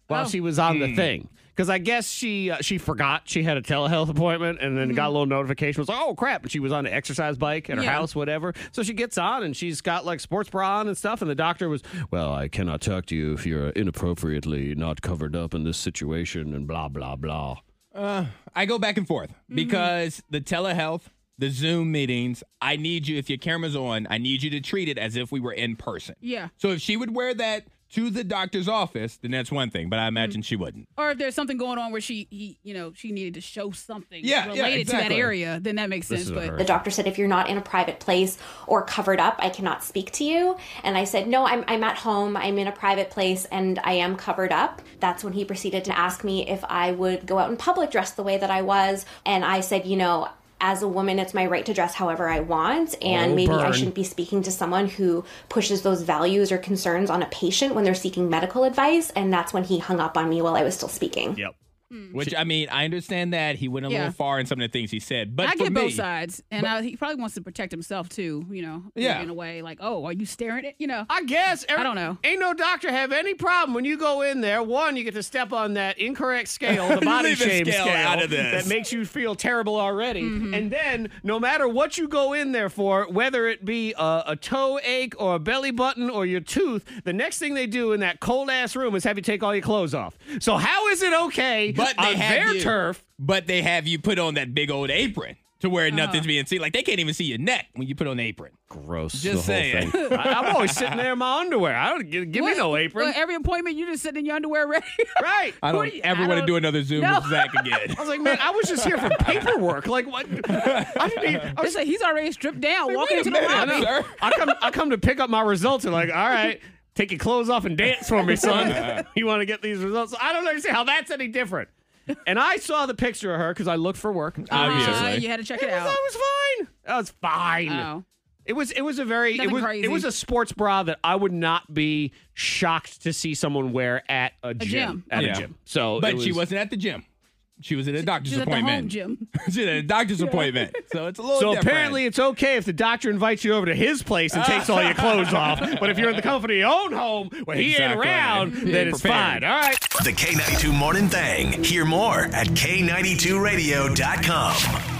[SPEAKER 2] while
[SPEAKER 3] Oh.
[SPEAKER 2] she was on the thing. Because I guess she uh, she forgot she had a telehealth appointment, and then got a little notification was like, oh crap, and she was on an exercise bike at her
[SPEAKER 3] Mm-hmm. Yeah.
[SPEAKER 2] house, whatever. So she gets on and she's got like sports bra on and stuff, and the doctor was, well, I cannot talk to you if you're inappropriately not covered up in this situation, and blah blah blah.
[SPEAKER 5] Uh, I go back and forth
[SPEAKER 3] Mm-hmm.
[SPEAKER 5] because the telehealth, the Zoom meetings, I need you, if your camera's on, I need you to treat it as if we were in person.
[SPEAKER 3] Yeah.
[SPEAKER 5] So if she would wear that to the doctor's office, then that's one thing, but I imagine
[SPEAKER 3] Mm.
[SPEAKER 5] she wouldn't.
[SPEAKER 3] Or if there's something going on where she, he, you know, she needed to show something
[SPEAKER 5] Yeah, yeah,
[SPEAKER 3] related to that
[SPEAKER 5] exactly.
[SPEAKER 3] area, then that makes sense.
[SPEAKER 2] is a
[SPEAKER 3] But
[SPEAKER 2] her.
[SPEAKER 11] The doctor said, if you're not in a private place or covered up, I cannot speak to you. And I said, no, I'm, I'm at home. I'm in a private place and I am covered up. That's when he proceeded to ask me if I would go out in public dressed the way that I was. And I said, you know, as a woman, it's my right to dress however I want. And
[SPEAKER 2] Oh,
[SPEAKER 11] maybe I
[SPEAKER 2] burn.
[SPEAKER 11] shouldn't be speaking to someone who pushes those values or concerns on a patient when they're seeking medical advice. And that's when he hung up on me while I was still speaking.
[SPEAKER 2] Yep.
[SPEAKER 5] Which, I mean, I understand that he went a
[SPEAKER 3] Mm. Yeah.
[SPEAKER 5] little far in some of the things he said, but
[SPEAKER 3] I
[SPEAKER 5] for
[SPEAKER 3] get
[SPEAKER 5] me,
[SPEAKER 3] both sides, and I, he probably wants to protect himself too. You know, maybe
[SPEAKER 5] Yeah.
[SPEAKER 3] in a way like, oh, are you staring at? You know,
[SPEAKER 2] I guess. every-
[SPEAKER 3] I don't know.
[SPEAKER 2] Ain't no doctor have any problem when you go in there. One, you get to step on that incorrect scale,
[SPEAKER 5] *laughs*
[SPEAKER 2] the body
[SPEAKER 5] Leave the
[SPEAKER 2] shame
[SPEAKER 5] scale
[SPEAKER 2] scale,
[SPEAKER 5] out of this.
[SPEAKER 2] that makes you feel terrible already.
[SPEAKER 3] Mm-hmm.
[SPEAKER 2] And then, no matter what you go in there for, whether it be a, a toe ache or a belly button or your tooth, the next thing they do in that cold ass room is have you take all your clothes off. So how is it okay
[SPEAKER 5] but they
[SPEAKER 2] on
[SPEAKER 5] have
[SPEAKER 2] their
[SPEAKER 5] you,
[SPEAKER 2] turf?
[SPEAKER 5] But they have you put on that big old apron to where
[SPEAKER 3] Uh-huh.
[SPEAKER 5] nothing's being seen. Like they can't even see your neck when you put on the apron.
[SPEAKER 2] Gross.
[SPEAKER 5] the whole saying. thing.
[SPEAKER 2] *laughs* I, am always sitting there in my underwear. I don't give, give me
[SPEAKER 3] What-
[SPEAKER 2] no apron.
[SPEAKER 3] what, every appointment, you just sitting in your underwear, *laughs* ready.
[SPEAKER 2] right.
[SPEAKER 5] I
[SPEAKER 3] Who
[SPEAKER 5] don't
[SPEAKER 3] do you-
[SPEAKER 5] ever
[SPEAKER 3] I
[SPEAKER 5] want to
[SPEAKER 3] don't-
[SPEAKER 5] do another Zoom
[SPEAKER 3] No.
[SPEAKER 5] with Zach
[SPEAKER 3] *laughs*
[SPEAKER 5] again.
[SPEAKER 2] I was like, man, I was just here for paperwork. Like, what? I didn't even, I
[SPEAKER 3] It's
[SPEAKER 2] was
[SPEAKER 3] like he's already stripped down, walking
[SPEAKER 5] wait a
[SPEAKER 3] into the
[SPEAKER 5] minute,
[SPEAKER 2] I
[SPEAKER 3] lobby.
[SPEAKER 2] know.
[SPEAKER 5] sir.
[SPEAKER 2] I come, I come to pick up my results and like, all right, take your clothes off and dance for me,
[SPEAKER 5] *laughs*
[SPEAKER 2] son. you want to get these results? I don't understand how that's any different. And I saw the picture of her because I looked for work.
[SPEAKER 3] Uh,
[SPEAKER 5] Obviously.
[SPEAKER 3] you had to check
[SPEAKER 2] It
[SPEAKER 3] it
[SPEAKER 2] was, I
[SPEAKER 3] out.
[SPEAKER 2] was fine. I was fine.
[SPEAKER 3] Oh.
[SPEAKER 2] It was it was a very it
[SPEAKER 3] Nothing
[SPEAKER 2] was,
[SPEAKER 3] crazy.
[SPEAKER 2] it was a sports bra that I would not be shocked to see someone wear at a, gym,
[SPEAKER 3] gym.
[SPEAKER 2] at
[SPEAKER 5] Yeah.
[SPEAKER 2] a gym. So
[SPEAKER 5] But
[SPEAKER 2] it
[SPEAKER 5] she
[SPEAKER 2] was-
[SPEAKER 5] wasn't at the gym. She was at a doctor's
[SPEAKER 3] She's at the
[SPEAKER 5] appointment.
[SPEAKER 3] home gym.
[SPEAKER 5] *laughs* She's at a doctor's appointment. So it's a little
[SPEAKER 2] So
[SPEAKER 5] different.
[SPEAKER 2] apparently, it's okay if the doctor invites you over to his place and takes all your clothes off. But if you're in the comfort of your own home where he ain't
[SPEAKER 5] Exactly.
[SPEAKER 2] around,
[SPEAKER 5] He
[SPEAKER 2] then
[SPEAKER 5] ain't
[SPEAKER 2] it's
[SPEAKER 5] prepared.
[SPEAKER 2] fine. All right.
[SPEAKER 1] The K92 Morning Thang. Hear more at K92Radio.com.